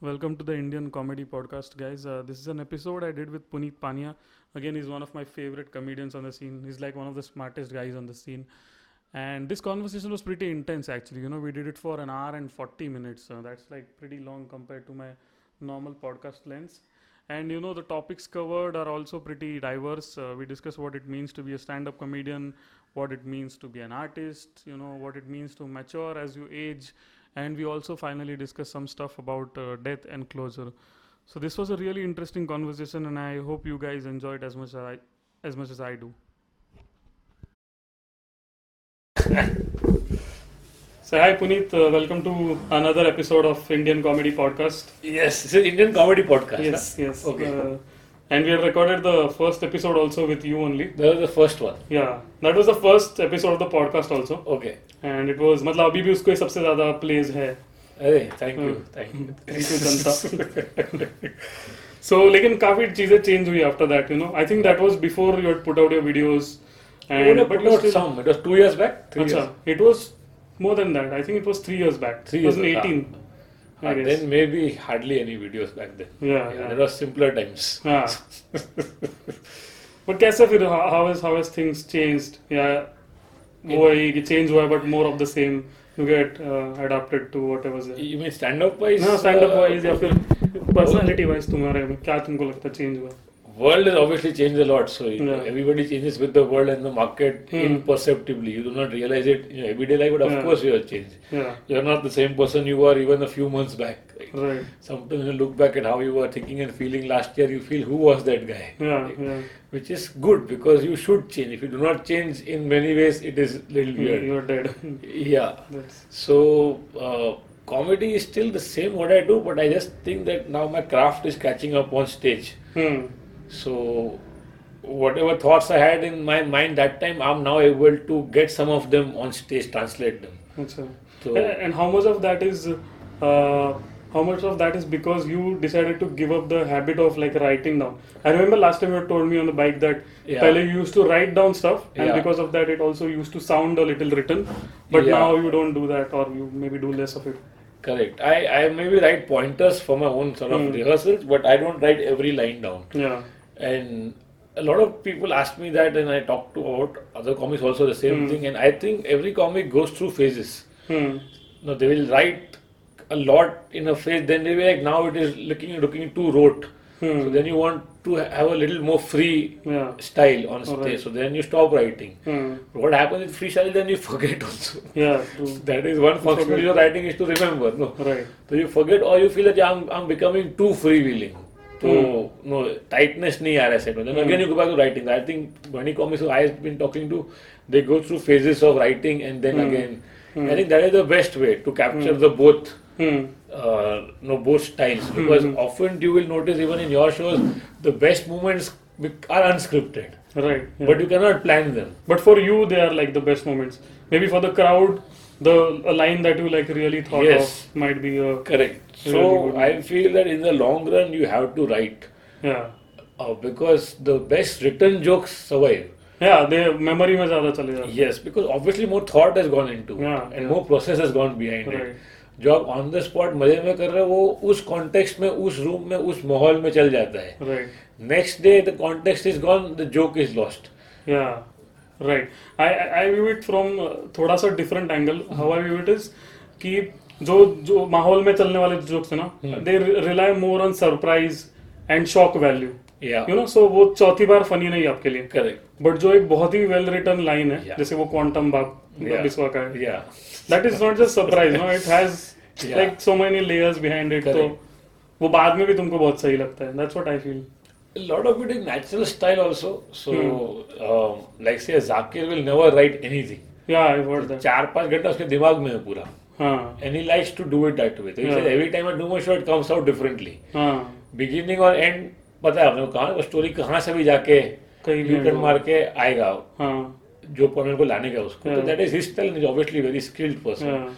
Welcome to the Indian Comedy Podcast, guys. Uh, this is an episode I did with Puneet Pania. Again, he's one of my favorite comedians on the scene. He's like one of the smartest guys on the scene. And this conversation was pretty intense, actually. You know, we did it for an hour and 40 minutes. Uh, that's like pretty long compared to my normal podcast length. And you know, the topics covered are also pretty diverse. Uh, we discuss what it means to be a stand up comedian, what it means to be an artist, you know, what it means to mature as you age, and we also finally discussed some stuff about uh, death and closure. So this was a really interesting conversation, and I hope you guys enjoyed as much as I, as much as I do. So hi Puneet, uh, welcome to another episode of Indian Comedy Podcast. Yes, it's an Indian comedy podcast. Yes, huh? yes. Okay. Uh, and we had recorded the first episode also with you only. that was the first one. Yeah, that was the first episode of the podcast also, Okay. and it was मतलब अभी भी उसको सबसे ज़्यादा plays है. अरे thank you, Hmm. thank you. Thank you, Janta. So लेकिन काफी चीजें change हुई after that, you know. I think that was before you had put out your videos. We would have but put you out still- some. It was two years back. Three अच्छा, years. it was more than that. I think it was three years back. Three it was years back. 18. I And guess. then maybe hardly any videos back then. Yeah, yeah. Ah. There were simpler times. हाँ. But कैसे फिर how how has how has things changed? Yeah, वो है कि change हुआ है but more of the same. You get uh, adapted to whatever's there. You mean stand up wise? ना stand up uh, wise या फिर personality wise तुम्हारे में क्या तुमको लगता change हुआ? World has obviously changed a lot, so Yeah. everybody changes with the world and the market Hmm. imperceptibly. You do not realize it in your everyday life, but of Yeah. course you have changed. Yeah, You're not the same person you were even a few months back. right? right. Sometimes you look back at how you were thinking and feeling last year, you feel who was that guy? Yeah, yeah. Which is good because you should change. If you do not change in many ways, it is little You- weird. You're dead. Yeah. That's So, uh, comedy is still the same what I do, but I just think that now my craft is catching up on stage. hmm. So, whatever thoughts I had in my mind that time, I'm now able to get some of them on stage, translate them. अच्छा. So- And, and how much of that is, uh, how much of that is because you decided to give up the habit of like writing down? I remember last time you told me on the bike that Yeah. पहले you used to write down stuff, and Yeah. because of that it also used to sound a little written, but Yeah. now you don't do that, or you maybe do less of it. Correct. I, I maybe write pointers for my own sort of Hmm. rehearsals, but I don't write every line down. Yeah. And a lot of people ask me that, and I talk to about other comics also the same Hmm. thing. And I think every comic goes through phases. Hmm. Now they will write a lot in a phase, then they will like now it is looking looking too rote. Hmm. So then you want to ha- have a little more free Yeah. style on stage. Alright. So then you stop writing. Hmm. What happens with free style? Then you forget also. Yeah. True. that is one function of forget. your writing is to remember. No. Right. तो you forget और you feel that I am becoming too free wheeling तो Hmm. No tightness नहीं आ रहा है set में then again you go back to writing I think many comics I have been talking to they go through phases of writing and then Hmm. Again I think that is the best way to capture the both Hmm. uh, no both styles because often you will notice even in your shows the best moments bec- are unscripted Right. Yeah. but you cannot plan them But for you, they are like the best moments. Maybe for the crowd, the a line that you like really thought Yes. of might be a correct so Really good. i feel that in the long run you have to write yeah uh, because the best written jokes survive yeah they memory में ज़्यादा चले जाते हैं. Yes, because obviously more thought has gone into it Yeah, and yeah. more process has gone behind Right. it. जो आप on the spot मजे में कर रहे हो वो उस कॉन्टेक्स्ट में उस रूम में उस माहौल में चल जाता है right next day the context is gone the joke is lost yeah right I I I view it from uh, थोड़ा सा different angle how I view it is कि जो जो माहौल में चलने वाले जोक्स है Hmm. ना they rely more on surprise and shock value या you know so वो चौथी बार funny नहीं है आपके लिए करेक्ट बट जो एक बहुत ही वेल रिटन लाइन है Yeah. जैसे वो क्वांटम बाप Yeah. बिस्वा का है या that is not just surprise no it has Yeah. like so many layers behind it तो Correct. वो बाद में भी तुमको बहुत सही लगता है that's what I feel lot of it is natural style also so Hmm. Like say Zakir will never write anything yeah I've heard that चार पांच घंटा उसके दिमाग में है पूरा हाँ and he likes to do it that way Yeah. Every time I do my show it comes out differently हाँ बिगिनिंग और एंड पता है आपने को कहा स्टोरी कहाँ से भी जाके कहीं भी यूटर्न end मार के आएगा हाँ जो पॉइंट को लाने का उसको तो Yeah. That is his talent obviously very skilled person yeah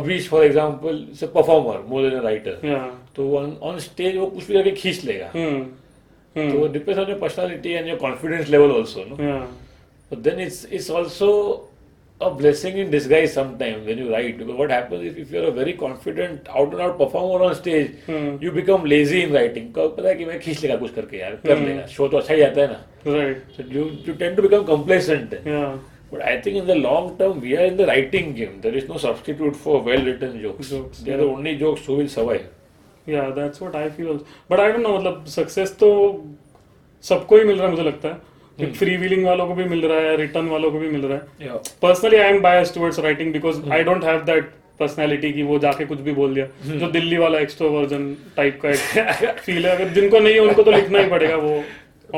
अवीश for example is performer more than writer yeah तो ऑन स्टेज वो कुछ भी करके खींच लेगा hmm तो hmm depends on your personality and your confidence level also no yeah but then it's it's also a blessing in disguise sometimes when you write because what happens is if you're a very confident out and out performer on stage Hmm. you become lazy in writing को पता है कि मैं खींच लेगा कुछ करके यार Hmm. कर लेगा शो तो अच्छा ही आता है ना Right. so you you tend to become complacent Yeah. but I think in the long term we are in the writing game there is no substitute for well written jokes, Jokes, they are yeah. the only jokes who will survive या that's what I feel also but I don't know मतलब success तो सबको ही मिल रहा है मुझे लगता है free wheeling वालों को भी मिल रहा है रिटर्न वालों को भी मिल रहा है yeah personally I am bias towards writing because I don't have that personality की वो जाके कुछ भी बोल दिया जो दिल्ली वाला एक्सट्रोवर्जन टाइप का फील है अगर जिनको नहीं है उनको तो लिखना ही पड़ेगा वो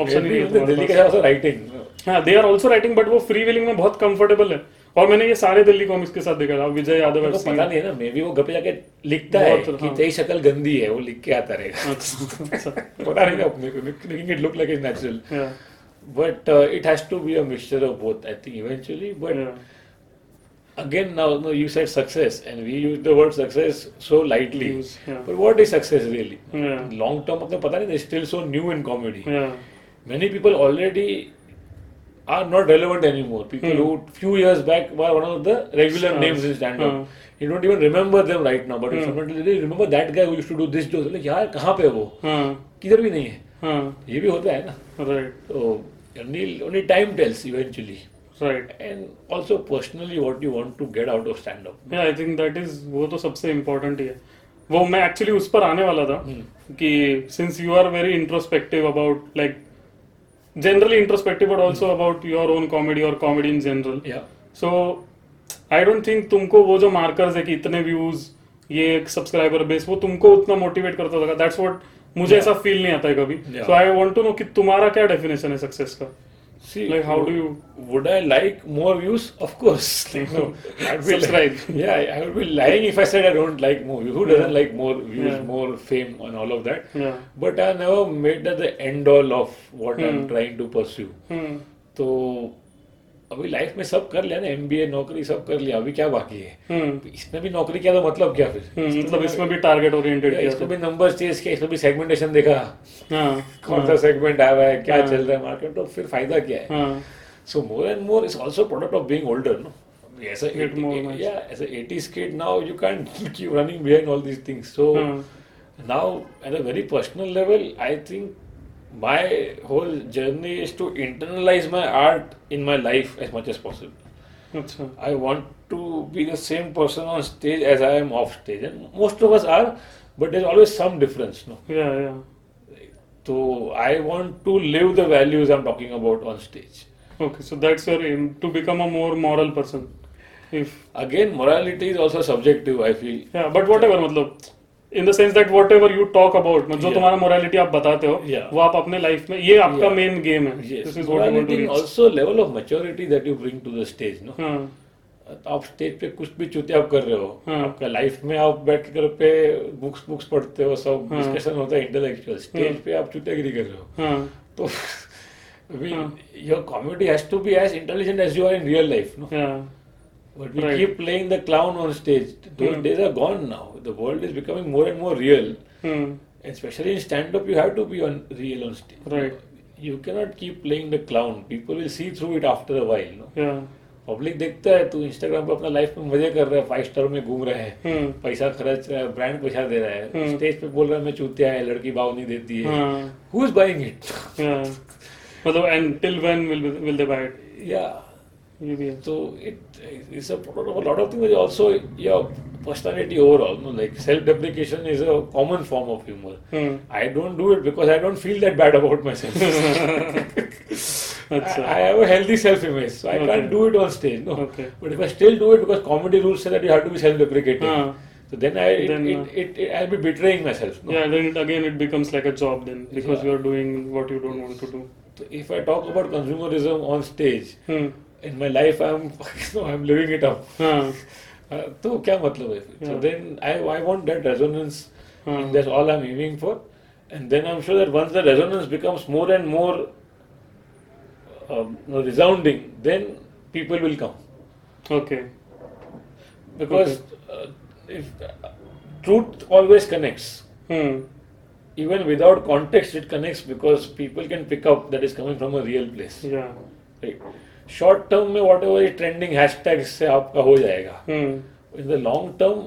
ऑप्शन ही नहीं Maybe है in the तुम्हारे Delhi पास। का also writing हाँ they are also writing but वो फ्री व्हीलिंग में बहुत कंफर्टेबल है और मैंने ये सारे दिल्ली कॉमिक्स के साथ देखा था विजय यादव उनको I've seen- पता नहीं है ना मे बी वो घर पे जाके लिखता है बहुत, कि हाँ। तेरी शक्ल गंदी है वो लिख के आता रहेगा अच्छा अच्छा पता नहीं ना अपने को making it look like is natural या But uh, it has to be a mixture of both, I think, eventually. But again, now no, you said success, and we use the word success so lightly. Use, yeah. But what is success really? Yeah. Long term, apna pata nahi, they're still so new in comedy. या Many people already are not relevant anymore. People Hmm. who few years back were one of the regular Stars. names in stand up. Hmm. You don't even remember them right now, but you Hmm. suddenly remember that guy who used to do this joke. Like, यार कहाँ पे है वो? हाँ किधर भी नहीं है. हाँ ये भी होता है ना. Right So only only time tells eventually. Right And also personally what you want to get out of stand up. या आई थिंक दैट इज वो तो सबसे इम्पोर्टेंट ही है वो मैं एक्चुअली उस पर आने वाला था हम्म। कि since you are very introspective about like generally introspective but also about your own comedy और comedy in general Yeah. So I don't think तुमको वो जो मार्कर्स है कि इतने व्यूज ये सब्सक्राइबर बेस वो तुमको उतना मोटिवेट करता होगा दैट्स व्हाट मुझे ऐसा फील नहीं आता है कभी Yeah. So I want to know कि तुम्हारा क्या डेफिनेशन है सक्सेस का See Like, how do you- would I like more views? Of course. Like, no. I'd be Subscribe. Like, yeah, I I would be lying if I said I don't like more views. Who doesn't Yeah. like more views, Yeah. more fame and all of that? Yeah. But I never made that the end all of what Hmm. I'm trying to pursue. हम्म तो अभी life में सब कर लिया ना M नौकरी सब कर लिया अभी क्या बाकी है हम्म इसमें भी नौकरी किया तो मतलब क्या फिर हम्म, मतलब इसमें भी टारगेट ओरिएंटेड या किया इसको भी नंबर चेज किया इसको भी सेगमेंटेशन देखा था। हाँ कौन सा हाँ, सेगमेंट आ रहा है क्या हाँ. चल रहा है मार्केट तो फिर फायदा क्या है हाँ so more and more is also product of being older no as a Get more 80 match. yeah as a 80s kid now you can't keep running behind all these things so हाँ, now at a very personal level i think my whole journey is to internalize my art in my life as much as possible अच्छा I want to be the same person on stage as I am off stage, and most of us are, but there's always some difference, no. या या So I want to live the values I'm talking about on stage. Okay so that's your aim to become a more moral person if Again, morality is also subjective. I feel. या but whatever मतलब in the sense that whatever you talk about मतलब जो Yeah. तुम्हारा morality आप बताते हो Yeah. वो आप अपने लाइफ में ये आपका Yeah. मेन गेम है Yes, this is what you want morality is to also level of maturity that you bring to the stage, no. हां आप स्टेज पे कुछ भी चुतिया आप कर रहे हो हाँ। आपका लाइफ में आप बैठ कर पे बुक्स बुक्स पढ़ते हो सब हाँ। डिस्कशन होता है इंटेलेक्चुअल स्टेज पे आप चुतियागिरी कर रहे हो हां So, I mean, your comedy has to be as intelligent as you are in real life, no? या But we Right. keep playing the clown on stage. Those Hmm. days are gone now. The world is becoming more and more real. हम्म Especially in stand-up, you have to be on real on stage. Right. You cannot keep playing the clown. People will see through it after a while, no? या public देखता है तू Instagram पे अपना life में मजे कर रहा है फाइव स्टार में घूम रहा है हम्म पैसा खर्च रहा है ब्रांड पैसा दे रहा है Hmm. स्टेज पे बोल रहा है मैं चूतिया है लड़की भाव नहीं देती है हां हु इज बाइंग इट या हाँ। मतलब and till when will will they buy it या ये भी है So तो it is a product of a lot of things. but Also, your personality overall, no? like self-deprecation is a common form of humor. हम्म I don't do it because I don't feel that bad about myself. I, अच्छा I have a healthy self-image, so I Okay. can't do it on stage. No, Okay. but if I still do it because comedy rules say that you have to be self-deprecating, हाँ so then I it, Then, it, uh, it, it- I'll be betraying myself. No? Yeah, then it, again it becomes like a job then because Yeah. you are doing what you don't want to do. So if I talk about consumerism on stage, Hmm. in my life I'm no, I'm living it up. हाँ, Uh, तो क्या मतलब है फिर? So Yeah. then I I want that resonance. हाँ. That's all I'm aiming for, and then I'm sure that once the resonance becomes more and more um, you know, resounding, then people will come Okay. because uh, if uh, truth always connects. Hmm. Even without context, it connects because people can pick up that is coming from a real place. Yeah. Right. Short term में whatever trending hashtag से आपका हो जाएगा hmm in the long term,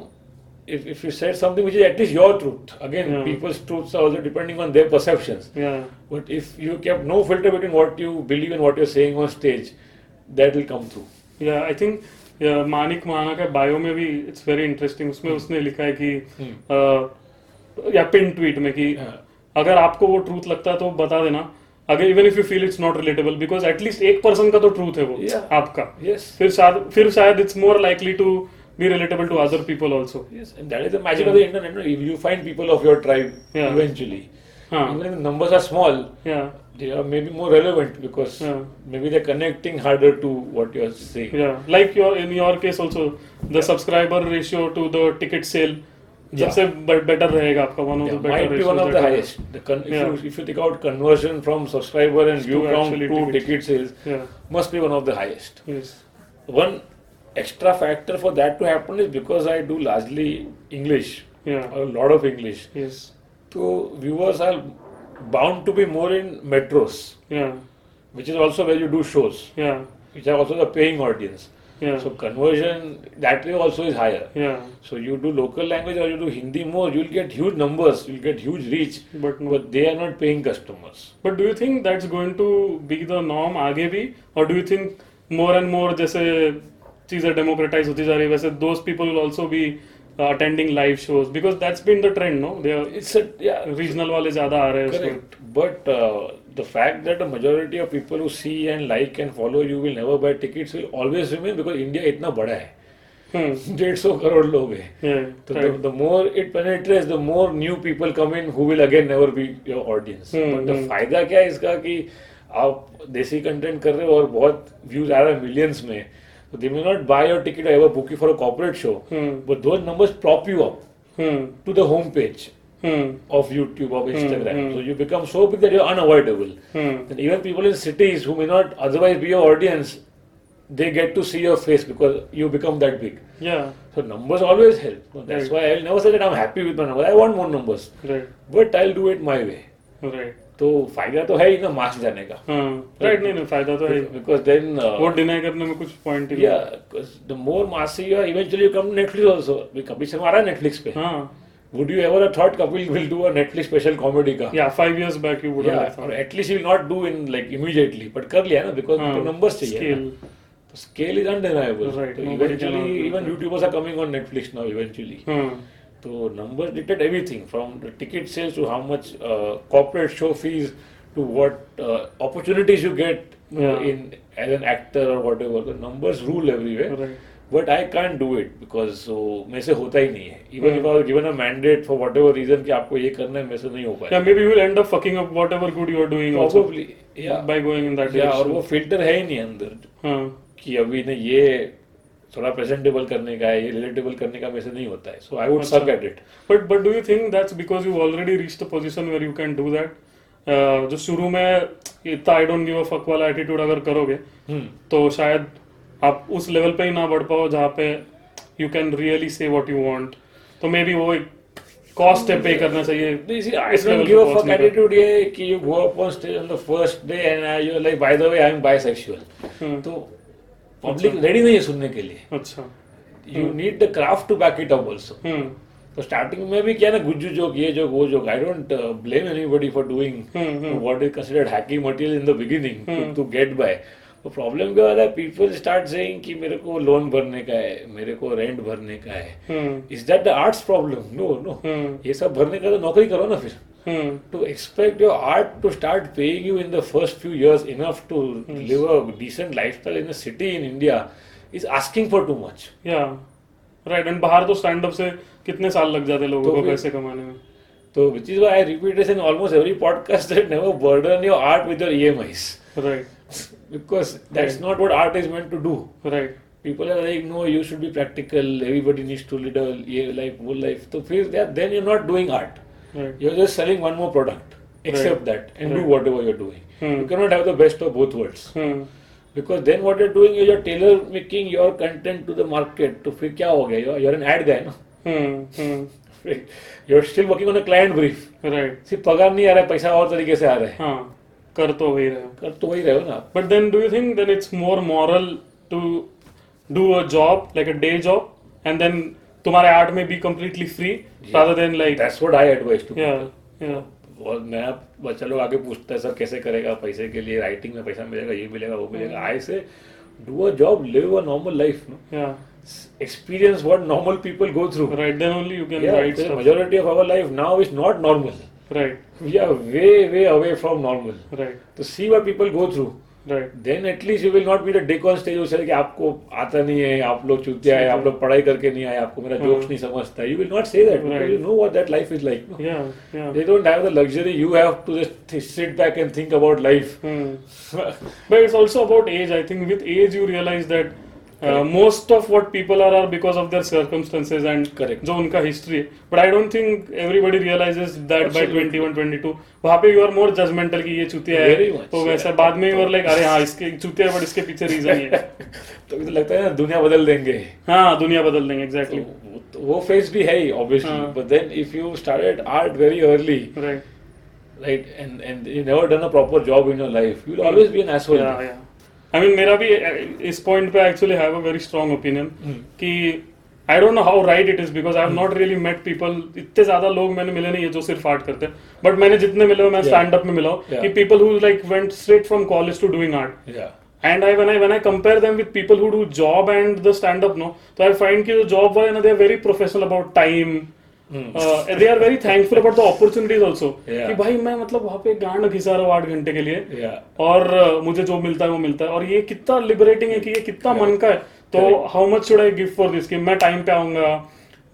if, if you said something which is at least your truth, again, Yeah. people's truths are also depending on their perceptions. Hmm. yeah But if you kept no filter between what you believe and what you're saying on stage, that will come through. या I think Manik Mahna का bio में भी it's very interesting उसमें Hmm. उसने लिखा है कि अ, या पिन ट्वीट में कि हाँ। अगर आपको वो ट्रूथ लगता है तो बता देना अगर even if you feel it's not relatable because at least एक पर्सन का तो ट्रूथ है वो Yeah. आपका Yes. फिर शायद फिर शायद it's more likely to be relatable to other people also Yes, and that is the magic of the internet. no? You you find people of your tribe Yeah. eventually. हाँ. Even if the numbers are small, या they are maybe more relevant because Yeah. maybe they're connecting harder to what you're saying. Yeah, like your in your case also the subscriber ratio to the ticket sale Yeah. सबसे बे- better रहेगा आपका one of Yeah, the better might be one ratios of the that- highest. The con- if, Yeah. you, if you take out conversion from subscriber and view To count actually to ticket. ticket sales, Yeah, must be one of the highest. yes, One extra factor for that to happen is because I do largely English, yeah, a lot of English. yes, So viewers are bound to be more in metros, yeah, which is also where you do shows, yeah, which are also the paying audience. yeah, So conversion that way also is higher. yeah, So you do local language or you do Hindi more, you'll get huge numbers, you'll get huge reach, but no. but they are not paying customers. But do you think that's going to be the norm आगे भी or do you think more and more जैसे चीजें democratize होती जा रही है वैसे those people will also be uh, attending live shows because that's been the trend no they are It's a yeah, regional वाले ज्यादा आ रहे हैं उसमें Correct. But uh, the fact that a majority of people who see and like and follow you will never buy tickets will always remain because India इतना बड़ा है हम्म, डेढ़ सौ करोड़ लोग हैं yeah तो right. the, the more it penetrates the more new people come in who will again never be your audience hmm, but the हम्म. फायदा क्या है इसका कि आप देसी कंटेंट कर रहे हो और बहुत व्यूज आ रहा है मिलियंस में तो they may not buy your ticket ever book you for a corporate show hmm, but those numbers prop you up hmm, to the home page hmm, of YouTube, of Instagram. hmm. So you become so big that you're unavoidable. Hmm, And even people in cities who may not otherwise be your audience, they get to see your face because you become that big. yeah So numbers always help. So That's why I'll never say that I'm happy with my number. I want more numbers, right but I'll do it my way. right तो फायदा तो है ही ना mask जाने का uh, हाँ right नहीं नहीं फायदा तो है ही। बिकॉज देन वो डिनाई करने में कुछ पॉइंट ही नहीं या the more massy you eventually you come Netflix also Kapil Sharma आ रहा है नेटफ्लिक्स पे हाँ would you ever thought Kapil will do a Netflix special comedy का या five years back you would Yeah, or at least he will not do in like immediately, but कर लिया ना because हाँ, the numbers चाहिए scale. ना. तो scale is undeniable. Right, तो nobody can eventually argue even that. YouTubers are coming on Netflix now eventually. हाँ तो numbers dictate everything from the ticket sales to how much uh, corporate show fees to what uh, opportunities you get uh, Yeah. in as an actor or whatever. The numbers rule everywhere. Right. But I can't do it because so मेरे से होता ही नहीं है. Even Hmm. if I was given a mandate for whatever reason कि आपको ये करना है मेरे से नहीं हो या पाएगा. Maybe you will end up fucking up whatever good you are doing also Probably, yeah. By going in that या और डायरेक्शन वो फिल्टर है ही नहीं अंदर हाँ कि अभी ने ये थोड़ा प्रेजेंटेबल करने का है ये रिलेटेबल करने का वैसे नहीं होता है सो आई वुड अच्छा। Suck at it but but do you think that's because you already reach the position where you can do that जो Uh, शुरू में इतना I don't give a fuck वाला एटीट्यूड अगर करोगे Hmm. तो शायद आप उस लेवल पे ही ना बढ़ पाओ जहाँ पे you can really say what you want तो मे बी वो एक कॉस्ट पे करना चाहिए आई इस level डोंट पे गिव अ फक पहुंचने का। एटीट्यूड ये कि you go up on stage on the first day and you like by the way I am bisexual Hmm. तो पब्लिक रेडी नहीं है सुनने के लिए अच्छा you need the craft to back it up also hmm तो starting में भी क्या ना गुज्जू जोक ये जोक वो joke I don't blame anybody for doing Hmm, hmm. What is considered hacking material in the beginning Hmm. To get by तो problem क्या होता है पीपल स्टार्ट सेइंग कि मेरे को लोन भरने का है मेरे को रेंट भरने का है hmm is that the art's problem no no hmm ये सब भरने का तो नौकरी करो ना फिर hmm to expect your art to start paying you in the first few years enough to live a decent lifestyle in a city in india is asking for too much या राइट एंड बाहर तो stand up से कितने साल लग जाते लोगों तो को फिर- पैसे कमाने में so which is why i repeat this in almost every podcast that never burden your art with your emis right because that's not what art is meant to do right people are like no you should be practical everybody needs to lead a ye life whole life so feel that then you're not doing art right you're just selling one more product accept that and do whatever you're doing Hmm. you cannot have the best of both worlds hmm because then what you're doing is you're tailor making your content to the market तो फिर क्या हो गया you're, you're an ad guy ना hmm hmm you're still working on a client brief right सिर्फ पगार नहीं आ रहा है पैसा और तरीके से आ रहा है हाँ कर तो वही रहे हो कर तो वही रहे हो ना आप But then, do you think then it's more moral to do a job like a day job and then तुम्हारे art may be completely free rather than like that's what I advice to yeah yeah और नया बच्चा लोग आगे पूछता है sir कैसे करेगा पैसे के लिए राइटिंग में पैसा मिलेगा ये मिलेगा वो मिलेगा Hmm. I say do a job live a normal life no yeah experience what normal people go through right then only you can write stuff majority of our life now is not normal right we are way way away from normal right तो see what people go through right then at least you will not be the dick on stage कि आपको आता नहीं है आप लोग चूतिया है आप लोग पढ़ाई करके नहीं आए आपको मेरा जोक्स नहीं समझता you will not say that Hmm. Right. You know what that life is like yeah yeah They don't have the luxury. You have to just th- sit back and think about life. Hmm. but it's also about age I think with age you realize that uh, most of what people are are because of their circumstances and Correct. जो उनका history है but I don't think everybody realises that by Absolutely. 21 22 वहां पे you are more judgmental कि ये चूतिया है Very much, तो वैसे yeah. बाद में यू आर लाइक अरे हाँ इसके चूतिया बट इसके पीछे रीजन ये है तो मुझे लगता है ना दुनिया बदल देंगे हाँ दुनिया बदल देंगे तो एग्जैक्टली वो- तो वो फेज भी है ऑब्वियसली हाँ. But then if you started art very early right right and and you never done a proper job in your life you will always be an asshole या या आई मीन मेरा भी uh, इस point पे actually have a very strong opinion Hmm. कि I don't know how right it is because I have not really met people इतने ज्यादा लोग मैंने मिले नहीं है जो सिर्फ आर्ट करते हैं बट मैंने जितने मिले हो, मैं Yeah. स्टैंड अप में मिला हूँ Yeah. कि people who like went straight from college to doing art या And I when I when I compare them with people who do job and the stand up, no, so I find कि जो job वाले ना they are very professional about time. Uh, they are very thankful about the opportunities also. Hmm. Yeah. कि भाई मैं मतलब वहाँ पे गांड घिसा रहा हूँ आठ घंटे के लिए Yeah. और uh, मुझे जो मिलता है वो मिलता है और ये कितना लिबरेटिंग है कि ये कितना मन का है तो how much should I give for this कि मैं टाइम पे आऊंगा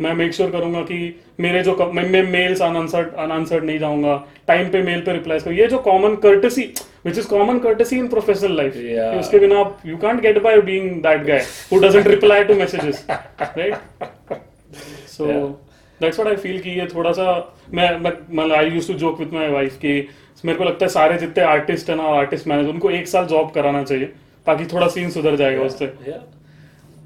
मैं मेक श्योर करूंगा कि मेरे जो कम- मैं, मैं मेल्स अनआंसर्ड अनआंसर्ड नहीं जाऊंगा टाइम पे मेल पे रिप्लाईज करूँ ये जो common courtesy which is common courtesy in professional life Yeah. उसके बिना आप you can't get by being that guy who doesn't reply to messages right so that's what I feel कि ये थोड़ा सा मैं मतलब I used to joke with my wife कि मेरे को लगता है सारे जितने आर्टिस्ट हैं ना आर्टिस्ट मैनेजर उनको एक साल जॉब कराना चाहिए ताकि थोड़ा सीन सुधर जाएगा उससे Yeah.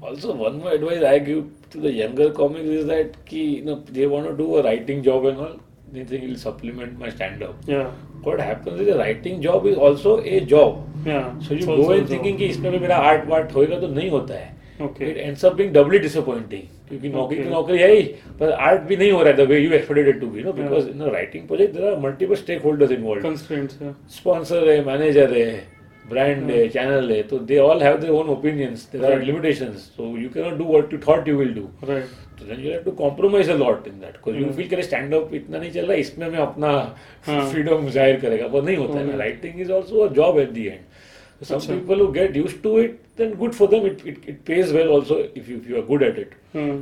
Also, one more advice I give to the younger comics is that ki, you know, they want to do a writing job and all. They think it will supplement my stand up. या What happens is a writing job is also a job. या So you go and thinking कि इसमें भी मेरा art ward होएगा तो नहीं होता है okay it ends up being doubly disappointing क्योंकि नौकरी Okay. तो नौकरी है ही पर आर्ट भी नहीं हो रहा है the way you expected to be no Yeah. Because in writing project there are multiple stake holders involved constraints या स्पॉन्सर है मैनेजर है ब्रांड है चैनल है तो they all have their own opinions there are हाँ। Right. Limitations so you can not do what you thought you will do right तो then you have to compromise a lot in that because you Hmm. Feel करे stand up इतना नहीं चल रहा इसमें मैं अपना हाँ. फ्रीडम जाहिर करेगा पर नहीं होता है Hmm. Writing is also a job at the end some अच्छा. People who get used to it then good for them it it pays well also if you you are good at it Hmm.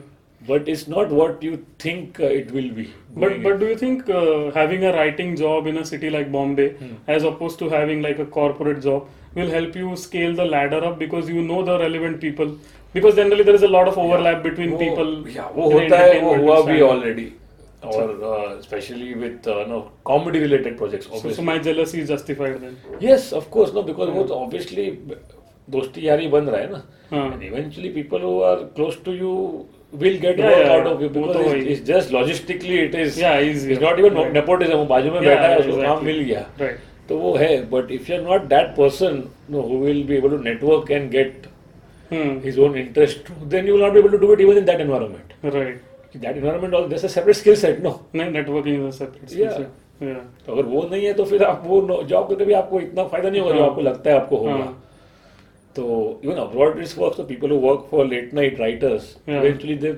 But it's not what you think it will be But but do you think uh, having a writing job in a city like Bombay, Hmm. as opposed to having like a corporate job, will help you scale the ladder up because you know the relevant people? Because generally there is a lot of overlap between people. या वो in होता है वो entertainment हुआ and भी stand-up. uh, already और specially with no comedy related projects So, so my jealousy is justified then. Yes, of course, no, because वो obviously दोस्ती यारी बन रहा है ना हाँ. and eventually people who are close to you will get Yeah, work yeah, out of you वो because तो it's, वही। it's just logistically it is Yeah, easy. it's not even Right. nepotism वो बाजू में Yeah, बैठा है yeah, उसको काम exactly. मिल गया Right. तो वो है but if you are not that person no who will be able to network and get Hmm. His own interest then you will not be able to do it even in that environment Right. That environment all just a separate skill set no नहीं networking is a separate skill Yeah. set. Yeah. तो अगर वो नहीं है तो फिर आप वो जॉब करके भी आपको इतना फायदा नहीं होगा जो हाँ। आपको लगता है आपको होगा हाँ. तो इवन अब्रॉड इट्स वर्क तो people who work for late night writers Yeah. Eventually they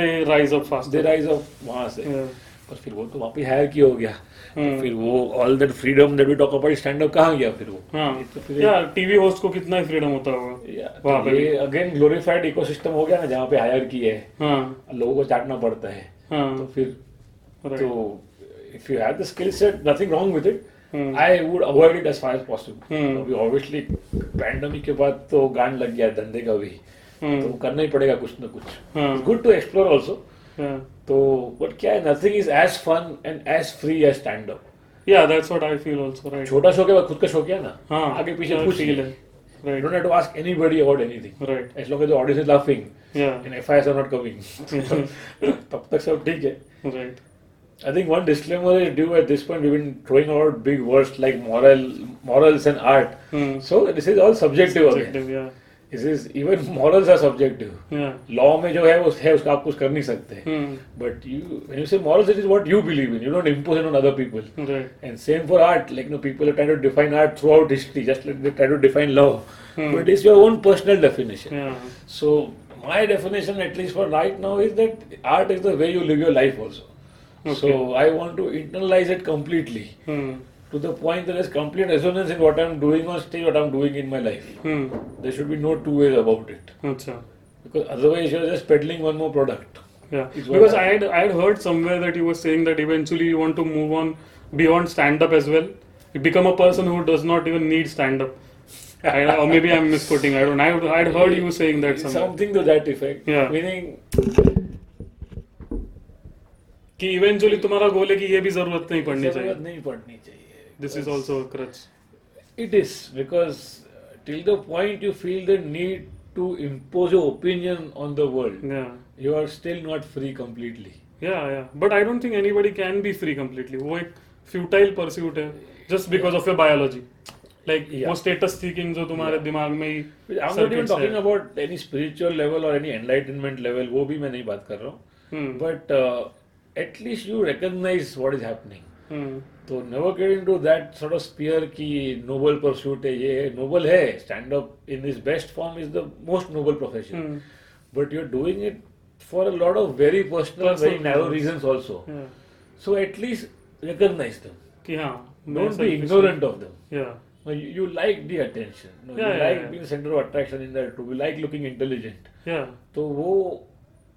They rise up faster. They rise up वहां से Yeah. पर फिर वो तो वहाँ पे हायर किया हो गया हम्म। तो फिर वो all that freedom that we talk about stand up कहाँ गया फिर वो हाँ. तो फिर Yeah. TV host को कितना फ्रीडम होता होगा. या, वहाँ तो पे ये अगेन ग्लोरीफाइड इकोसिस्टम हो गया ना जहाँ पे हायर किया है हाँ. लोगों को चाटना पड़ता है तो हाँ. फिर Right. So if you have the skill set, nothing wrong with it. Hmm. I would avoid it as far as possible. Hmm. अभी obviously pandemic के बाद तो गांड लग गया है धंधे का भी Hmm. तो करना ही पड़ेगा कुछ ना कुछ हाँ. It's good to explore also. Yeah. तो but क्या है nothing is as fun and as free as stand up. Yeah, that's what I feel also, right? छोटा शौक है खुद का शौक है ना हाँ आगे पीछे that पूछ feel ले है You right don't have to ask anybody about anything. Right As long as the audience is laughing या and FIs are not coming. तब तक सब ठीक है right I think one disclaimer is due at this point. We've been throwing out big words like moral, morals and art. Hmm. So this is all subjective. again. Subjective, yeah This is even morals are subjective. yeah law में जो है वो है उसका आप कुछ कर नहीं सकते Hmm. But you when you say morals it is what you believe in you don't impose it on other people Right. And same for art, like you know, people are trying to define art throughout history, just like they try to define love. Hmm. But it's your own personal definition. Yeah. So my definition, at least for right now, is that art is the way you live your life also. So I want to internalize it completely Hmm. to the point that there's complete resonance in what I'm doing on stage, what I'm doing in my life. Hmm. There should be no two ways about it. Acha. Because otherwise you're just peddling one more product. Yeah. It's Because what- I had I had heard somewhere that you were saying that eventually you want to move on beyond stand up as well. You become a person who does not even need stand up. or maybe I'm misquoting. I don't. I I'd heard you saying that somewhere. Something to that effect. Yeah. Meaning कि eventually तुम्हारा goal है कि ये भी जरूरत नहीं पड़नी जरूरत चाहिए नहीं पड़नी चाहिए this is also crutch It is because uh, till the point you feel the need to impose your opinion on the world, या you are still not free completely. या या but I don't think anybody can be free completely वो एक futile pursuit है just because of your biology like Yeah. वो status seeking जो तुम्हारे दिमाग में ही I'm not even circuits talking है। about any spiritual level or any enlightenment level, वो भी मैं नहीं बात कर रहा हूँ हम्म, But uh, at least you recognize what is happening. हम्म, तो never get into that sort of sphere कि noble pursuit है ये है noble है stand up in its best form is the most noble profession Hmm. but you're doing it for a lot of very personal and very Personal narrow reasons. Hmm. reasons also yeah. So at least recognize them. कि हाँ मैं Don't be selfish ignorant of them. हूँ। yeah No, you, you like the attention. No, Yeah, you yeah, like yeah. being center of attraction in that group. You like looking intelligent. yeah तो वो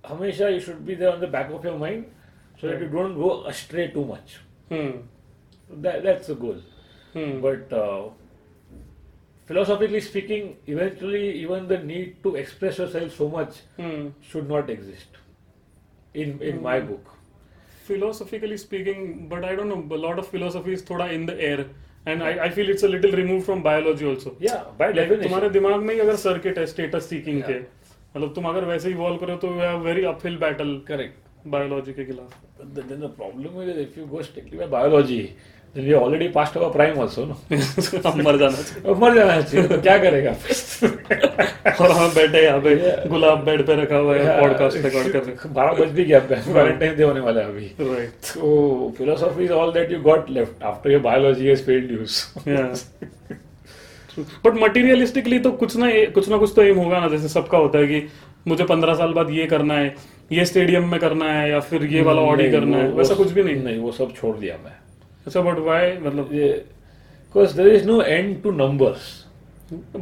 हमेशा you should be there on the back of your mind so Hmm. that you don't go astray too much. हम्म, That, that's the goal. हम्म, But uh, philosophically speaking, eventually even the need to express yourself so much हम्म। should not exist. In in my Hmm. book. philosophically speaking but i don't know a lot of philosophy is thoda in the air and I, I feel it's a little removed from biology also Yeah, by Like, definition. तुम्हारे दिमाग में ही अगर circuit है status seeking के Yeah. मतलब तुम अगर वैसे ही वॉल्व करो तो you have very uphill battle Correct. Biology के खिलाफ But the- then the problem is if you go strictly by biology, then we already passed our prime also, no? हम मर जाना चाहिए अब मर जाना चाहिए तो क्या करेगा और हम बैठे यहाँ पे Yeah. गुलाब बेड पे रखा हुआ है पॉडकास्ट रिकॉर्ड कर रहे बारह बज भी गया वैलेंटाइन डे होने वाला है अभी राइट तो philosophy is all that you got left after your biology has failed you but materialistically तो कुछ ना कुछ ना कुछ तो एम होगा ना जैसे सबका होता है कि मुझे पंद्रह साल बाद ये करना है ये स्टेडियम में करना है या फिर ये वाला ऑडी करना है वैसा कुछ भी नहीं नहीं वो सब छोड़ दिया मैं अच्छा बट वाई मतलब because there is no end to numbers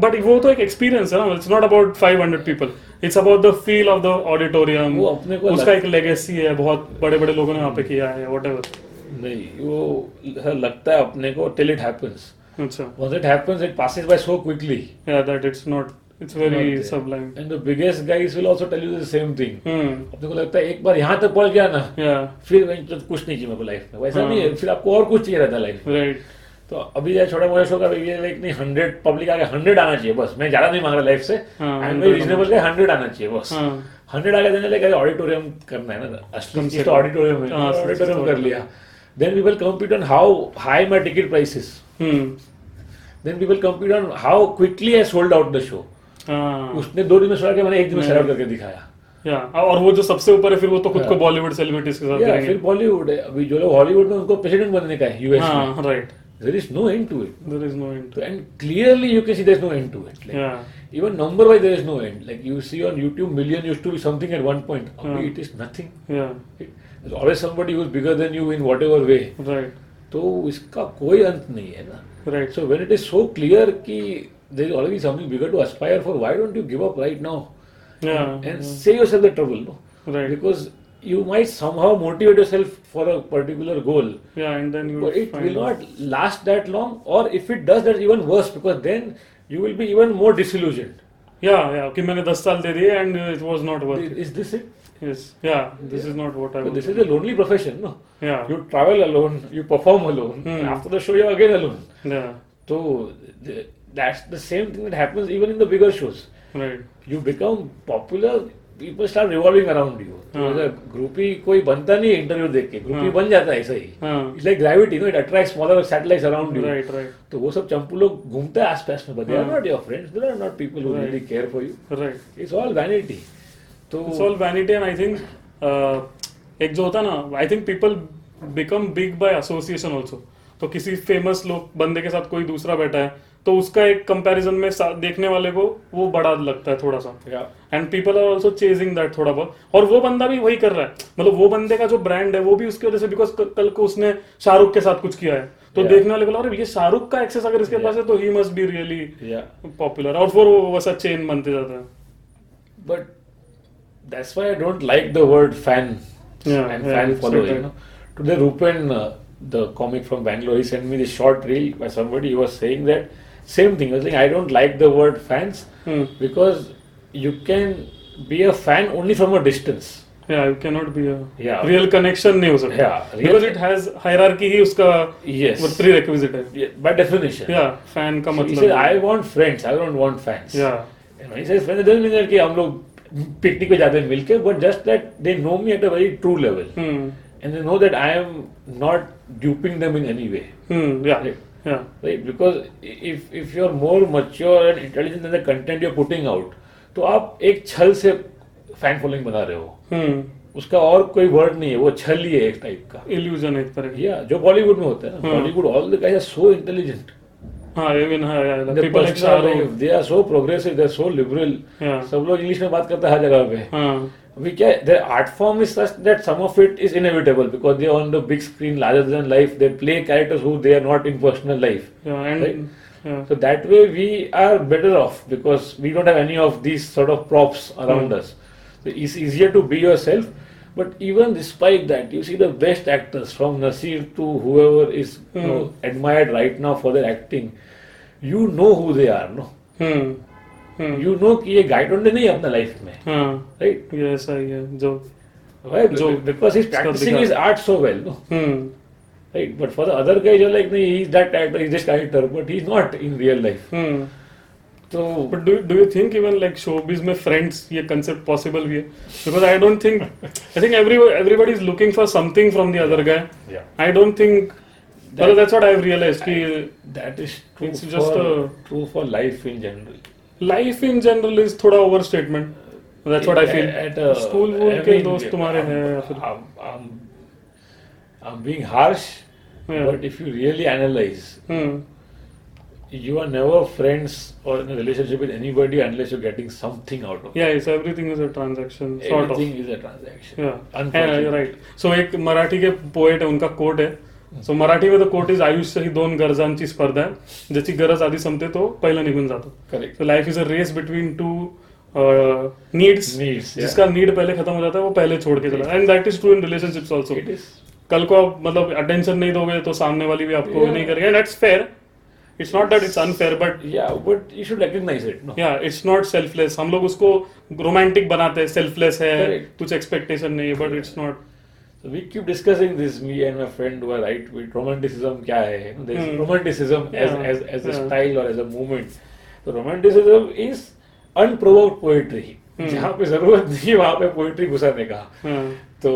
but वो तो एक एक्सपीरियंस है ना it's not about 500 people it's about the feel of the auditorium वो अपने को उसका लग- एक लेगेसी है बहुत बड़े बड़े लोगों ने वहाँ पे किया है वट नहीं वो लगता है अपने को टिल इट हैपेंस अच्छा once it happens it passes by so quickly या that it's not it's Not very there. Sublime And the biggest guys will also tell you the same thing. हम्म अपने को लगता है एक बार यहाँ तक पहुंच गया ना या फिर वहीं तो कुछ नहीं चाहिए मेरे को लाइफ में वैसा हाँ। नहीं है फिर आपको और कुछ चाहिए रहता है लाइफ राइट तो अभी जो छोटा मोटा शो का ये लाइक नहीं हंड्रेड पब्लिक आगे हंड्रेड आना चाहिए बस मैं ज्यादा नहीं मांग रहा लाइफ से हाँ, आई एम 100 रीजनेबल का हंड्रेड आना चाहिए बस हाँ हंड्रेड आगे देने लाइक ऑडिटोरियम करना है ना असली कम से चीज तो कम। ऑडिटोरियम है हाँ, असली चीज ऑडिटोरियम तो कर लिया then we will compete on how high my ticket prices हम्म then we will compete on how quickly I sold out the show हाँ उसने दो दिन में सोचा कि मैंने एक दिन में सेल करके दिखाया या Uh, और वो जो सबसे ऊपर है फिर वो तो खुद को Yeah. बॉलीवुड सेलिब्रिटीज के साथ या, करेंगे फिर बॉलीवुड है अभी जो लोग हॉलीवुड में उनको प्रेसिडेंट बनने का है यूएस में हाँ right there is no end to it there is no end and clearly you can see there is no end to it या like even number wise there is no end like you see on YouTube million used to be something at one point हाँ. अभी it is nothing या there always somebody who is bigger than you in whatever way right तो इसका कोई अंत नहीं है ना right so when it is so clear कि there is always something bigger to aspire for why don't you give up right now या and save yourself the trouble no right because you might somehow motivate yourself for a particular goal या and then you but it will not last that long or if it does that's even worse because then you will be even more disillusioned या या कि मैंने 10 साल दे दिए and it was not worth is this it yes या this is not what so I this is a lonely profession no या you travel alone you perform alone Hmm. and after the show you're again alone या so th- that's the same thing that happens even in the bigger shows right you become popular people start revolving around you हाँ. तो groupie कोई बनता नहीं interview देख के groupie हाँ. बन जाता है ऐसा ही हाँ it's like gravity no it attract smaller satellites around you right right तो वो सब चंपू लोग घूमते हैं आसपास में बट दे आर हाँ. Not your friends they are not people who Right. Really care for you right it's all vanity तो it's all vanity and I think uh, एक जो होता ना I think people become big by association also तो किसी famous लोग बंदे के साथ कोई दूसरा बैठा है तो उसका एक कंपैरिजन में सा- देखने वाले को वो बड़ा लगता है थोड़ा सा Yeah. And people are also chasing that थोड़ा बहुत और वो बंदा भी वही कर रहा है मतलब वो बंदे का जो ब्रांड है वो भी उसकी वजह से बिकॉज कल को उसने शाहरुख के साथ कुछ किया है तो Yeah. देखने वाले को लग रहा है ये शाहरुख का एक्सेस अगर इसके पास है तो ही must be really Yeah. Popular और फिर वो वैसा चेन बनते जाता है But that's why I don't like the word fan Yeah, and yeah, fan it's follower. better. You know, today Rupen, uh, the comic from Bangalore, he sent me this short reel by somebody. He was saying that same thing. He was saying I don't like the word fans Hmm. because you can be a fan only from a distance. Yeah, you cannot be a Yeah. real connection नहीं हो सकता Yeah, real- because it has hierarchy ही उसका Yes. वो prerequisite है Yeah, by definition. yeah fan का So he मतलब said I want friends. I don't want fans. yeah You know, he says friends doesn't mean that कि हम लोग picnic पे जाते हैं मिलके but just that they know me at a very true level. hmm and they know that I am not duping them in any way, hmm yeah Right. yeah right? Because i- if if you're more mature and intelligent than the content you're putting out, तो आप एक छल से fan following बना रहे हो hmm उसका और कोई वर्ड नहीं है वो छल ही है एक टाइप का illusion है एक तरह की या जो बॉलीवुड में होता है ना हाँ. Bollywood all the guys are so intelligent हाँ even हाँ yeah, like people like Shahrukh they are so progressive they are so liberal Yeah. सब लोग इंग्लिश में बात करते हैं हर जगह पे हाँ We can, their art form is such that some of it is inevitable because they are on the big screen, larger than life. They play characters who they are not in personal life. yeah and Right. yeah So that way we are better off because we don't have any of these sort of props Hmm. around us. So it's easier to be yourself. But even despite that, you see the best actors from Nasir to whoever is you Hmm. know, admired right now for their acting. You know who they are, no? hmm hmm You know कि ये guy ढूंढने नहीं है अपना life में, हाँ right? ये ऐसा ही है जो Why? Hmm. जो- Because he's practicing दिखा- his art so well, no? hmm Right, but for the other guys, you're like, no, he's that actor, he's this character, but he's not in real life. hmm So, But do, do you think even like showbiz में friends ये concept possible भी है? Because I don't think I think every everybody is looking for something from the other guy. yeah, I don't think. That- well, that's what I've realized. कि that is true It's for, just uh, a- true for life in general. life in general is थोड़ा overstatement. That's what I feel. At uh, a, School वूल I के mean, दोस्त तुम्हारे I'm, हैं या फिर I'm, I'm, I'm being harsh, Yeah. but if you really analyze, हम्म you are never friends or in a relationship with anybody unless you're getting something out of it. yeah, it's everything is a transaction sort of. Everything is a transaction. Unfortunately. Right so एक मराठी के poet आहे उनका coat आहे सो मराठी मध्ये coat is आयुष्य ही दोन गरजांची स्पर्धा आहे ज्याची गरज आधी संपते तो पहिला निघून जातो Correct. So life is a race between two needs Needs, yeah. uh, जिसका नीड पहले खत्म हो जाता है वो पहले छोड़ के चला and that is true in relationships also It is. कल को आप मतलब अटेंशन नहीं दोगे तो सामने वाली भी आपको Yeah. नहीं करेगी that's fair it's not that it's unfair but Yeah, but you should recognize it. No? या इट्स नॉट सेल्फलेस हम लोग उसको रोमांटिक बनाते हैं सेल्फलेस है Correct. कुछ एक्सपेक्टेशन नहीं है but it's not So we keep discussing this, me and my friend who are right with romanticism kya hai. There's Hmm. romanticism Yeah. Hmm. as, as, as a Yeah. style or as a movement. So romanticism is unprovoked poetry. Hmm. जहाँ पे जरूरत नहीं है वहाँ पे poetry घुसाने का हाँ तो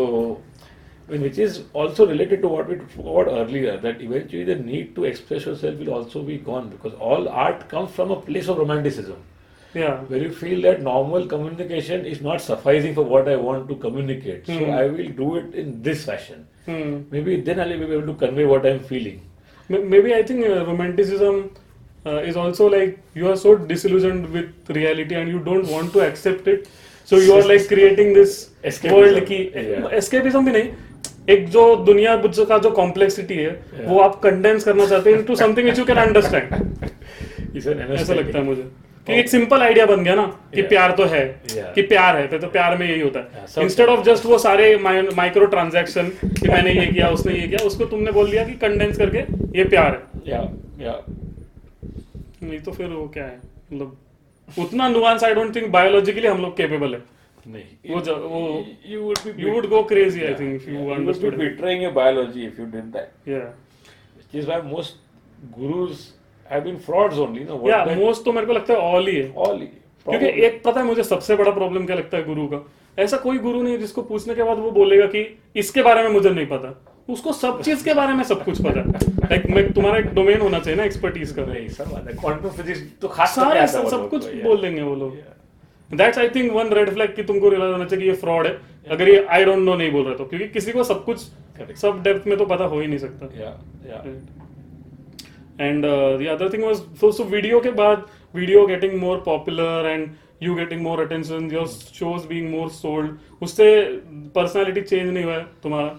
which is also related to what we spoke about earlier that eventually the need to express yourself will also be gone because all art comes from a place of romanticism Yeah. where you feel that normal communication is not sufficing for what I want to communicate. So Hmm. I will do it in this fashion. Hmm. Maybe then I'll be able to convey what I'm feeling. M- Maybe I think uh, romanticism uh, is also like you are so disillusioned with reality and you don't want to accept it. So you are like creating this Escapism. world की Yeah. escapism भी नहीं एक जो दुनिया बुझ- का जो complexity है Yeah. वो आप कंडेंस करना चाहते हैं into something which you can understand It's an ऐसा anesthetic. लगता है मुझे कि एक सिंपल आइडिया बन गया ना कि Oh. Yeah. प्यार तो है Yeah. कि प्यार है फिर तो प्यार में यही होता Yeah, है सब- इंस्टेड ऑफ जस्ट वो सारे माइक्रो ट्रांजैक्शन कि मैंने ये किया उसने ये किया उसको तुमने बोल दिया कि कंडेंस करके ये प्यार है Yeah, yeah. नहीं तो फिर वो क्या है मतलब उतना nuance I don't think biologically हम लोग केपेबल है नहीं. वो ज- वो You would be you would go crazy I Yeah, think if yeah. You You would be understood betraying your biology if you did that. या Which is why most gurus have been frauds only. No? What या that- most तो मेरे को लगता है all ही है All. क्योंकि एक पता है मुझे सबसे बड़ा प्रॉब्लम क्या लगता है गुरु का ऐसा कोई गुरु नहीं है जिसको पूछने के बाद वो बोलेगा कि इसके बारे में मुझे नहीं पता उसको सब चीज के बारे में सब कुछ पता है लाइक मैं तुम्हारा एक डोमेन होना चाहिए ना एक्सपर्टीज का नहीं सब आता है क्वांटम फिजिक्स तो खास करके सारे आता है वो सब लोग कुछ को, yeah. बोल देंगे वो लोग that's I think one red flag कि तुमको रियलाइज होना चाहिए कि ये फ्रॉड है अगर ये आई डोंट नो नहीं बोल रहा तो क्योंकि किसी को सब कुछ Correct. सब डेप्थ में तो पता हो ही नहीं सकता Yeah, yeah. Hmm. and uh, the other thing was so so video के बाद video getting more popular and you getting more attention your shows being more sold उससे personality change नहीं हुआ है तुम्हारा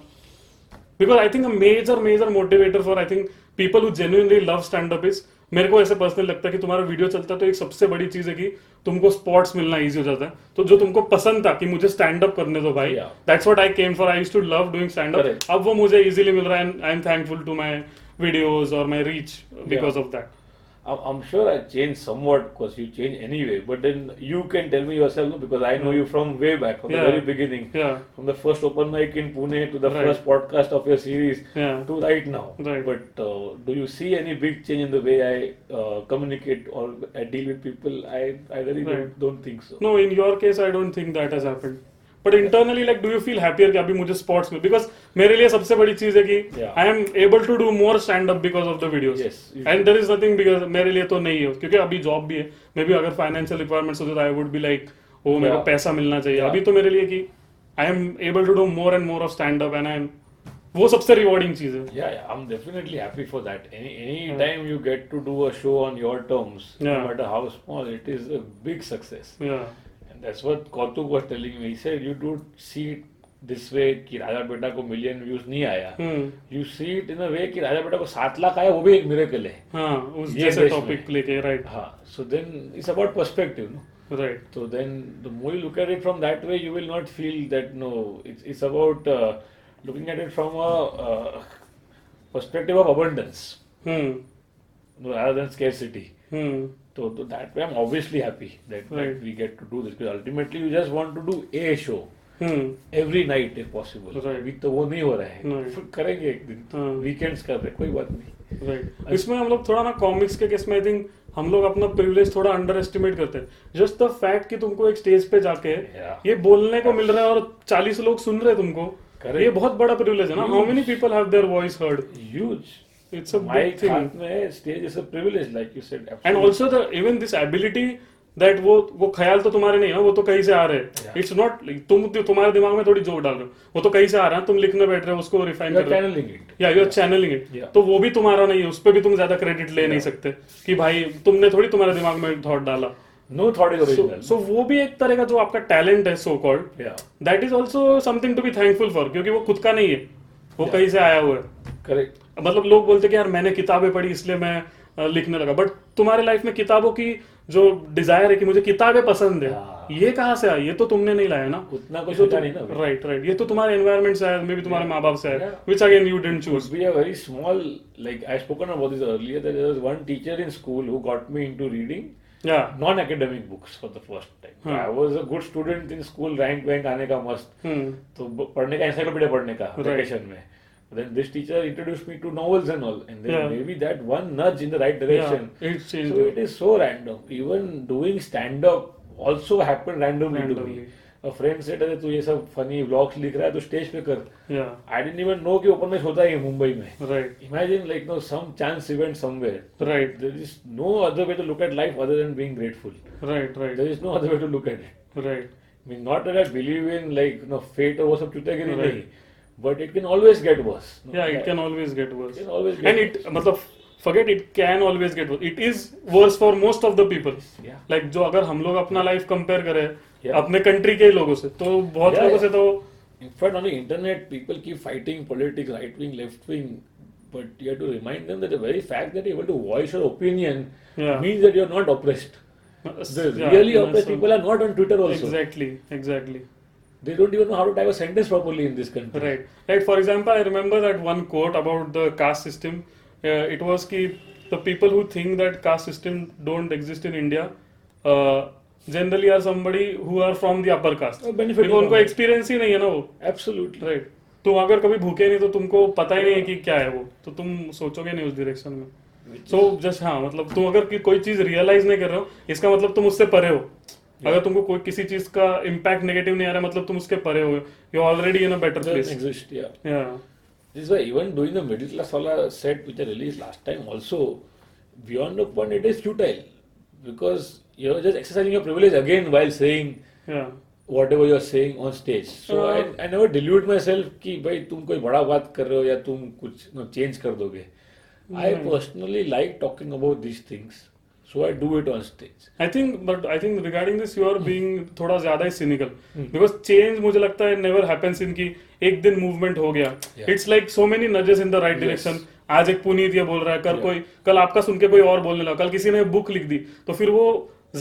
because I think a major major motivator for I think people who genuinely love stand up is मेरे को ऐसे personal लगता है कि तुम्हारा वीडियो चलता है तो एक सबसे बड़ी चीज है कि तुमको स्पॉट्स मिलना इजी हो जाता है तो जो तुमको पसंद था कि मुझे स्टैंड अप करने दो भाई Yeah. That's what I came for I used to love doing stand up Correct. अब वो मुझे इजीली मिल रहा है I am thankful to my videos और my reach because of that I'm, I'm sure I changed somewhat because you change anyway, but then you can tell me yourself no, because I know you from way back, from Yeah. the very beginning, Yeah. from the first open mic in Pune to the Right. first podcast of your series Yeah. to right now. Right. But uh, do you see any big change in the way I uh, communicate or I deal with people? I, I really Right. don't, don't think so. No, in your case, I don't think that has happened. But internally, like, do you feel happier कि अभी मुझे sports में because मेरे लिए सबसे बड़ी चीज है कि Yeah. I am able to do more stand up because of the videos. Yes, you And there is nothing because मेरे लिए तो नहीं है क्योंकि अभी job भी है. Maybe अगर financial requirements होते तो I would be like, oh मेरे को Yeah. पैसा मिलना चाहिए. Yeah. अभी तो मेरे लिए कि I am able to do more and more of stand up and I am वो सबसे rewarding चीज है. Yeah, yeah, I'm definitely happy for that. Any any time you get to do a show on your terms, Yeah. no matter how small, it is a big success. Yeah. And that's what Kautuk was telling me. He said, you don't see it this way कि राजा बेटा को million views नहीं आया हम्म. You see it in a way कि राजा बेटा को सात लाख आया वो भी एक मिरेकल है हाँ उस ये जैसे देश में। topic लेके right. हाँ so then it's about perspective no Right. So तो then, the more you look at it from that way, you will not feel that no, it's, it's about uh, looking at it from a uh, perspective of abundance हम्म. no, rather than scarcity. हम्म. So, so that way, I'm obviously happy that, that Right. we get to do this because ultimately, you just want to do a show हम्म. every night if possible. Right. अभी तो वो नहीं हो रहा है नहीं। फिर करेंगे एक दिन हाँ। वीकेंड्स कर रहे हैं, कोई बात नहीं राइट इसमें हम लोग थोड़ा ना कॉमिक्स के केस में आई थिंक हम लोग अपना प्रिविलेज थोड़ा अंडर एस्टिमेट करते हैं जस्ट द फैक्ट कि तुमको एक स्टेज पे जाके Yeah. ये बोलने को मिल रहा है और चालीस लोग सुन रहे हैं तुमको Correct. ये बहुत बड़ा प्रिविलेज है ना how many people have their voice heard huge it's a big mic thing हाथ में stage is a privilege like you said and also the even this ability that वो वो ख्याल तो तुम्हारे नहीं है वो तो कहीं से आ रहे हैं Yeah. इट्स नॉट तुम तुम्हारे दिमाग में थोड़ी जोर डाल रहे हो वो तो कहीं से आ रहा है तुम लिखने बैठ रहे हो उसको रिफाइन कर रहे हो चैनलिंग इट या you are channelling it Yeah. तो वो भी तुम्हारा नहीं है उस पर भी तुम ज्यादा क्रेडिट ले नहीं सकते कि भाई तुमने थोड़ी तुम्हारे दिमाग में थॉट डाला no thought is original so वो भी एक तरह का जो आपका टैलेंट है सो कॉल्ड या that is also something to be thankful for क्योंकि वो खुद का नहीं है वो कहीं से आया हुआ है करेक्ट मतलब लोग बोलते हैं कि यार मैंने किताबें पढ़ी इसलिए मैं अ, लिखने लगा बट तुम्हारे लाइफ में किताबों की जो डिजायर है कि मुझे किताबें पसंद हाँ। है ये कहाँ से आई ये तो तुमने नहीं लाया ना उतना कुछ ये होता तो नहीं ना अभी। राइट राइट ये तो तुम्हारे एनवायरमेंट से आया मे बी तुम्हारे माँ बाप से आया Yeah. Which again you didn't choose would be a very small like i spoken about this earlier that there was one teacher in school who got me into reading या non-academic books for the first time Hmm. i was a good student in school rank वैंक आने का मस्त हम्म तो ब- पढ़ने का encyclopedia पढ़ने का Right. vacation में then this teacher introduced me to novels and all and then Yeah. maybe that one nudge in the right direction Yeah, it changed so me. it is so random even doing stand up also happened randomly, to Randomly. me a friend said अरे तू ये सब funny vlogs लिख रहा है तो stage पे कर या I didn't even know कि open mic होता है ये मुंबई में right Imagine like no some chance event somewhere. Right. There is no other way to look at life other than being grateful. Right There right is no other way to look at it. Right I mean, not that I believe in like you know fate or some chuta Right. right. but it can always get worse. No, या it that- can always get worse It can always get and it मतलब forget it can always get worse it is worse for most of the people Yeah. Like जो अगर हम लोग अपना life compare करें Yeah. अपने country के लोगों से तो बहुत Yeah, लोगों से yeah. तो In fact, on the internet, people keep fighting politics, right wing, left wing. But you have to remind them that the very fact that you're able to voice your opinion Yeah. means that you're not oppressed. The Yeah, really yeah, oppressed so- people are not on Twitter also. Exactly, exactly. They don't even know how to type a sentence properly in this country. Right. Right. For example, I remember that one quote about the caste system. Uh, it was ki the people who think that caste system don't exist in India uh, generally are somebody who are from the upper caste. Oh, benefiting क्योंकि उनको from it. experience ही नहीं है ना वो Absolutely. Right तुम अगर कभी भूखे नहीं तो तुमको पता ही नहीं है कि क्या है वो तो तुम सोचोगे नहीं उस डायरेक्शन में सो जस्ट हाँ मतलब तुम अगर कि कोई चीज रियलाइज नहीं कर रहे हो इसका मतलब तुम उससे परे हो अगर तुमको कोई किसी चीज का इम्पैक्ट नेगेटिव नहीं आ रहा मतलब तुम उसके परे हो you already in a better doesn't place exist. Yeah. या This is why even doing the middle class wala set which I released last time also, beyond the point it is futile because you're just exercising your privilege again while saying या whatever you're saying on stage. So हाँ। I, I never delude myself कि भाई तुम कोई बड़ा बात कर रहे हो या तुम कुछ नो चेंज कर दोगे. I Hmm. personally like talking about these things, so I do it on stage. I think but I think regarding this you are Hmm. Being थोड़ा ज्यादा ही cynical बिकॉज चेंज मुझे लगता है नेवर हैपेंस इन की एक दिन movement हो गया Yeah. It's like so many nudges in the right Yes. Direction आज एक पुनीत ये बोल रहा है कल Yeah. कोई कल आपका सुन के कोई और बोलने लगा कल किसी ने बुक लिख दी तो फिर वो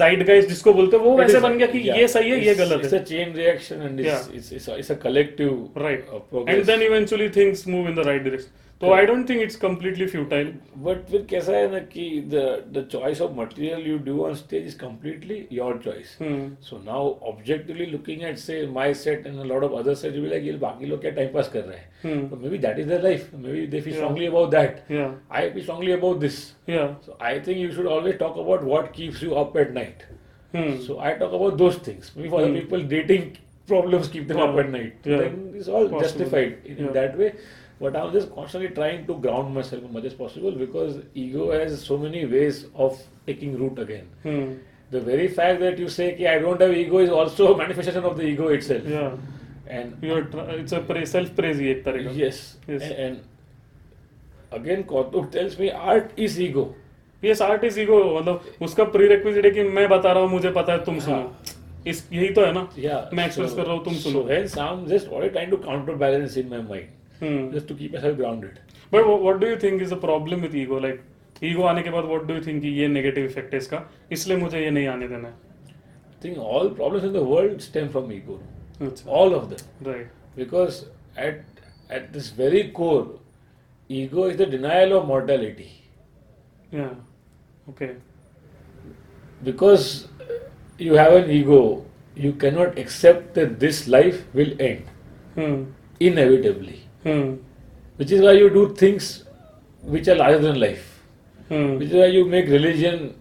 जाइड गाइज जिसको बोलते हैं वो It वैसे is- बन गया कि yeah. ये सही है ये It's- गलत It's है a chain reaction and it's, Yeah. it's, it's, a, it's a collective Right. uh, And progress. then eventually things move in the right direction. So I Correct. don't think it's completely futile. But फिर कैसा है ना कि the the choice of material you do on stage is completely your choice. Hmm. So now objectively looking at say my set and a lot of other sets, you will be like ये बाकी लोग क्या time pass कर रहे हैं. Hmm. But maybe that is their life. Maybe they feel Yeah. strongly about that. Yeah. I feel strongly about this. Yeah. So I think you should always talk about what keeps you up at night. Hmm. So I talk about those things. Maybe for Hmm. other people, dating problems keep them up Yeah. at night. Yeah. Then it's all Possible. justified in, in Yeah. that way. But I'm just constantly trying to ground myself as much as possible because ego has so many ways of taking root again. Hmm. The very fact that you say "Ki, I don't have ego is also a manifestation of the ego itself. Yeah. And You're tr- it's a pra- self-praise ही एक तरह का. yes, Yes. And, and again, Kautuk tells me art is ego. Yes, art is ego. मतलब उसका prerequisite है कि मैं बता रहा हूँ मुझे पता है तुम सुनो. इस यही तो है ना. Yeah. मैं एक्सप्रेस हाँ। so- कर रहा हूँ तुम so सुनो. hence I'm just already trying to counterbalance in my mind, Hmm. just to keep myself grounded. But wha- what do you think is the problem with ego? Like ego आने के बाद what do you think कि ये negative effect है इसका? इसलिए मुझे ये नहीं आने देना है. I think all problems in the world stem from ego. अच्छा. All of them. Right. Because at at this very core, ego is the denial of mortality. Yeah. Okay. Because you have an ego, you cannot accept that this life will end Hmm. inevitably. Hmm. Which is why you do things which are larger than life. Hmm. Which is why you make religion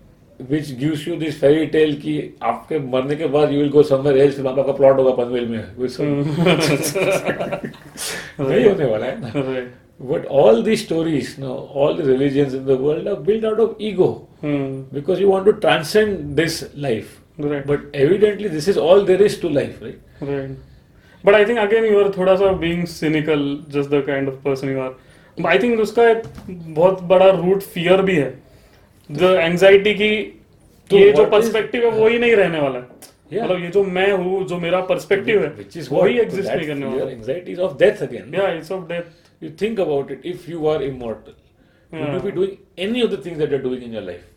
which gives you this fairy tale कि आपके मरने के बाद you will go somewhere else फिर आपका plot होगा पनवेल में with some- Hmm. नहीं होने वाला है ना Right. But all these stories, you know, all the religions in the world are built out of ego Hmm. because you want to transcend this life. Right. But evidently, this is all there is to life, right? Right. But I think again you are थोड़ा सा being cynical, just the kind of person you are. I think उसका एक बहुत बड़ा root fear भी है. The anxiety की तो ये जो what is- perspective है वो ही नहीं रहने वाला है. Yeah. मतलब ये जो मैं हूँ जो मेरा perspective है Which is वही what- exist that नहीं करने fear, वाला. anxieties of death again. no? Yeah, it's of death. You think about it. If you are immortal, would you Yeah. be doing any of the things that you're doing in your life?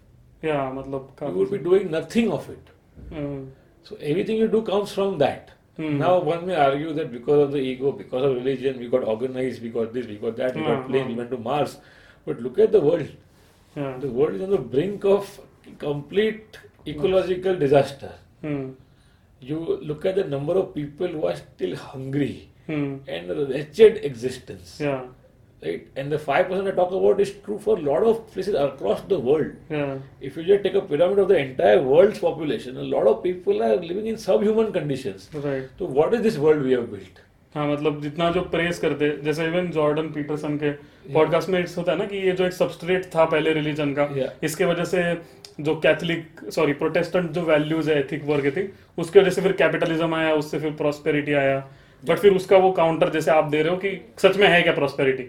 Yeah, मतलब You would be doing nothing of it. Hmm. So everything you do comes from that. Hmm. Now one may argue that because of the ego, because of religion, we got organized, we got this, we got that, we got Hmm, plane, we hmm. went to Mars. But look at the world. Yeah. The world is on the brink of complete ecological disaster. Hmm. You look at the number of people who are still hungry Hmm. and the wretched existence. Yeah. Right? And the five percent I talk about is true for a lot of places across the world. Yeah. If you just take a pyramid of the entire world's population, a lot of people are living in subhuman conditions. Right. So what is this world we have built? हाँ मतलब जितना जो press करते जैसे even Jordan Peterson के podcast में it's होता है ना कि ये जो एक सबस्ट्रेट था पहले रिलीजन का Yeah. इसके वजह से जो कैथलिक सॉरी प्रोटेस्टेंट जो वैल्यूज है एथिक वर्क एथिक उसकी वजह से फिर कैपिटलिज्म आया उससे फिर प्रॉस्पेरिटी आया बट फिर उसका वो काउंटर जैसे आप दे रहे हो कि सच में है क्या प्रॉस्पेरिटी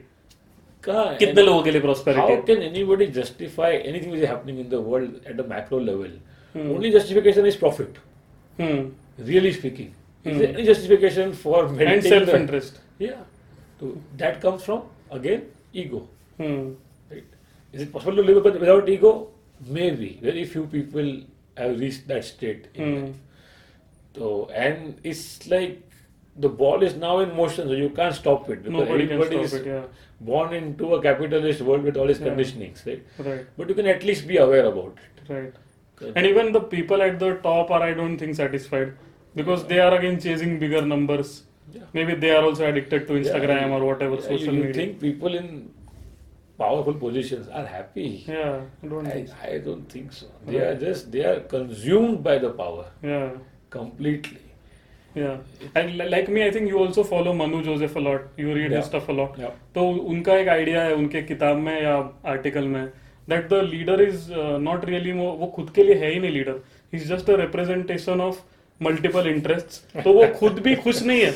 कहाँ है? कितने लोगों के लिए How prosperity can anybody justify anything which is happening in the world at a macro level? Hmm. Only justification is profit. Hmm really speaking. Is Hmm. there any justification for and meditating? Self the- interest Yeah. So that comes from again ego. Hmm Right? Is it possible to live with- without ego? Maybe. Very few people have reached that state. in hmm life. So and it's like the ball is now in motion, so you can't stop it because Nobody can everybody stop is it, yeah. born into a capitalist world with all its Yeah. conditionings, right? Right But you can at least be aware about it. Right Correct. And even the people at the top are, I don't think, satisfied because they are again chasing bigger numbers. Yeah. Maybe they are also addicted to Yeah, Instagram you- or whatever yeah, social you, you media. think people in powerful positions are happy. Yeah, I don't I, think. so. I don't think so. They are just they are consumed by the power Yeah, completely. yeah. And li- like me, I think you also follow Manu Joseph a lot. You read his Yeah. stuff a lot. Yeah. तो उनका एक idea है उनके किताब में या article में that the leader is not really वो खुद के लिए है ही नहीं leader is just a representation of multiple interest तो वो खुद भी खुश नहीं है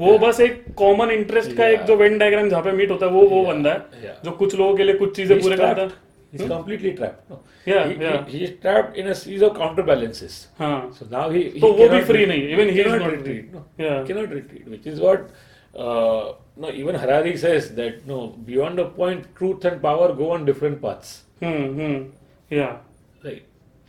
वो बस एक कॉमन इंटरेस्ट का एक Yeah. जो वेन डायग्राम जहाँ पे मीट होता है वो वो Yeah. बंदा है Yeah. जो कुछ लोगों के लिए कुछ चीजें He's पूरे trapped. करता है He's completely trapped. No. Hmm? Yeah, he, he- yeah. he is trapped in a series of counterbalances. हाँ So now he, he तो वो भी cannot free retreat. नहीं, even he is cannot not retreat. free. No, Yeah. cannot retreat, which is what uh, no even Harari says that no beyond a point, truth and power go on different paths. Hmm hmm या Right.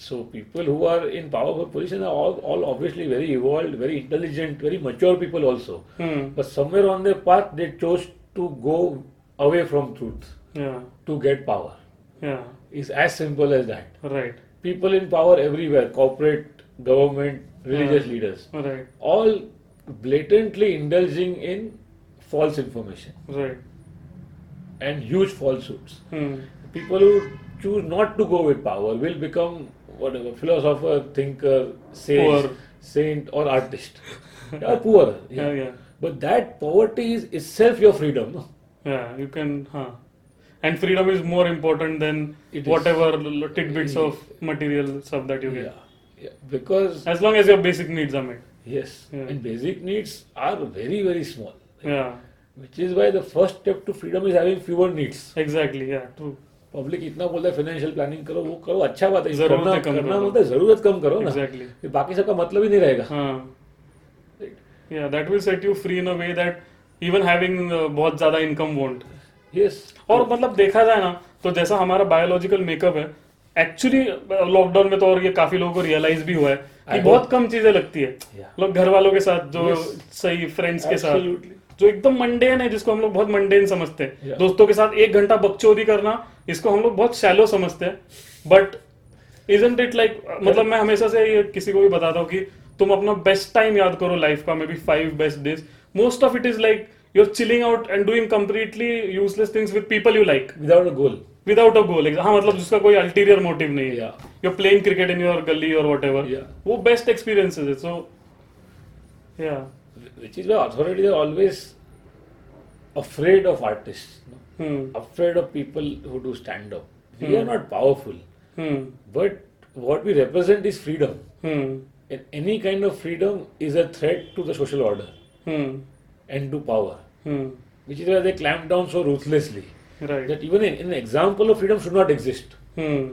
So people who are in powerful positions are all, all obviously very evolved, very intelligent, very mature people also. Hmm. But somewhere on their path, they chose to go away from truth या to get power. या It's as simple as that. Right People in power everywhere, corporate, government, religious Yeah. leaders, right all blatantly indulging in false information right and huge falsehoods. Hmm people who choose not to go with power will become whatever philosopher, thinker, sage, Poor. saint, or artist. yeah, poor. Yeah, yeah. But that poverty is itself your freedom. No? Yeah, you can, huh. And freedom is more important than It is. whatever l- l- tidbits Yeah. of material stuff that you get. Yeah. yeah. Because As long as your basic needs are met. yes, Yeah. and basic needs are very very small, Yeah, which is why the first step to freedom is having fewer needs. exactly. Yeah, true. Public इतना बोलता है financial planning करो वो करो अच्छा बात है जरूरतें करना कम करना करो। बोलता है जरूरत कम करो ना Exactly. हाँ। ये बाकी सबका मतलब ही नहीं रहेगा Huh. Right. Yeah, that will set you free in a way that even having uh, बहुत ज्यादा income won't. yes और मतलब देखा जाए ना तो जैसा हमारा बायोलॉजिकल मेकअप है एक्चुअली लॉकडाउन में तो और ये काफी लोगों को रियलाइज भी हुआ है कि I बहुत कम चीजें लगती है Yeah. लोग घर वालों के साथ जो Yes. सही फ्रेंड्स के साथ Absolutely. जो एकदम मंडेन है जिसको हम लोग बहुत मंडेन समझते हैं Yeah. दोस्तों के साथ एक घंटा बकचोदी करना इसको हम लोग बहुत शैलो समझते हैं बट इजंट इट लाइक मतलब मैं हमेशा से ये किसी को भी बताता हूँ कि तुम अपना बेस्ट टाइम याद करो लाइफ का may be five best days most of it is like you are chilling out and doing completely useless things with people you like without a goal without a goal हाँ मतलब जिसका कोई ulterior motive नहीं है Yeah. You playing cricket in your gali और what Yeah. वो best experiences है so या which is why authorities are always afraid of artists, no? Hmm afraid of people who do stand up. Hmm. We are not powerful, hmm but what we represent is freedom. Hmm And any kind of freedom is a threat to the social order hmm and to power, Hmm. which is why they clamp down so ruthlessly. Right That even an, an example of freedom should not exist. Hmm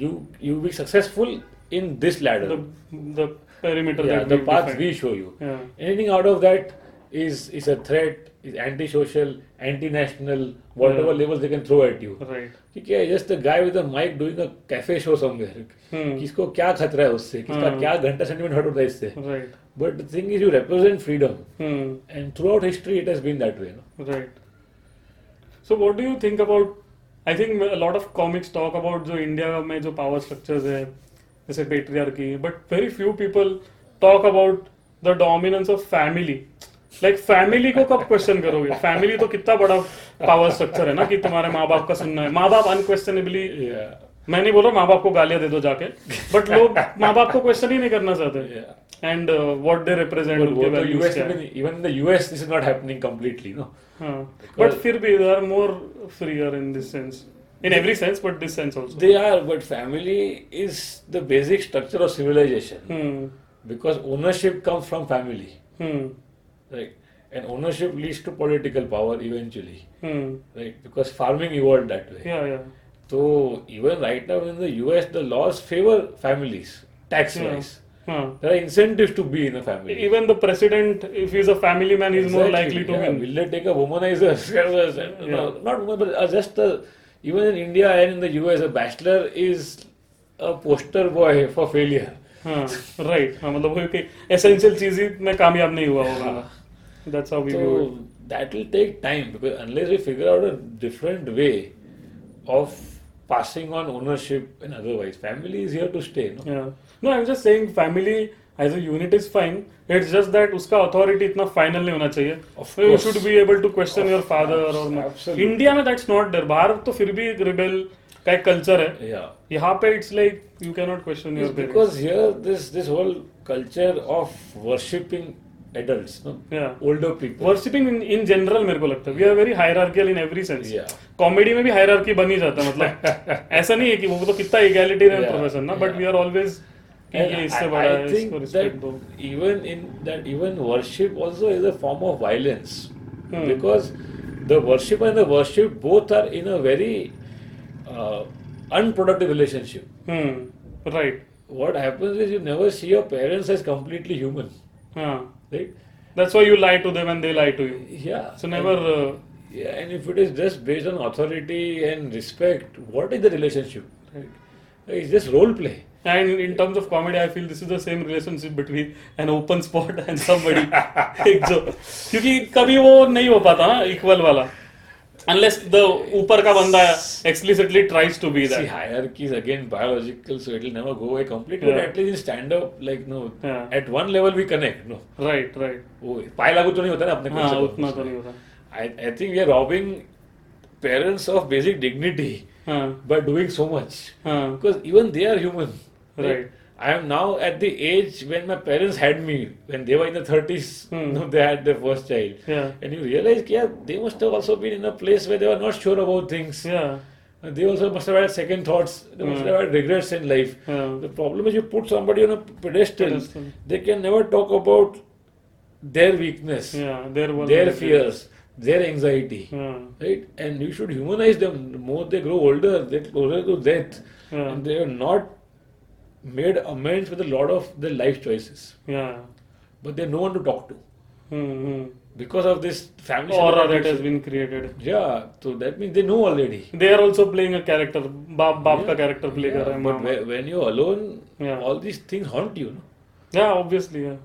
You you be successful in this ladder, the perimeter yeah, that the path we show you. Yeah. Anything out of that is is a threat, is anti-social, anti-national, whatever Yeah. labels they can throw at you. Right कि क्या है just a guy with a mic doing a cafe show somewhere Hmm. किसको क्या खतरा है उससे किसका Hmm. क्या घंटा सेंटीमेंट हर्ट होता है इससे right but the thing is you represent freedom hmm and throughout history it has been that way no Right. So what do you think about? I think a lot of comics talk about जो India में जो power structures है जैसे patriarchy but very few people talk about the dominance of family. Like family को कब question करोगे? Family तो कितना बड़ा power structure है ना कि तुम्हारे माँ बाप का सुनना है माँ बाप unquestionably मैं नहीं बोल रहा माँ बाप को गालियां दे दो जाके बट लोग माँ बाप को क्वेश्चन ही नहीं करना Yeah. चाहते uh, and what they represent उनके values यूएस क्या है even in the US this is not happening completely no but हाँ। फिर भी they are more freer in this sense in every sense but this sense also they are but family is the basic structure of civilisation hmm because ownership come from family hmm right and ownership leads to political power eventually hmm right because farming evolve that way या या So even right now in the US, the laws favor families tax wise. हां There are incentives to be in a family. Even the president if he is a family man is more Exactly, likely to yeah. Win Will they take a womanizer? no, not woman, but uh, just the, even in India and in the US, a bachelor is a poster boy for failure. हां right हां हाँ, मतलब वो कि essential चीज ही में कामयाब नहीं हुआ होगा हाँ। That's how we view So that will take time because unless we figure out a different way of passing on ownership and otherwise, family is here to stay. No? Yeah. No, I'm just saying family as a unit is fine it's just that उसका authority इतना final नहीं होना Of चाहिए you course. should be able to question your father or mother Absolutely. India में that's not there बाहर तो फिर भी रिबेल का एक कल्चर है yeah. यहाँ पे it's like you can not question It's your because here this this whole culture of worshipping adults, no? Yeah. older people. Worshipping in general मेरे को लगता है we are very hierarchical in every sense Yeah. Comedy में भी hierarchy बन ही जाता है मतलब ऐसा नहीं है कि वो तो कितना इगेलिटेरियन Yeah, प्रोफेशन ना but yeah. We are always ये इससे And I, बड़ा I है think इसको that रिस्पेक्ट दो even in that even worship also is a form of violence Hmm. because the worship and the worship both are in a very uh, unproductive relationship. Hmm right What happens is you never see your parents as completely human, हाँ right? That's why you lie to them and they lie to you Yeah. So never Yeah, and if it is just based on authority and respect, what is the relationship? It's just role play. uh, And in, in terms of comedy, I feel this is the same relationship between an open spot and somebody. एक जो क्योंकि कभी वो नहीं हो पाता ना equal वाला unless the ऊपर का बंदा explicitly tries to be See, that hierarchy is again biological, so it'll never go away completely. But Yeah. at least in stand up, like, no, Yeah. at one level we connect. No, Oh, right right वो पाए लागू तो नहीं होता ना अपने हाँ culture को. उतना तो नहीं होता I, I think we are robbing parents of basic dignity हाँ by doing so much. हाँ Because even they are human. Right. I am now at the age when my parents had me when they were in the 30s. Hmm. you know, they had their first child. Yeah. And you realize, yeah, they must have also been in a place where they were not sure about things. yeah And Uh, They also must have had second thoughts. They must Hmm. have had regrets in life. Hmm. The problem is you put somebody on a pedestal. Pedestal. They can never talk about their weakness, yeah Hmm. there was their fears, their anxiety. yeah Right, and you should humanize them. The more they grow older, they closer to death, Yeah. and they are not made amends with a lot of their life choices. yeah But they have no one to talk to hmm, hmm. because of this family. aura separation. that has been created Yeah, so that means they know already. they are also playing a character बाप बाप का character play Yeah, कर रहे हैं But मामा। whe- when you're alone, Yeah. all these things haunt you. No? yeah obviously yeah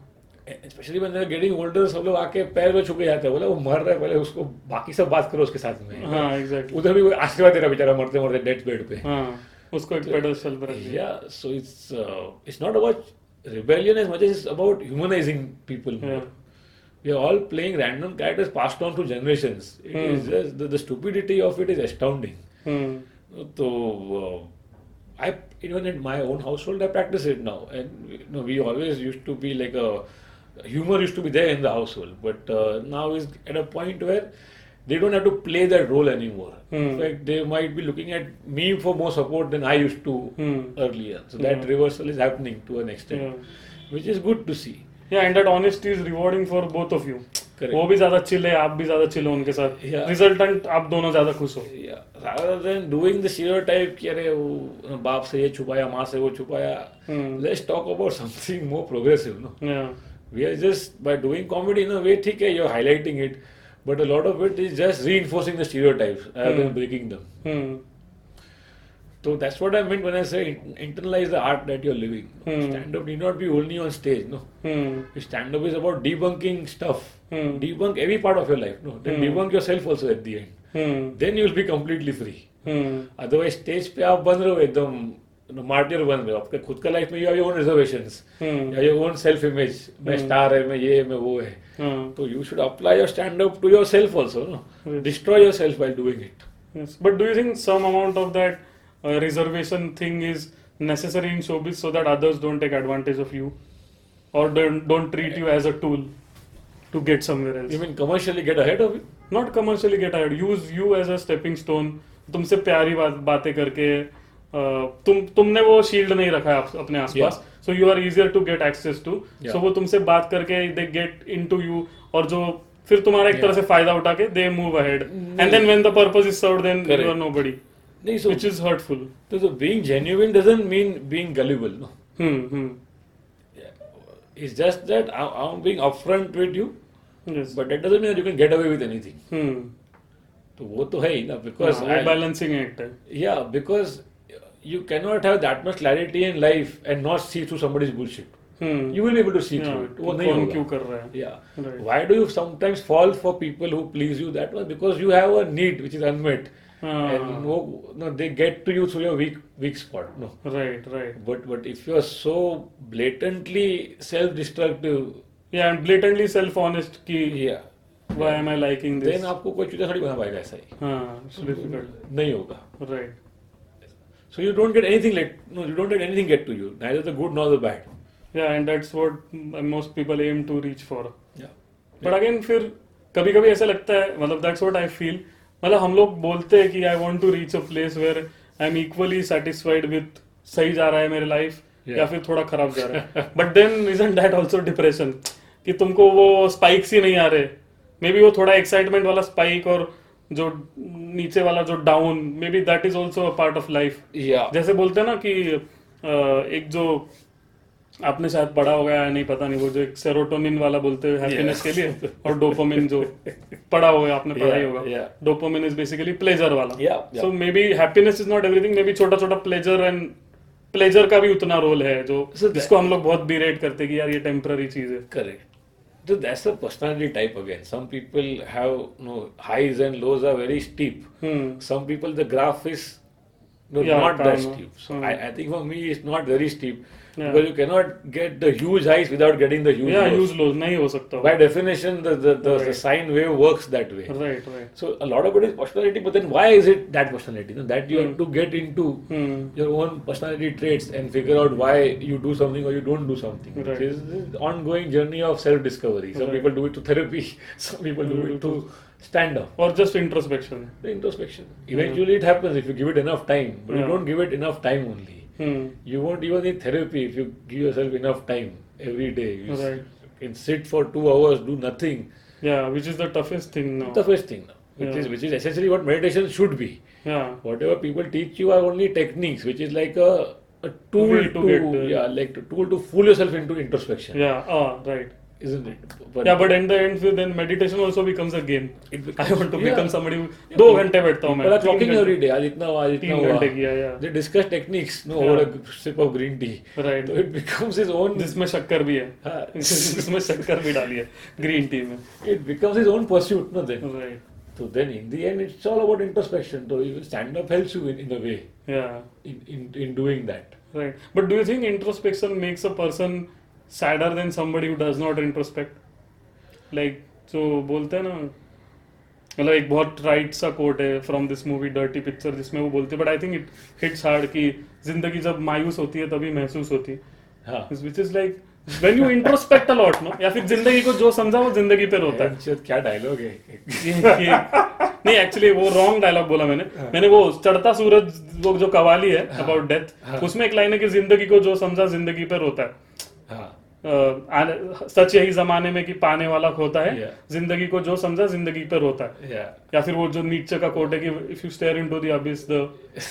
specially when they're getting older, सब लोग आके पैर में छुप के जाते हैं बोला वो मर रहा है पहले उसको बाकी सब बात करो उसके साथ में हाँ एग्जैक्टली उधर भी वो आशीर्वाद दे रहा बेचारा मरते मरते डेथ बेड पे हाँ उसको तो एक पेडस्टल पर रख दिया Yeah, so it's uh, it's not about rebellion as much as it's about humanizing people. Yeah. We are all playing random characters passed on through generations. It Hmm. is just the, the stupidity of it is astounding. Hmm So uh, I even in my own household I practice it now, and you know, we always used to be like a humor used to be there in the household, but uh, now is at a point where they don't have to play that role anymore. In Hmm. fact, they might be looking at me for more support than I used to Hmm. earlier. So that Yeah. reversal is happening to an extent, which is good to see. Yeah and that honesty is rewarding for both of you Correct. वो भी ज्यादा chill है आप भी ज्यादा chill हो उनके साथ Yeah. रिजल्टेंट आप दोनों ज्यादा खुश हो Yeah, rather than doing the stereotype कि अरे वो बाप से ये छुपाया माँ से वो छुपाया हम्म Let's talk about something more progressive. No? या We are just by doing comedy in a way, ठीक है, you're highlighting it, but a lot of it is just reinforcing the stereotypes rather Hmm. than breaking them. Hmm So that's what I meant when I say in- internalize the art that you're living. Hmm. Stand up need not be only on stage. No, hmm stand up is about debunking stuff. Hmm. Debunk every part of your life. No, then Hmm. debunk yourself also at the end. Hmm Then you'll be completely free. हम्म otherwise stage पे आप बन रहे हो एकदम martyr बन रहे हो आपके खुद का लाइफ में you have your own reservations hmm yeah your own self image मैं Hmm. स्टार है मैं ये है, मैं वो है हाँ तो you should apply your stand up to yourself also no Yes. Destroy yourself by doing it Yes, but do you think some amount of that uh, reservation thing is necessary in showbiz so that others don't take advantage of you, or don't don't treat you as a tool to get somewhere else? You mean commercially get ahead of it Not commercially get hired. Use you as a stepping stone. तुमसे प्यारी बात बातें करके uh, तुम तुमने वो shield नहीं रखा है आप, अपने आसपास so you are easier to get access to Yeah. So वो तुमसे बात करके they get into you और जो फिर तुम्हारा एक तरह से फायदा उठा के they move ahead and then when the purpose is serve then you Correct. Are nobody नहीं which सो is hurtful. तो being genuine doesn't mean being gullible no Hmm, hmm. It's just that I am being upfront with you Yes. But that doesn't mean you can get away with anything hmm. तो वो तो है ही ना Because because yeah, balancing act. है. Yeah, because you cannot have that much clarity in life and not see through somebody's bullshit. Hmm. You will be able to see Yeah, through it. वो कि नहीं कौन होगा. क्यों कर रहा है? Yeah. Right. Why do you sometimes fall for people who please you? That was because you have a need which is unmet. Ah. and no, no, they get to you through your weak weak spot. No, Right, right. but but if you are so blatantly self-destructive, Yeah, and blatantly self honest ki yeah, why am I liking this? then आपको कोई चूजा थोड़ी बना पाएगा ऐसा ही हाँ, it's difficult. नहीं होगा Right. So you don't get anything like no, you don't let anything get to you, neither the good nor the bad. Yeah, and that's what m- most people aim to reach for. Yeah. But again फिर कभी कभी ऐसा लगता है मतलब that's what I feel मतलब हम लोग बोलते हैं कि I want to reach a place where I am equally satisfied with सही जा रहा है मेरे लाइफ Yeah. या फिर थोड़ा खराब जा रहा है but then isn't that also depression कि तुमको वो स्पाइक्स ही नहीं आ रहे मे बी वो थोड़ा एक्साइटमेंट वाला स्पाइक और जो नीचे वाला जो down maybe that is also a part of life Yeah. जैसे बोलते हैं ना कि अ, एक जो आपने शायद पढ़ा होगा या नहीं पता नहीं वो जो एक सेरोटोनिन वाला बोलते हैं हैप्पीनेस के लिए और डोपामिन जो पढ़ा होगा आपने पढ़ा ही Yeah, होगा yeah. Dopamine is basically pleasure वाला Yeah, yeah. So maybe happiness is not everything maybe छोटा छोटा प्लेजर एंड प्लेजर का भी उतना रोल है जो So that- जिसको हम लोग बहुत बिरेट करते हैं कि यार ये टेम्पररी चीज है Correct. So that's the personality type again. Some people have you know, highs and lows are very steep. Hmm Some people the graph is you know, Hmm. Yeah, not that down. steep. So Hmm. I, I think for me it's not very steep Yeah. because you cannot get the huge highs without getting the huge या lows. Huge lows नहीं हो सकता By definition, the the, the, the Right. sine wave works that way. Right right So a lot of it is personality, but then why is it that personality? You know, that you Hmm. have to get into hmm your own personality traits and figure out why you do something or you don't do something. Right. This is an ongoing journey of self-discovery. Some Right. people do it to therapy, some people do it to stand up. और just introspection The introspection. Eventually it happens if you give it enough time, but you Hmm. Yeah. Hmm. don't give it enough time only. Hmm You won't even need therapy if you give yourself enough time every day. You s- Right. can sit for two hours, do nothing. या which is the toughest thing The now first thing now. Which Yeah. is which is essentially what meditation should be. या whatever people teach you are only techniques which is like a, a tool Way to, to get uh, there. yeah like a tool to fool yourself into introspection yeah right isn't it but yeah but in the end फिर then meditation also becomes a game it i want to yeah. become somebody who दो घंटे बैठता हूँ मैं people are तीन talking घंटे- every day आज इतना हुआ आज इतना तीन घंटे हुआ किया yeah they discuss techniques no Yeah. over a sip of green tea right so it becomes his own जिसमें शक्कर भी है हाँ. जिसमें शक्कर भी डाली है ग्रीन टी में it becomes his own pursuit no Hmm. then right so then in the end it's all about introspection so you stand up helps you in, in a way yeah in, in in doing that right but do you think introspection makes a person sadder than somebody who does not introspect like जो बोलते हैं ना मतलब एक बहुत right सा quote है from this movie Dirty Picture जिसमें वो बोलते हैं but I think it hits hard कि जिंदगी जब मायूस होती है तभी महसूस होती है हाँ which is like when you introspect a lot ना या फिर जिंदगी को जो समझा वो जिंदगी पे रोता है Shit, क्या डायलॉग है ये- ये- नहीं एक्चुअली वो रॉन्ग डायलॉग बोला मैंने मैंने वो चढ़ता सूरज वो जो कवाली है अबाउट डेथ उसमें एक लाइन है कि जिंदगी को जो समझा जिंदगी पे रोता है हाँ अ, आने- सच यही जमाने में कि पाने वाला खोता है Yeah. जिंदगी को जो समझा जिंदगी पे रोता है yeah या फिर वो जो नीचे का कोट है कि if you stare into the abyss the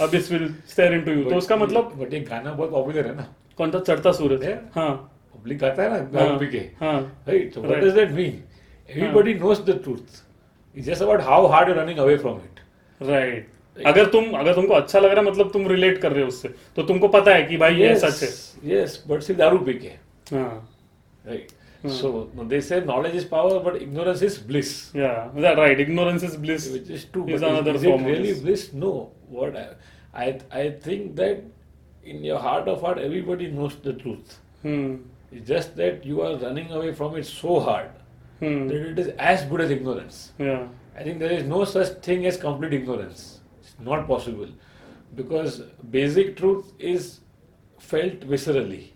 abyss will stare into you तो But उसका ये- मतलब but ये गाना बहुत पॉपुलर है ना कौन था चढ़ता सूरज Yeah. हाँ पब्लिक गाता है ना गाना पी के हाँ राइट सो व्हाट Right. हाँ। Does that mean everybody knows the truth it's just about how hard you running away from it right अगर तुम अगर तुमको अच्छा लग रहा है मतलब तुम रिलेट कर रहे हो उससे तो तुमको पता है कि भाई ये सच है यस बट सिर्फ दारू पी के हाँ right so they say knowledge is power but ignorance is bliss या right ignorance is bliss which is true. Is but another is, is it form of really bliss. bliss? No. What I, I, I think that in your heart of heart, everybody knows the truth. Hmm It's just that you are running away from it so hard that hmm it is as good as ignorance. या I think there is no such thing as complete ignorance. It's not possible because basic truth is felt viscerally.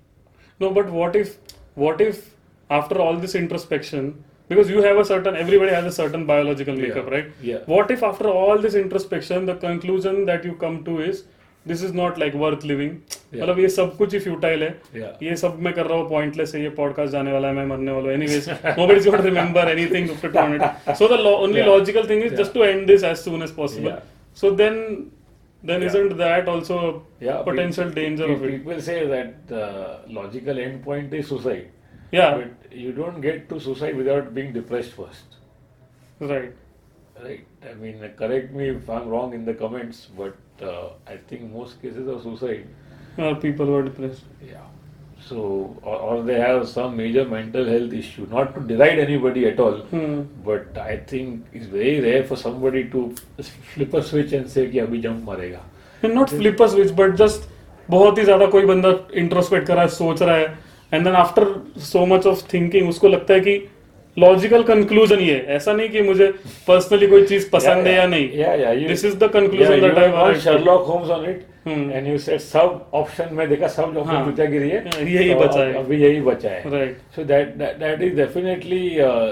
No, but what if, what if after all this introspection, because you have a certain, everybody has a certain biological Yeah. makeup, right? Yeah. What if after all this introspection, the conclusion that you come to is, this is not like worth living. Yeah. मतलब ये सब कुछ ही futile है Yeah. ये सब मैं कर रहा हूँ pointless है ये podcast जाने वाला है मैं मरने वाला हूँ anyways nobody's going to remember anything after 2 minutes so the lo- only Yeah. logical thing is Yeah. just to end this as soon as possible Yeah. so then then Yeah. isn't that also a Yeah, potential people- danger of it People say that the logical end point is suicide. yeah But you don't get to suicide without being depressed first. right Right. I mean, correct me if I'm wrong in the comments, but uh, I think most cases of suicide, Or people who are depressed. yeah. So, or, or they have some major mental health issue. Not to deride anybody at all, Hmm. but I think it's very rare for somebody to flip a switch and say कि अभी jump मारेगा. Not flipper switch but just बहुत ही ज्यादा कोई बंदा introspect कर रहा है सोच रहा है and then after so much of thinking उसको लगता है कि लॉजिकल कंक्लूजन ये है। ऐसा नहीं कि मुझे पर्सनली कोई चीज पसंद है या नहीं Yeah, yeah. You, this is the conclusion yeah, that you I were on Sherlock Holmes on it, Hmm. and you said सब option में देखा सब हाँ. option जूतिया गिरी है. यही और बचा है। अभी यही बचा है. Right So that that, that is definitely uh,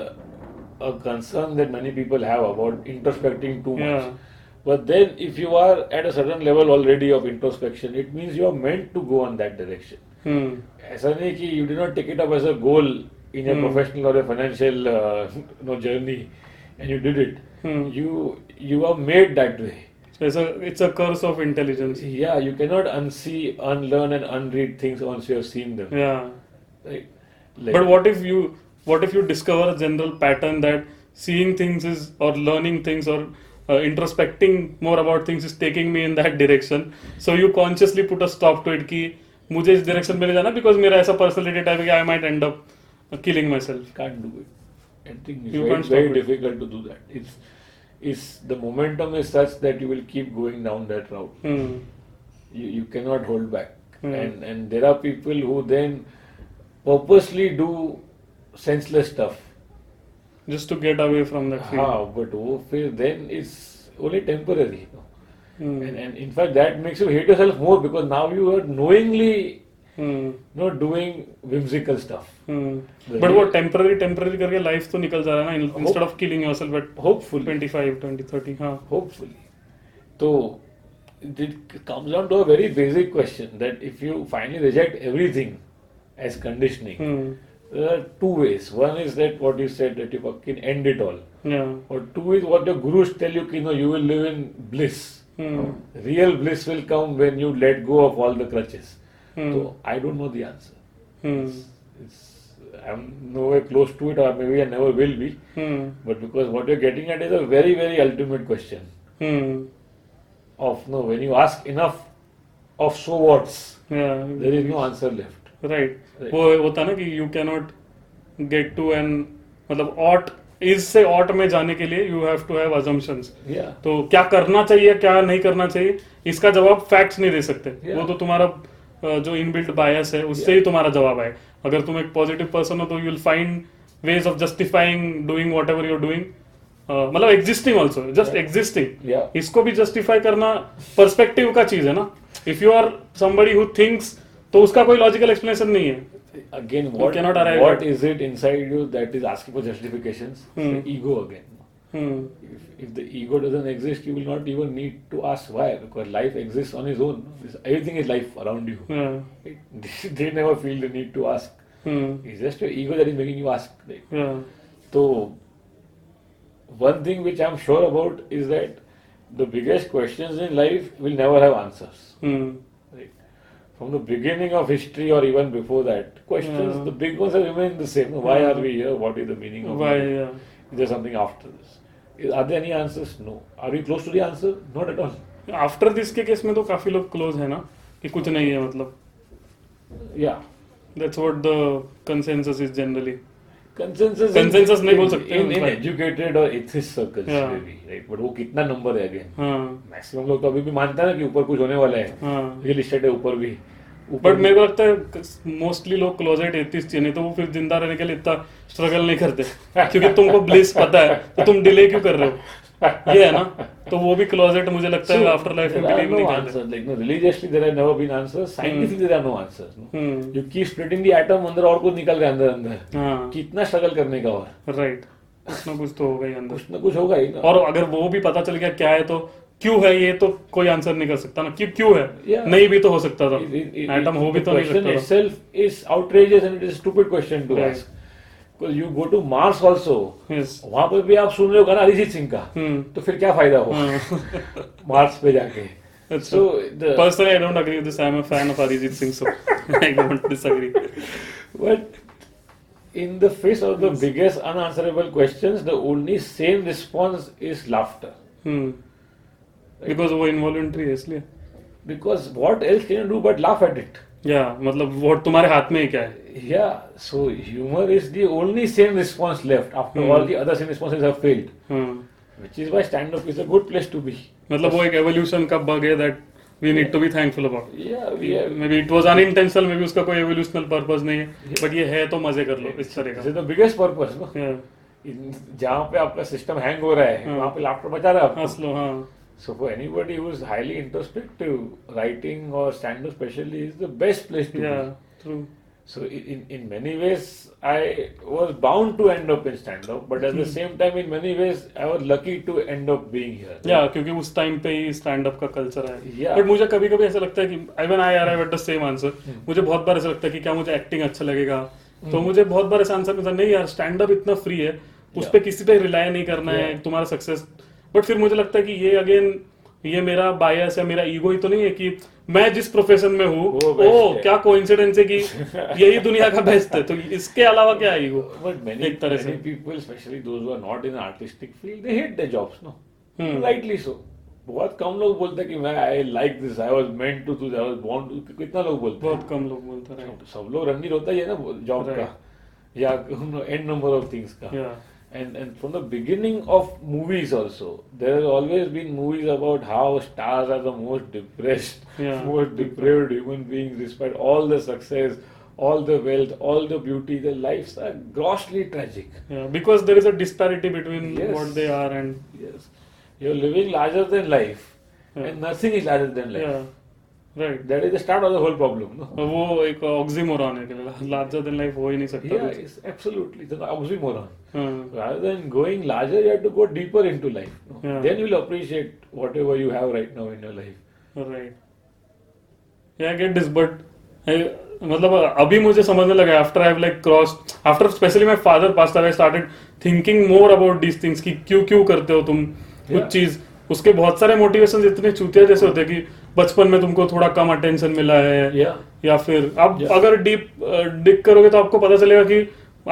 a concern that many people have about introspecting too much. Yeah. But then, if you are at a certain level already of introspection, it means you are meant to go on that direction. Hmm. ऐसा नहीं कि you did not take it up as a goal in your Hmm. professional or a financial uh, you know, journey, and you did it. Hmm. You you are made that way. It's a curse of intelligence Yeah, you cannot unsee, unlearn, and unread things once you have seen them. या Right? Like- but what if you what if you discover a general pattern that seeing things is और learning things और introspecting more about things is taking me in that direction so you consciously put a stop to it कि मुझे इस direction में नहीं जाना because मेरा ऐसा पर्सनैलिटी टाइप है कि I might end up killing myself can't do it. I think it's You very, can't stop very it. difficult to do that. It's, it's the momentum is such that you will keep going down that route. You, you cannot hold back. Hmm. And and there are people who then purposely do senseless stuff. Just to get away from that How? But oh, फिर then it's only temporary. you know. Hmm. And, and in fact, that makes you hate yourself more because now you are knowingly Hmm. not doing whimsical stuff. But Hmm. वो temporary temporary करके life तो निकल जा रहा है ना instead of killing yourself at Hopefully. 25 20 30 हाँ hopefully. So it comes down to a very basic question that if you finally reject everything as conditioning, Hmm. there are two ways. One is that what you said that you fucking end it all, Yeah. or two is what your gurus tell you, you know, you will live in bliss. Hmm. Real bliss will come when you let go of all the crutches. Hmm. So I don't know the answer. Hmm. It's, I'm nowhere close to it, or maybe I never will be. Hmm. But because what you're getting at is a very, very ultimate question. Hmm. of no when you ask enough of so what's Yeah. there is no answer left Right. Right. वो होता है ना कि you cannot get to an मतलब ought is से ought में जाने के लिए you have to have assumptions yeah तो क्या करना चाहिए क्या नहीं करना चाहिए इसका जवाब फैक्ट्स नहीं दे सकते Yeah. वो तो तुम्हारा अ, जो इनबिल्ट बायस है उससे ही तुम्हारा जवाब आए अगर तुम एक पॉजिटिव पर्सन हो तो you will find ways of justifying doing whatever you're doing मतलब existing also just Yeah. Existing Yeah. इसको भी जस्टिफाई करना पर्सपेक्टिव का चीज है ना if you are somebody who thinks तो उसका कोई लॉजिकल एक्सप्लेनेशन नहीं है again what cannot arrive at- what is it inside you that is asking for justifications It's Hmm. the ego again hmm, if, if the ego doesn't exist you will not even need to ask why because life exists on its own This- everything is life around you yeah, It- they never feel the need to ask hmm, it's just your ego that is making you ask right? yeah, So, तो one thing which I'm sure about is that the biggest questions in life will never have answers. Hmm, Right? From the beginning of history or even before that, questions, Yeah. the big ones have remained the same. Why Yeah. are we here? What is the meaning of why, life? yeah, Is there something after this? Is- Are there any answers? No. Are we close to the answer? Not at all. After this के case में तो काफी लोग close है ना कि कुछ नहीं है मतलब Yeah. That's what the consensus is generally. Consensus. Consensus नहीं in, बोल सकते in, in उनका। educated or atheist circles, Yeah. maybe. Right? But वो कितना नंबर है again? हाँ मैक्सिमम लोग तो अभी भी मानते हैं ना कि ऊपर कुछ होने वाला है हाँ रियल इस्टेट है ऊपर भी बट भी- मेरे को लगता है मोस्टली लोग क्लोजेट एथिस्ट नहीं तो वो फिर जिंदा रहने के लिए इतना स्ट्रगल नहीं करते क्योंकि तुमको ब्लिस पता है तो तुम डिले क्यों कर रहे हो ये है ना तो वो भी क्लोजेट मुझे लगता है आफ्टर लाइफ में तो There are बिलीव no नहीं करते Hmm. answers. Like, no, religiously there have never been answers. Scientifically there are no answers. No? Hmm You keep splitting the atom अंदर और कुछ निकल रहा है अंदर अंदर हाँ कितना स्ट्रगल करने का और राइट कुछ ना कुछ तो होगा ही अंदर कुछ ना कुछ होगा ही ना और अगर वो भी पता चल गया क्या है तो क्यों है ये तो कोई आंसर नहीं कर सकता ना क्यों क्यों है Yeah. नहीं भी तो हो सकता था It- it- it- एटम हो भी the तो नहीं question सकता था itself is outrageous and it is a stupid question to Right. Hmm. ask. Because you go to Mars also, Yes. वहां पर भी आप सुन रहे हो गाना अरिजीत सिंह का हम्म तो फिर क्या फायदा हो मार्स पे जाके That's So the- अच्छा। Personally, I don't agree with this. I'm a fan of Arijit Singh, so I don't disagree. But in the face of the biggest unanswerable questions, the only sane response is laughter. Hmm. Because वो involuntary है इसलिए because what else can you do but laugh at it? या मतलब वो तुम्हारे हाथ में ही क्या है Yeah, so humor is the only sane response left after Hmm. all the other sane responses have failed, हाँ which is why stand up is a good place to be. मतलब वो एक एवोल्यूशन का बग है that we need to be thankful about Yeah, we have. Maybe it was unintentional maybe उसका कोई एवोल्यूशनल purpose नहीं है but ये है तो मजे कर लो इस तरह This is the biggest purpose. No? का Yeah, In- जहाँ पे आपका सिस्टम हैंग हो रहा है हाँ। वहाँ पे लाफ्टर बचा रहा है हंस लो हाँ so for anybody who is highly introspective writing और stand up specially is the best place to या true So i- in, in many ways, I was bound to end up in stand-up, but at Hmm. the same time, in many ways, I was lucky to end up being here. या क्योंकि उस time पे ही stand up का culture है Yeah. But मुझे कभी कभी ऐसा लगता है कि even I are I the same answer Hmm. मुझे बहुत बार ऐसा लगता है कि क्या मुझे एक्टिंग अच्छा लगेगा तो मुझे बहुत बार ऐसा आंसर मिलता है नहीं यार स्टैंड अप इतना फ्री है उस Yeah. पे किसी पे रिलाय नहीं करना है Yeah. तुम्हारा सक्सेस बट फिर मुझे लगता है कि ये अगेन ये मेरा बायस या मेरा ईगो ही तो नहीं है कि मैं जिस प्रोफेशन में हूँ वो ओ best है। क्या कोइंसिडेंस है कि यही दुनिया का बेस्ट है तो इसके अलावा क्या है ईगो But many, एक तरह से। many people, especially those who are not in the artistic field, they hate their jobs, no? Hmm. Rightly so. बहुत कम लोग बोलते हैं कि मैं I like this I was meant to do I was born to कितना लोग बोलते हैं बहुत कम लोग बोलते हैं सब लोग रणनीर होता ही है ना जॉब का या एंड नंबर ऑफ थिंग्स का Yeah. and and from the beginning of movies also there has always been movies about how stars are the most depressed Yeah. most depraved human beings despite all the success all the wealth all the beauty their lives are grossly tragic Yeah, because there is a disparity between Yes. what they are and yes you're living larger than life Yeah. and nothing is larger than life yeah, right. that is the start of the whole problem no वो एक oxymoron है कि larger than life हो ही नहीं सकता yeah कुछ। it's absolutely it's an oxymoron हाँ, rather than going larger you have to go deeper into life no? Yeah. then you'll appreciate whatever you have right now in your life right yeah i get this but I, मतलब अभी मुझे समझने लगा after I like cross after specially my father pass I started thinking more about these things कि क्यों क्यों करते हो तुम कुछ Yeah. चीज उसके बहुत सारे मोटिवेशन इतने चूतिया जैसे होते हैं कि बचपन में तुमको थोड़ा कम अटेंशन मिला है yeah या फिर आप Yeah. अगर डीप डिग करोगे तो आपको पता चलेगा कि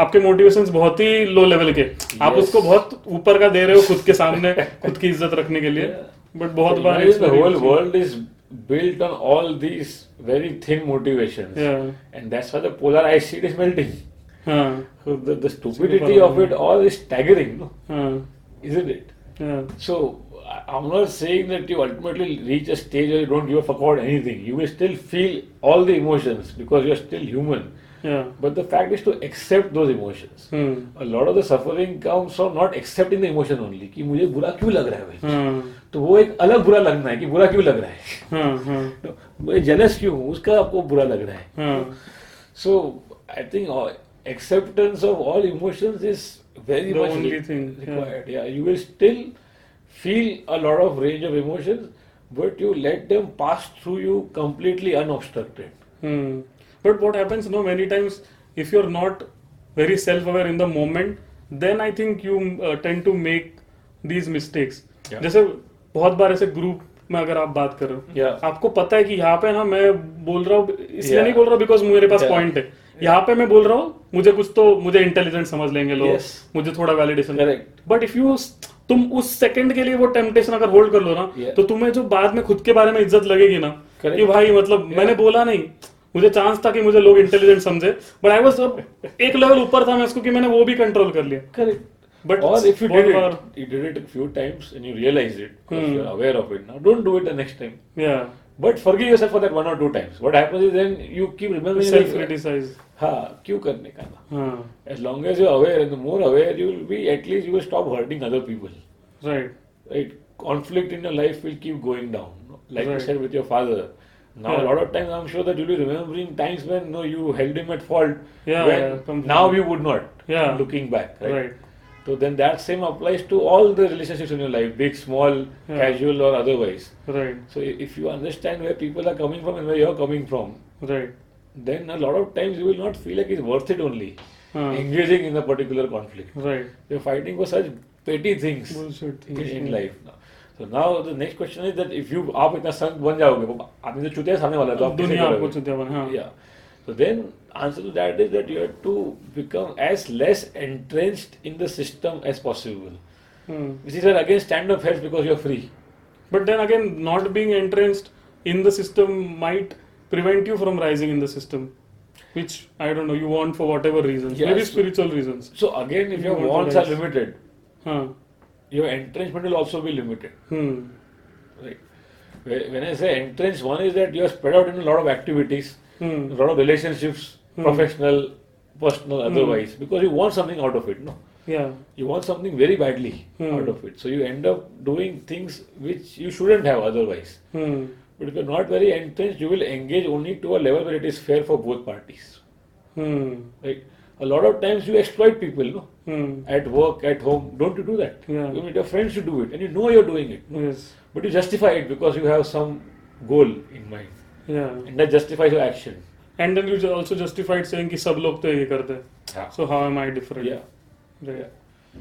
आपके मोटिवेशंस बहुत ही लो लेवल के आप Yes. उसको बहुत ऊपर का दे रहे हो खुद के सामने खुद की इज्जत रखने के लिए बट बहुत बार Imagine the whole experience- world is built on all these very thin motivations, Yeah. and that's why the polar ice sheet is melting. हाँ So the, the stupidity of it all is staggering, no? हाँ isn't it? हाँ So I- I'm not saying that you ultimately reach a stage where you don't give a fuck about anything. You will still feel all the emotions because you're still human. हाँ But the fact is to accept those emotions. हाँ A lot of the suffering comes from not accepting the emotion only. कि मुझे बुरा क्यों लग रहा है भाई हाँ तो वो एक अलग बुरा लगना है कि बुरा क्यों लग रहा है हाँ हाँ No, मैं jealous क्यों हूँ उसका आपको बुरा लग रहा है हाँ so I think acceptance of all emotions is very The much only thing, yeah. Required या you will still feel a lot of range of emotions but you let them pass through you completely unobstructed Hmm. But what happens, you know, many times if you're not very self-aware in the moment, then I think you uh, tend to make these mistakes. Yeah. जैसे बहुत बार ऐसे group में अगर आप बात कर रहे हो Yeah. आपको पता है कि यहाँ पे ना मैं बोल रहा हूँ इसलिए Yeah. नहीं बोल रहा बिकॉज मेरे पास Yeah. पॉइंट है यहाँ पे मैं बोल रहा हूँ मुझे कुछ तो मुझे इंटेलिजेंट समझ लेंगे लोग Yes. मुझे थोड़ा validation Correct. But if you तुम उस सेकंड के लिए वो टेम्पटेशन अगर होल्ड कर लो ना Yeah. तो तुम्हें जो बाद में खुद के बारे में इज्जत लगेगी ना Correct. कि भाई मतलब मैंने बोला नहीं मुझे चांस था कि मुझे लोग इंटेलिजेंट समझे बट आई वाज एक लेवल ऊपर था मैं इसको कि मैंने वो भी कंट्रोल कर लिया करेक्ट But बट और इफ यू बहुत डिड बार- it you did it a few times and you realize it Hmm. You are aware of it now don't do it the next time या But forgive yourself for that one or two times. What happens is then you keep remembering. Self criticize हाँ क्यों करने का ना हां As long as you're aware, and the more aware you will be, at least you will stop hurting other people. Right Right? Conflict in your life will keep going down. Like you Right. said with your father. Now a Yeah. lot of times I'm sure that you'll be remembering times when no you held him at fault. Yeah, when yeah, completely. now you would not. Yeah. Looking back. Right? Right. So then that same applies to all the relationships in your life, big, small, Yeah. casual or otherwise. Right So i- if you understand where people are coming from and where you're coming from, right then a lot of times you will not feel like it's worth it only हाँ engaging in a particular conflict. Right You're fighting for such petty things Bullshit in, things, in yeah. life now. So now the next question is that if you आप इतना संग बन जाओगे वो आदमी तो चुतिया सामने वाला है, तो आप दुनिया आपको कैसे चुतिया बना हाँ करोगे? Yeah. So then answer to that is that you have to become as less entrenched in the system as possible. Hmm. Which is where again stand up helps because you're free. But then again, not being entrenched in the system might prevent you from rising in the system, which I don't know you want for whatever reasons, Yeah, maybe so- spiritual reasons. So again, if You your want to wants are rise. limited, Huh. your entrenchment will also be limited. Hmm. Right. Whe- When I say entrance, one is that you are spread out in a lot of activities, Hmm. a lot of relationships, Hmm. professional, personal, otherwise, because you want something out of it. No, Yeah. you want something very badly Hmm. out of it. So you end up doing things which you shouldn't have otherwise. Hmm. But if you're not very entrenched, you will engage only to a level where it is fair for both parties. Hmm. Right. A lot of times you exploit people. No. Hmm. At work, at home, don't you do that? Yeah. You meet your friends to do it, and you know you're doing it. Yes. But you justify it because you have some goal in mind. Yeah. And that justifies your action. And then you ju- also justified saying कि सब लोग तो ये करते हैं. Yeah. So how am I different? Yeah. Right.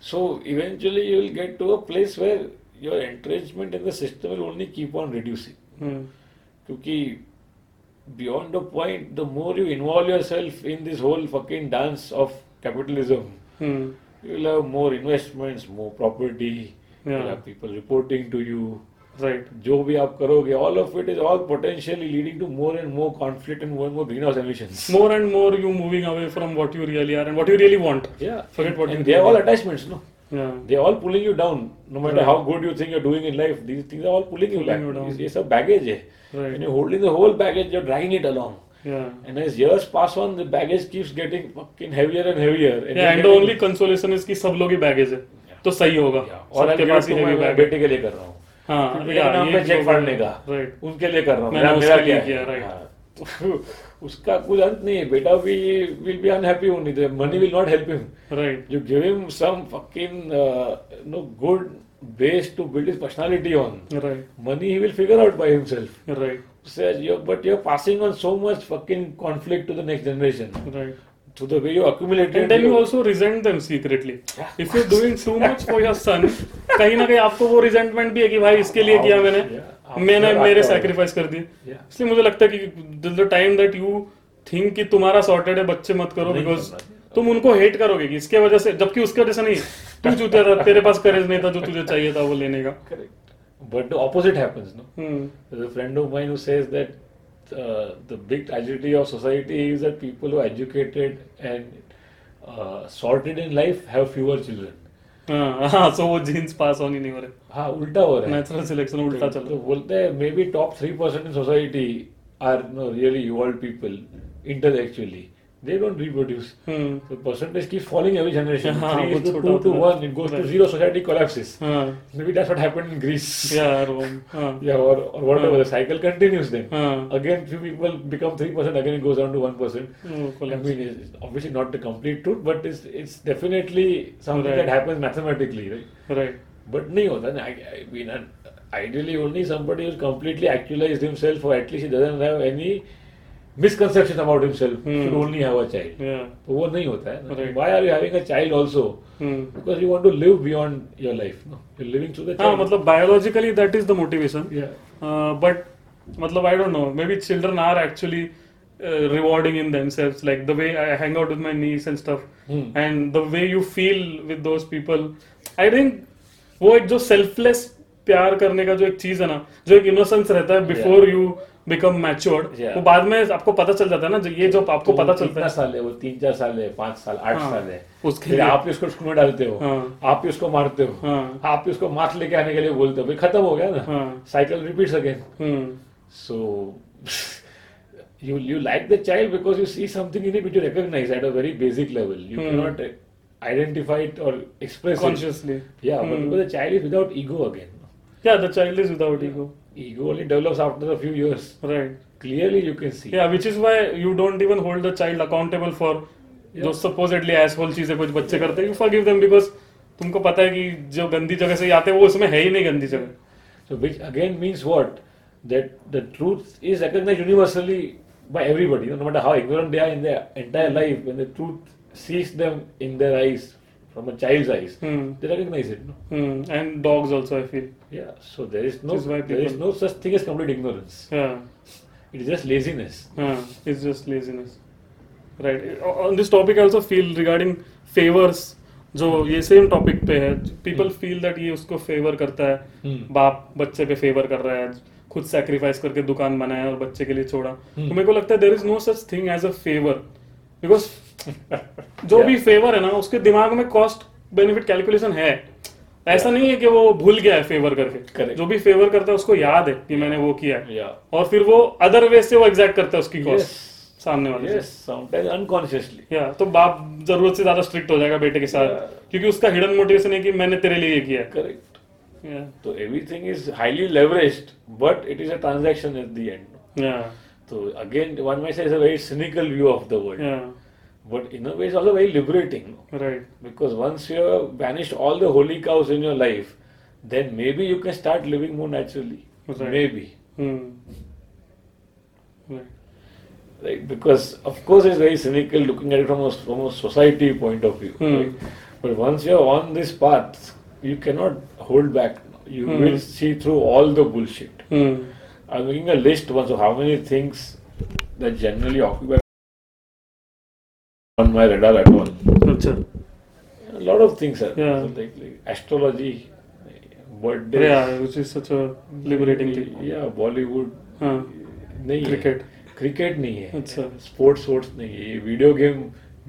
So eventually you will get to a place where your entrenchment in the system will only keep on reducing. Hmm. Because beyond a point, the more you involve yourself in this whole fucking dance of capitalism, Hmm. you will have more investments, more property, you'll Yeah. have people reporting to you. Right. जो भी आप करोगे all of it is all potentially leading to more and more conflict and more more greenhouse emissions More and more you moving away from what you really are and what you really want. Yeah. Forget what and you they are do. all attachments, no? Yeah. They are all pulling you down. No matter Right. how good you think you're doing in life, these things are all pulling you Pulling back. you down. It's, it's a baggage. eh? Right. When you're holding the whole baggage, you're dragging it along. Yeah. And as years pass on, the baggage keeps getting fucking heavier and heavier. And Yeah, you're and the getting- only consolation is कि सब लोग ही baggage है तो सही होगा Yeah. और सबके अब पास ही मैं हैवी मेरे बैग बेटे के लिए कर रहा हूँ हाँ, फिर yeah, मेरे नाम ये पे भी चेक हो फाड़ने गया। का Right. उनके लिए कर रहा हूँ मैंने मेरा उसके मेरा लिए क्या किया, है right. हाँ, तो उसका कुछ अंत नहीं है बेटा भी will be unhappy only the money will not help him right You give him some fucking uh, you know, good base to build his personality on. Right Money he will figure out by himself. Right Says you're, but you're passing on so much fucking conflict to the next generation right through the way you accumulate. And then you also resent them secretly if you doing too much for your son कहीं ना कहीं आपको वो resentment भी है कि भाई इसके लिए किया मैंने Yeah, आपको मैंने आपका मेरे होगा। सैक्रिफाइस कर दिए Yeah. इसलिए मुझे लगता है कि the time that you think कि तुम्हारा सॉर्टेड है बच्चे मत करो नहीं बिकॉज करना तुम उनको हेट करोगे कि इसके वजह से जबकि उसके वजह से नहीं तू चूतिया था तेरे पास करेज नहीं था जो तुझे चाहिए था वो लेने का Correct. But the opposite happens, no? Hmm There's a friend of mine who says that uh, the big tragedy of society is that people who are educated and uh, sorted in life have fewer children. हाँ हाँ, so वो genes pass on ही नहीं हो रहे हाँ उल्टा हो रहा है नेचुरल सिलेक्शन उल्टा चल तो रहा बोलते हैं maybe top three percent in society are no really old people intellectually they don't reproduce है hmm The percentage keeps falling every generation. हाँ, Three वो is to छोटा two to होता one, है। it goes to Right. zero. Society collapses. हाँ Maybe that's what happened in Greece. या Rome हाँ Yeah, or, or whatever. हाँ. The cycle continues then. हाँ Again, few people become three percent. Again, it goes down to one percent. वो I Oh, collapse. mean, it's obviously not the complete truth, but it's it's definitely something Right. that happens mathematically, right? Right. But नहीं होता ना I, I mean, and ideally only somebody who's completely actualized himself or at least he doesn't have any misconception about himself Hmm. should only have a child. Yeah. तो वो नहीं होता है ना। Right. Why are you having a child also? Hmm Because you want to live beyond your life. No? You're living through the हाँ child. मतलब biologically that is the motivation Yeah. But Uh, मतलब I don't know maybe children are actually uh, rewarding in themselves like the way i hang out with my niece and stuff Hmm. and the way you feel with those people i think वो एक जो selfless प्यार करने का जो एक चीज है ना जो एक इनोसेंस रहता है before you become matured Yeah. वो बाद में आपको पता चल जाता है ना जो- ये जो आपको तो पता वो चलता कितना साल है वो तीन चार साल है पांच साल आठ हाँ, साल है उसके फिर लिए- आप ही उसको स्कूल में डालते हो हाँ। आप ही उसको मारते हो हाँ। आप ही उसको मार्क्स लेके आने के लिए बोलते हो भाई खत्म हो गया ना हाँ। साइकिल रिपीट्स अगेन है hmm So you you like the child because you see something in it which you recognize at a very basic level. You Hmm. cannot uh, identify it or express consciously it. Yeah, but Hmm. because the child is without ego again. yeah the child is without ego Ego only develops after a few years. right Clearly, you can see. yeah which is why you don't even hold the child accountable for जो supposedly asshole चीजें कुछ बच्चे करते हैं you forgive them because तुमको पता है कि जो गंदी जगह से ये आते हैं वो उसमें है ही नहीं गंदी जगह So which again means what? That the truth is recognized universally by everybody, no matter how ignorant they are in their Hmm. entire life. When the truth sees them in their eyes, from a child's eyes, Hmm. they recognize it. No? hmm and dogs also I feel Yeah, so there is no Which is why there is people- no such thing as complete ignorance. yeah It is just laziness. Uh, it's just laziness. Right. O- On this topic, I also feel regarding favors. जो ये same topic पे है people feel that ये उसको favour करता है हम्म। बाप बच्चे पे फेवर कर रहा है खुद सेक्रीफाइस करके दुकान बनाया और बच्चे के लिए छोड़ा तो मेरे को लगता है there is no such thing as a favour because जो भी फेवर है ना उसके दिमाग में कॉस्ट बेनिफिट कैलकुलेशन है ऐसा नहीं है कि वो भूल गया है फेवर करके Correct. जो भी फेवर करता है उसको याद है कि मैंने वो किया है Yeah. और फिर वो अदर वे से वो एग्जैक्ट करता है उसकी Yes. कॉस्ट सामने वाले से Yes, sometimes unconsciously. या तो बाप जरूरत से ज्यादा स्ट्रिक्ट हो जाएगा बेटे के साथ Yeah. क्योंकि उसका हिडन मोटिवेशन है कि मैंने तेरे लिए ये किया है Correct. Yeah. तो, So everything is highly leveraged, but it is a transaction at the end. Yeah. So again, one might say it's a very cynical view of the world, Yeah. but in a way, it's also very liberating Right. because once you have banished all the holy cows in your life, then maybe you can start living more naturally. Right. Maybe. Hmm. Right. Right, because of course it's very cynical looking at it from a, from a society point of view. Hmm. Right? But once you're on this path, you cannot hold back. You Hmm. will see through all the bullshit. Hmm. I'm making a list once of how many things that generally occupy on my radar at all. अच्छा A lot of things are Yeah. so like, like astrology, birthdays, yeah which is such a liberating thing yeah, Bollywood, हाँ नहीं है। Cricket. Cricket नहीं है अच्छा। Sports वोर्ट्स नहीं है ये वीडियो गेम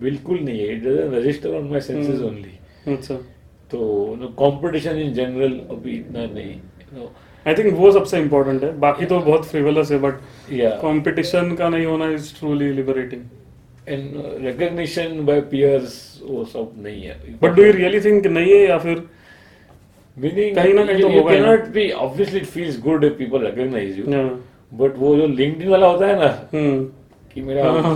बिल्कुल नहीं है it doesn't register on my senses Hmm. Only अच्छा तो नो कंपटीशन इन जनरल अभी इतना नहीं नो आई थिंक वो सबसे इम्पोर्टेंट है बाकी तो बहुत फ्रिवलस है बट या कंपटीशन का नहीं होना is truly liberating and recognition by peers वो सब नहीं है but do you really think नहीं है या फिर मीनिंग कहीं ना कहीं तो होगा ही ना। Not be obviously it feels good if people recognize you Yeah. But वो जो लिंक्डइन वाला होता है ना हम्म कि मेरा हाँ,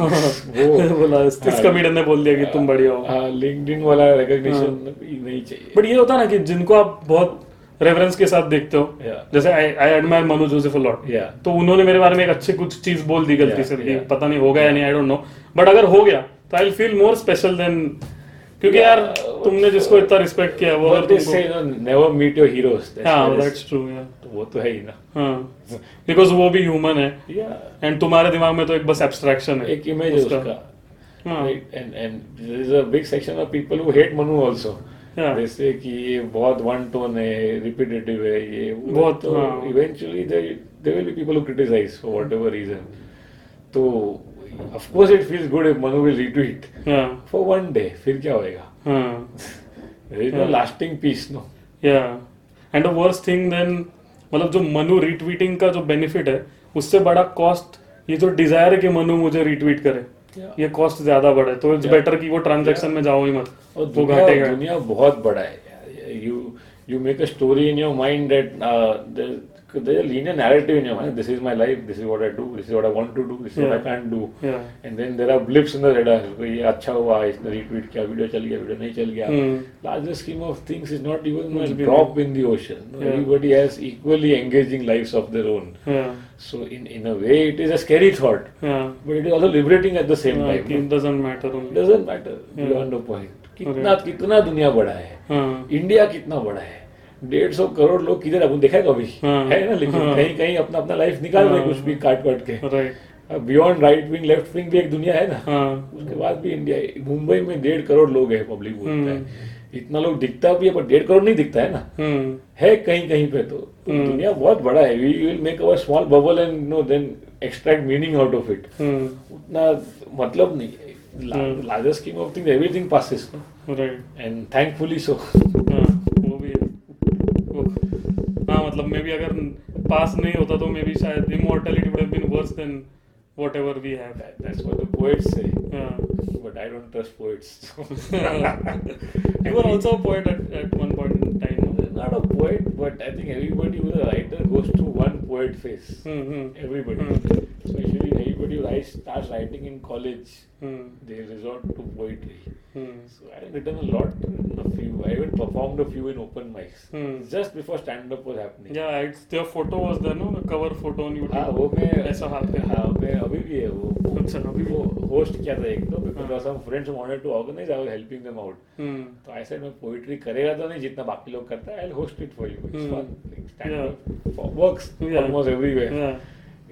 वो बोला इस इस कमेडियन ने बोल दिया कि तुम बढ़िया हो हाँ। लिंक्डइन हाँ, वाला रिकॉग्निशन नहीं चाहिए बट ये होता है ना कि जिनको आप बहुत रेफरेंस के साथ देखते हो Yeah. जैसे I I admire Manu Joseph lot Yeah. तो उन्होंने मेरे बारे में एक अच्छी कुछ चीज बोल दी गलती Yeah, से कि yeah. पता नहीं होगा या नहीं आई डोंट नो बट अगर हो गया तो I feel more special then क्योंकि Yeah, यार but- तुमने जिसको इतना रिस्पेक्ट किया वो What अगर तो- they say, तुमको you know, never meet your heroes. That's हाँ what they दैट्स ट्रू या say. वो तो है ही ना हाँ बिकॉज वो भी ह्यूमन है Yeah. एंड तुम्हारे दिमाग में तो एक बस एब्स्ट्रैक्शन है एक image है उसका हाँ Right? and and there is a big section of people who hate Manu also Yeah. they say कि ये बहुत one tone है repetitive है ये वो बहुत, तो हाँ। eventually there there will be people who criticize for whatever reason तो of course it feels good if Manu will retweet या for one day फिर क्या होएगा हाँ there is no lasting peace no या and the worst thing then मतलब जो Manu retreating का जो बेनिफिट है उससे बड़ा कॉस्ट ये जो डिजायर है कि मनु मुझे रीट्वीट करे Yeah. ये कॉस्ट ज्यादा बड़ा है तो इट्स Yeah. बेटर कि वो ट्रांजैक्शन में जाओ ही मत और वो दुनिया घाटेगा दुनिया बहुत बड़ा है you you make a story in your mind that there a linear narrative in your mind this is my life this is what I do this is what I want to do this is what I Yeah. Can do Yeah. And then there are blips in the radar ये अच्छा हुआ इसने retweet किया video चल गया video नहीं चल गया Hmm. Larger scheme of things is not It's even been- drop in the ocean Yeah. Hmm. Everybody has equally engaging lives of their own Yeah. So in in a way it is a scary thought Yeah. But it is also liberating at the same Hmm. Yeah, कि time it doesn't matter only. Doesn't matter Yeah. Beyond a point कितना कितना दुनिया बड़ा है हाँ. India कितना बड़ा है डेढ़ सौ करोड़ लोग किधर अपन देखा है कभी हाँ। है ना लेकिन हाँ। कहीं कहीं अपना अपना लाइफ निकाल रहे हैं हाँ। कुछ भी काट काट Right. के beyond right wing left wing भी एक दुनिया है ना हाँ. उसके बाद भी इंडिया है। मुंबई में डेढ़ करोड़ लोग है पब्लिक बोलता है इतना लोग दिखता भी है पर डेढ़ करोड़ नहीं दिखता है ना हम्म. है कहीं कहीं पे तो तो हम्म। दुनिया बहुत बड़ा है we will make our small bubble and no then extract meaning out of it hmm. उतना मतलब नहीं है हम्म। Larger scheme of things everything passes no Right. And thankfully so हाँ, वो भी है वो- हाँ मतलब मे बी अगर पास नहीं होता तो मे बी शायद immortality would have been worse than whatever we have that's what the poets say Yeah. But I don't trust poets. you were also a poet at, at one point in time. Not a poet, but I think everybody who's a writer goes through one poet phase. Mm-hmm. Everybody. Hmm. So usually everybody who writes, starts writing in college, Hmm. they resort to poetry. Hmm. So I've written a lot, written a few. I even performed a few in open mics. Hmm. Just before stand-up was happening. Yeah, it's their photo was there, no? The cover photo on YouTube. हाँ वो मैं ऐसा हाथ पे हाँ मैं अभी भी है वो अच्छा, अभी भी? वो होस्ट किया था एक तो हाँ। Because some friends wanted to organise I was helping them out Hmm. तो ऐसे मैं पोइट्री करेगा तो नहीं जितना बाकी लोग करता है I host it for you it's Hmm. Fun stand works Yeah. Almost everywhere Yeah.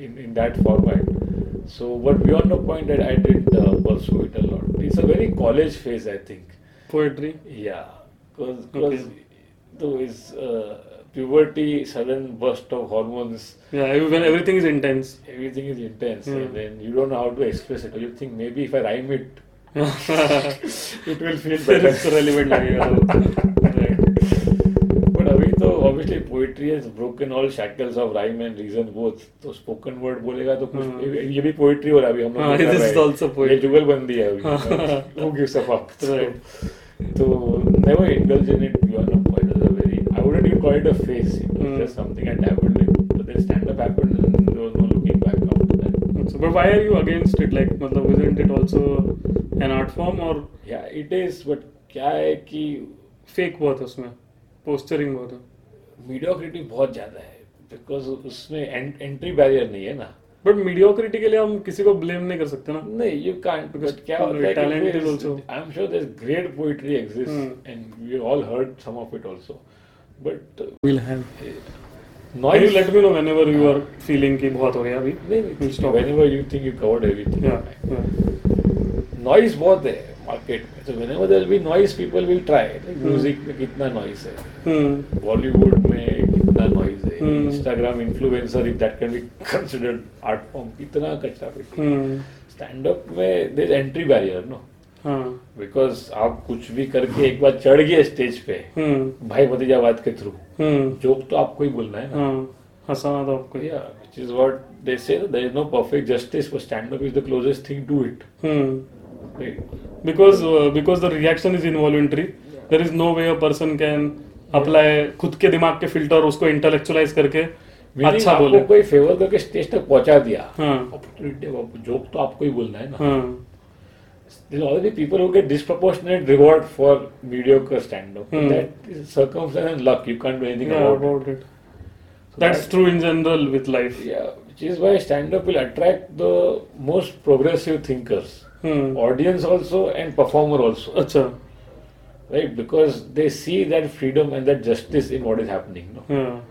In in that format so but beyond the point that I did pursue it a lot it's a very college phase I think Poetry. Yeah, because Okay. though is uh, puberty, sudden burst of hormones, Yeah, when everything is intense. everything is intense, and then you don't know how to express it. Or you think maybe if I rhyme it, it will feel better. That's relevant लगेगा. Right. But अभी तो obviously poetry has broken all shackles of rhyme and reason both. तो spoken word बोलेगा तो कुछ हाँ. ये भी poetry हो रहा है अभी हम लोग हाँ, कर this रहे is हैं। also poetry. ये जुगलबंदी है हाँ. अभी who gives a fuck Right. तो never indulge in it beyond a point That's a very I wouldn't even call it a phase it was Hmm. just something I dabbled in but then stand up happened and there was no looking back after that Hmm, So, but why are you against it? Like, मतलब, isn't it also an art form or yeah it is but क्या है कि fake बहुत है उसमें posturing बहुत है mediocrity बहुत ज्यादा है बिकॉज उसमें एंट्री बैरियर नहीं है ना बट मीडियोक्रिटी के लिए हम किसी को ब्लेम नहीं कर सकते ना No, you can't Because because क्या होता है कि talent there is is- also- I'm sure there's great poetry exists Hmm. and we all heard some of it also. But uh, will have noise you let me know whenever you are feeling कि बहुत हो गया अभी नहीं, We'll नहीं, stop. whenever you think you covered everything. या Noise बहुत है market में. So whenever there will be noise, people will try. Like Hmm. music में कितना noise है. हम्म Bollywood में कितना noise है. Hmm. Instagram influencer, if that can be considered art form, कितना कचरा पेटी. हम्म Stand up में there's entry barrier, no? हाँ बिकॉज आप कुछ भी करके एक बार चढ़ गए स्टेज पे हम्म भाई भतीजावाद के थ्रू हम्म जोक तो आपको ही बोलना है ना हाँ हंसाना था आपको which is what they say there is no perfect justice for stand up is the closest thing to it hmm because uh, because the reaction is involuntary there is no way a person can apply खुद के दिमाग के filter उसको intellectualise करके अच्छा बोले आपको कोई फेवर करके स्टेज तक पहुंचा दिया हाँ अपॉर्चुनिटी जोक तो आपको ही बोलना है ना हाँ there already people who get disproportionate reward for mediocre stand up Hmm. That is circumstance and luck you can't do anything yeah about about it that's true in general with life Yeah, which is why stand up will attract the most progressive thinkers, hmm audience also and performer also, अच्छा right? Because they see that freedom and that justice in what is happening. No? हाँ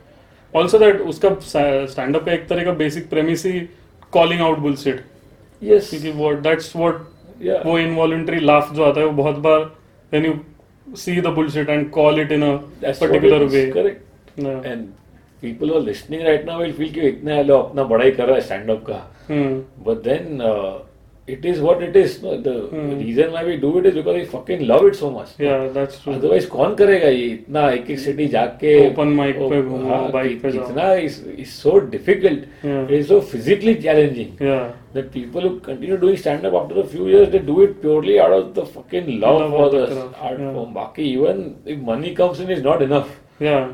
also that उसका stand up का एक तरह का basic premise ही calling out bullshit Yes. क्योंकि वो that's what Yeah. वो involuntary laugh जो आता है वो बहुत बार when you see the bullshit and call it in a That's what particular it is, way Hmm. Correct. Yeah. And people who are listening right now will feel कि इतना लो अपना बड़ाई कर रहा है स्टैंड अप का हम्म But then uh, it is what it is. No? The Hmm. reason why we do it is because we fucking love it so much. Yeah, that's true. Otherwise कौन करेगा ये इतना एक एक सिटी जाके Open mic पे घूमो, हाँ, bike कि- पे जाओ। Hmm. कितना is so difficult Yeah. Is so physically challenging Yeah. That people who continue doing stand up after a few years they do it purely out of the fucking love Love for of the the craft, art yeah. Form बाकी even if money comes in is not enough Yeah.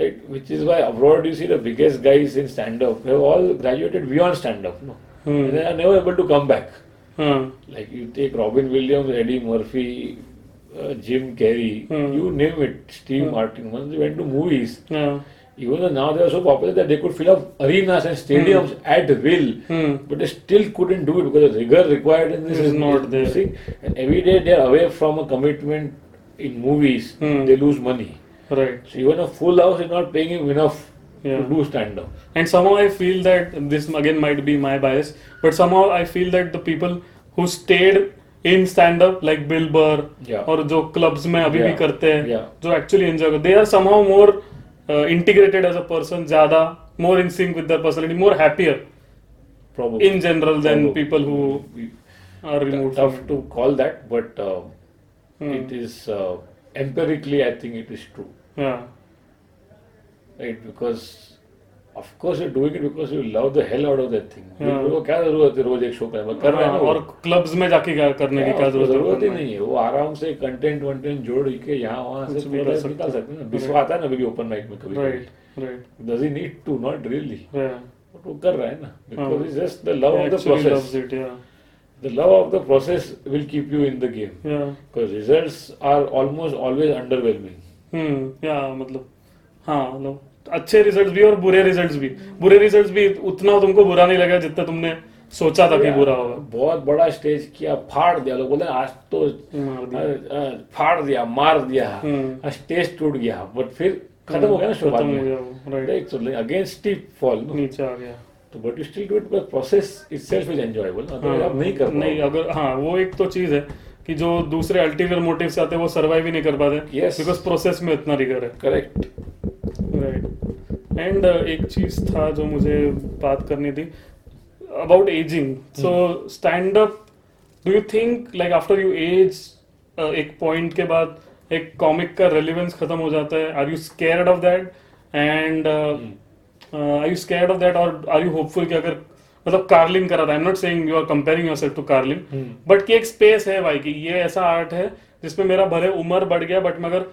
Right which is why abroad you see the biggest guys in stand up have all graduated beyond stand up no Hmm. They are never able to come back Huh. Like you take Robin Williams, Eddie Murphy, uh, Jim Carrey, Hmm. you name it, Steve Hmm. Martin. Once they went to movies, Yeah. even though now they are so popular that they could fill up arenas and stadiums at will, Hmm. but they still couldn't do it because the rigor required in this Is not you there. see. And every day they are away from a commitment in movies, Hmm. they lose money. Right. So even a full house is not paying him enough Yeah. to do stand up. And somehow I feel that this again might be my bias, but somehow I feel that the people who stayed in stand up like Bill Burr Yeah. और जो clubs में अभी भी Yeah. करते हैं Yeah. जो actually enjoy करते they are somehow more uh, integrated as a person ज्यादा more in sync with their personality more happier Probably. in general than Probably. people who are removed from tough to call that, but uh, Hmm. it is uh, empirically, I think it is true, it. Yeah. right? Because of course you're doing it because you love the hell out of that thing. Yeah. वो क्या जरूरत है रोज एक show करना कर रहा है हाँ, ना वो। और क्लब्स में जाके क्या करने की क्या क्या उसको जरूरत है जरूरत ही नहीं है वो आराम से कंटेंट वंटेंट जोड़ के यहाँ वहाँ से कुछ भी कर सकते हैं। product निकाल सकते हैं ना बिस्वा Right. आता है ना अभी ओपन माइक में कभी right right does he need to not really या बट वो कर रहा है ना हाँ। Because is just the love of the process it या the love of the process will keep you in the game या Because results are almost always underwhelming. हम्म या मतलब हाँ मतलब अच्छे रिजल्ट्स भी और बुरे रिजल्ट्स भी बुरे रिजल्ट्स भी उतना तुमको बुरा नहीं लगा जितना तुमने सोचा था कि बुरा होगा बहुत बड़ा स्टेज किया फाड़ दिया लोग बोले आज तो मार दिया। अ- अ, फाड़ दिया मार हम्म। दिया स्टेज टूट गया बट फिर खत्म हो गया ना खत्म शुरुआत हो गया में वो right right so again steep fall नीचे आ गया तो but you still do it but process itself is enjoyable तो आप हाँ, नहीं कर हाँ। नहीं पाओगे। अगर हाँ वो एक तो चीज है कि जो दूसरे अल्टीरियर मोटिव से आते हैं वो सर्वाइव ही नहीं कर पाते Yes. बिकॉज प्रोसेस में इतना रिगर है correct राइट एंड uh, एक चीज था जो मुझे बात करनी थी about ageing so stand up do you think like after you age uh, एक पॉइंट के बाद एक कॉमिक का रेलिवेंस खत्म हो जाता है are you scared of that and are you scared of that और आर यू होपफुल कि अगर मतलब कार्लिन करा था I am not saying you are comparing yourself to Carlin but कि एक स्पेस है भाई कि ये ऐसा आर्ट है जिसमें मेरा भले उम्र बढ़ गया बट मगर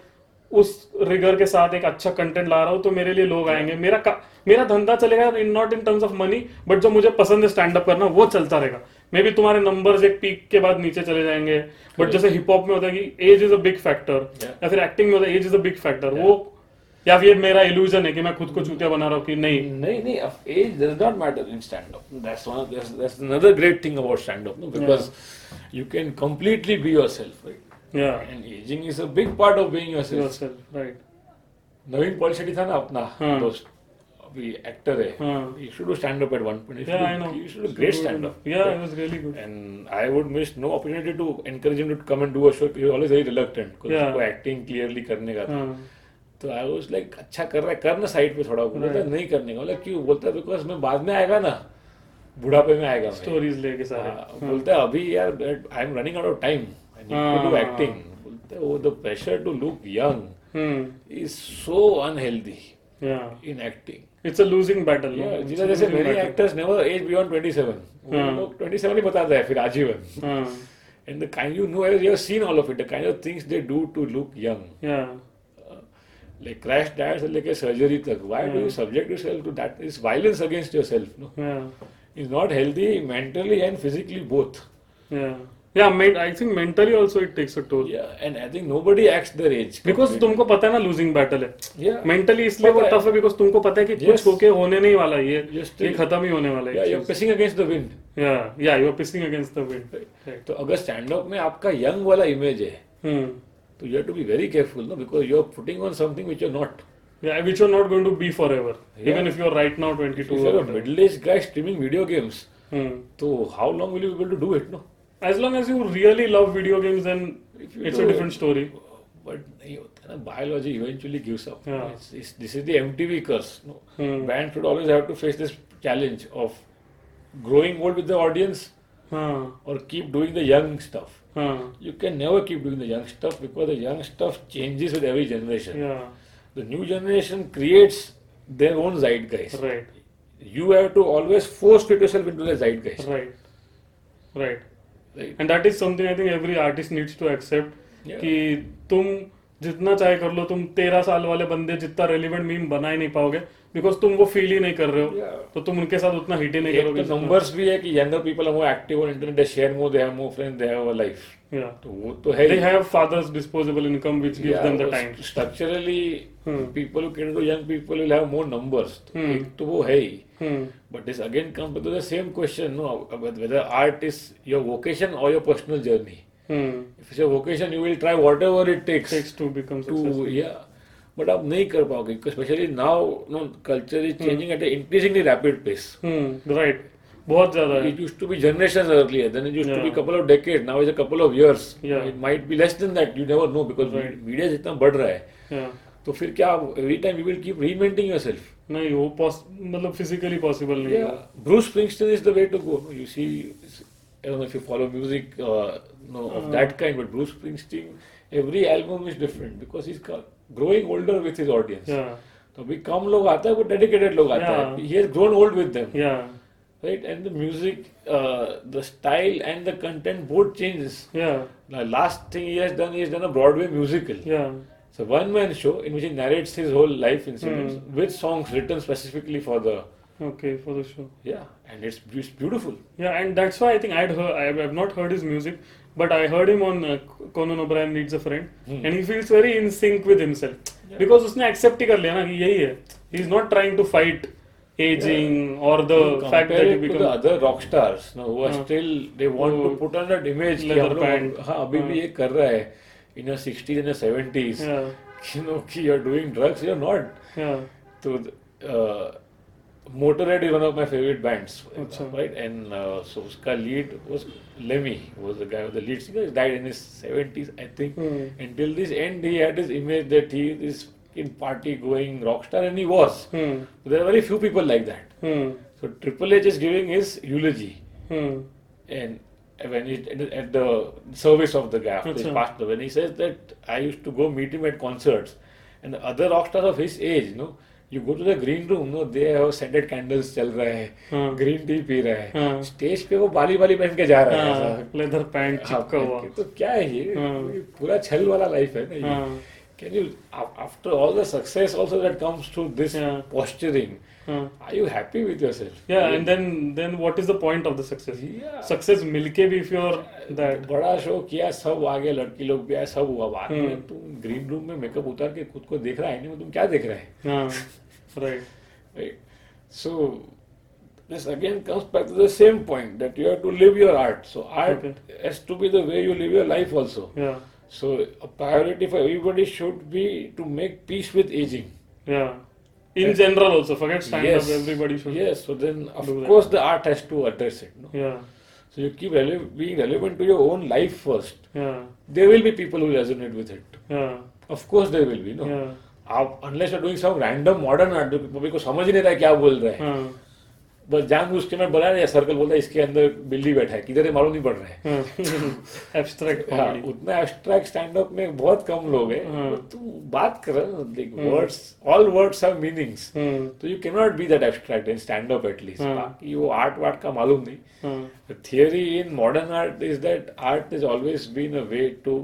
उस रिगर के साथ एक अच्छा कंटेंट ला रहा हूँ तो मेरे लिए लोग आएंगे मेरा का, मेरा धंधा चलेगा in not in terms of money but जो मुझे पसंद है स्टैंड अप करना वो चलता रहेगा मे बी तुम्हारे नंबर्स एक पीक के बाद नीचे चले जाएंगे बट जैसे हिप हॉप में होता है कि age is a big factor Yeah. या फिर एक्टिंग में होता है age is a big factor वो या फिर मेरा इल्यूजन है कि मैं खुद को चूतिया बना रहा हूँ कि नहीं नहीं नहीं of age does not matter in stand up that's one of, that's, that's another great thing about stand up no? because you can completely be yourself right या and aging is a big part of being yourself right Naveen Polishetty था ना अपना हाँ. दोस्त अभी actor है हाँ he should do stand up at one point he should, Yeah, I do- know. he should do great stand up Yeah, it was really good. and I would miss no opportunity to encourage him to come and do a show. He was always very reluctant because Yeah. उसको acting clearly करने का था. हाँ तो I was like अच्छा कर रहा है कर ना साइड पे थोड़ा बोला Right. नहीं करने का बोला क्यों बोलता है बिकॉज मैं बाद में आएगा ना बुढ़ापे में आएगा मैं." स्टोरीज लेके सारे हाँ, बोलता है अभी यार I am running out of time I need to do हाँ. एक्टिंग बोलता है "Oh, वो the pressure to look young hmm is so unhealthy या in acting it's a losing battle Yeah, जिला जैसे मेरे एक्टर्स नेवर एज बियॉन्ड 27 वो हाँ. लोग 27 ही बताते हैं फिर आजीवन हाँ And the kind you know, you have seen all of it, the kind of things they do to look young. या Uh, like crash diets and like a surgery. Tak. Why do you subject yourself to that? It's violence against yourself. No? या It's not healthy mentally and physically both. या या I think mentally also it takes a toll Yeah, and I think nobody acts their age. Because तुमको पता है ना losing battle है Yeah. Mentally इसलिए वो पता है। टफ है बिकॉज तुमको पता है कि Yes. कुछ होके होने नहीं वाला ये You're ये still- खत्म ही होने वाला Yeah, है you're pissing against the wind. या या you are pissing against the wind तो अगर स्टैंड अप में आपका यंग वाला इमेज है हम्म तो you have to be very careful ना because you are putting on something which are not या which you are not going to be forever Yeah. Even if you are right now 22 if or you are whatever. Middle age guy streaming video games हम्म तो how long will you be able to do it no as long as you really love video games then If you it's do a it. different story But नहीं होता ना biology eventually gives up. Yeah. It's, it's, this is the MTV curse. No? Hmm. Band should always have to face this challenge of growing old with the audience हाँ or keep doing the young stuff. हाँ You can never keep doing the young stuff because the young stuff changes with every generation. yeah The new generation creates their own zeitgeist. right You have to always force fit yourself into the zeitgeist. right right Right? and that is something i think every artist needs to accept Yeah. कि तुम जितना चाहे कर लो तुम तेरह साल वाले बंदे जितना रेलिवेंट मीम बना ही नहीं पाओगे बिकॉज तुम वो फील ही नहीं कर रहे हो Yeah. तो तुम उनके साथ उतना हिट ही नहीं एक करोगे तो नंबर्स भी है कि younger people are more active on internet, they share more, they have more friends, they have a life. या तो वो तो है ही। They have fathers disposable income which gives Yeah, them the वो time Structurally, Hmm. people who cater to young people will have more numbers. तो Hmm. एक तो वो है ही. हम्म But this again comes back to the same question, no, about whether art is your vocation or your personal journey. Hmm If it's your vocation, you will try whatever it takes takes to become to, successful yeah. But आप नहीं कर पाओगे, because especially now, no, culture is changing at an increasingly rapid pace. Hmm right बहुत ज्यादा है It used to be generations earlier, then it used to be Yeah. couple of decades. Now it's a couple of years. Yeah. It might be less than that. You never know because Right. media इतना बढ़ रहा है. Yeah. तो फिर क्या every time you will keep reinventing yourself नहीं वो पॉस मतलब फिजिकली पॉसिबल नहीं yeah bruce springsteen is the way to go you see i don't know if you follow music uh, no of that kind but bruce springsteen every album is different because he's co- growing older with his audience या तो अभी कम लोग आता है वो dedicated लोग आते Yeah. हैं ही has grown old with them या right and the music the style and the content both changes या last thing he has done he has done a Broadway musical या It's a one-man show in which he narrates his whole life incidents with songs written specifically for the okay for the show yeah, and it's, it's beautiful. Yeah, and that's why I think I'd heard, I've, I've not heard his music, but I heard him on uh, Conan O'Brien Needs a Friend, Hmm. and he feels very in sync with himself. Yeah. Because उसने accept ही कर लिया ना कि यही है. He's not trying to fight aging or the You compare fact that it you to become. the other rock stars, no, who are हाँ. still they want वो to put on that image कि leather हम लोग pant. हाँ अभी भी हाँ. ये कर रहा है in your 60s and your 70s, Yeah, you know कि you're doing drugs, you're not. yeah, So uh, Motorhead is one of my favorite bands, अच्छा. right? And uh, so उसका lead was Lemmy, was the guy, the lead singer. He died in his 70s, I think. Hmm. Until this end, he had his image that he is fucking party going rock star, and he was. Hmm. There are very few people like that. Hmm. So Triple H is giving his eulogy, Hmm. and when he, at the service of the guy after he Achha. passed away, and he says that I used to go meet him at concerts, and the other rock stars of his age, you know. You go to the green room, no, they have scented candles चल रहे हैं, हाँ. green tea P रहे हैं, हाँ. stage पे वो बाली बाली पहन के जा रहा है ऐसा। लेदर पैंट हाँ, चिपका हुआ तो क्या है ये हाँ. ये पूरा छल वाला लाइफ है ना ये हाँ. Can you after all the success also that comes through this Yeah. Posturing हाँ. Are you happy with yourself Yeah, and then then what is the point of the success? Yeah. Success milke bhi if you're that. बड़ा show किया सब आगे लड़की लोग भी आए सब हुआ बाद में हम्म. तुम ग्रीन रूम में मेकअप उतार के खुद को देख रहा है नहीं वो तुम क्या देख रहे हाँ. Right. हैं so this again comes back to the same point that you have to live your art so art Okay. has to be the way you live your life also Yeah. So a priority for everybody should be to make peace with aging. Yeah. In general also, forget stand yes, up. Everybody should. Yes. So then, of do that. course, the art has to address it. No? Yeah. So you keep rele- being relevant to your own life first. Yeah. There will be people who resonate with it. Yeah. Of course, there will be. No. Yeah. आप unless you're doing some random modern art, जो public को समझ ही नहीं रहा है क्या बोल रहे हैं हाँ. बस जान उसके में बना रहे सर्कल बोलता है इसके अंदर बिल्ली बैठा है किधर है मालूम नहीं पड़ रहा है हाँ. Abstract हाँ, comedy. उतना एब्स्ट्रैक्ट स्टैंड अप में बहुत कम लोग हैं हाँ। तो तू बात कर like words all words have meanings हाँ. तो you can not be that abstract in stand up at least हाँ। बाकी वो आर्ट वार्ट का मालूम नहीं हाँ. Theory in modern art is that art is always been a way to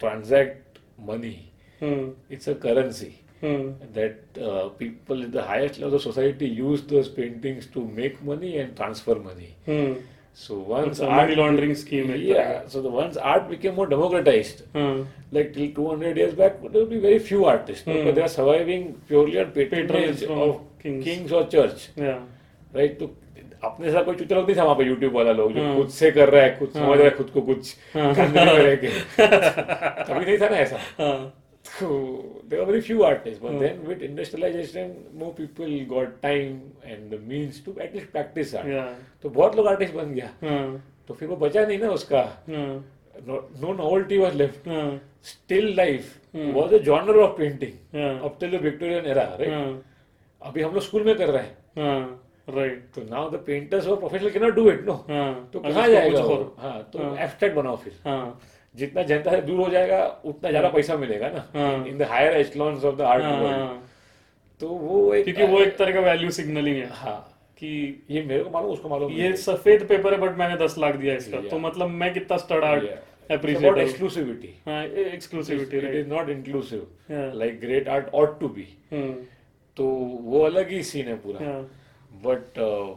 transact money हाँ. इट्स अ करेंसी हाँ. that uh, people at the highest level of society use those paintings to make money and transfer money Hmm. so once It's a art money laundering scheme. uh, Hmm. एक yeah so the once art became more democratized तरह का. हाँ. like till 200 years back, there will be very few artists. no? Hmm. But they are surviving purely on Patronage patronage from of kings. kings. or church, Yeah. right? तो अपने साथ कोई चुतर नहीं था वहाँ पे यूट्यूब वाला लोग जो Hmm. खुद से कर रहा है खुद Hmm. समझ रहा है खुद को कुछ Hmm. गांधी में रह के कभी नहीं था ना ऐसा हाँ. So there were very few artists, but Hmm. then with industrialization, more people got time and the means to at least practice art. Yeah. तो बहुत लोग आर्टिस्ट बन गया हाँ. तो फिर वो बचा नहीं ना उसका हाँ. नो नॉवल्टी वॉज लेफ्ट हाँ. still life Hmm. was a genre of painting Yeah. up till the Victorian era, right? हाँ. अभी हम लोग स्कूल में कर रहे हैं हाँ. Right. तो नाउ द पेंटर्स और professional can not do it no हाँ. तो अगर कहाँ उसको जाएगा कुछ वो? और- हाँ तो हाँ. एब्स्ट्रैक्ट बनाओ फिर हाँ. जितना जनता से दूर हो जाएगा उतना Hmm. ज्यादा पैसा मिलेगा ना हाँ. In the higher echelons of the art हाँ, वर्ल्ड हाँ. तो वो एक क्योंकि वो एक तरह का वैल्यू सिग्नलिंग है हाँ कि ये मेरे को मालूम उसको मालूम ये सफेद पेपर है बट मैंने दस लाख दिया इसका Yeah. तो मतलब मैं कितना स्टडार्ट अबाउट अप्रिशिएट एक्सक्लूसिविटी हाँ exclusivity it right is not inclusive Yeah. Like great art ought to be हाँ, तो वो अलग ही सीन है पूरा But uh,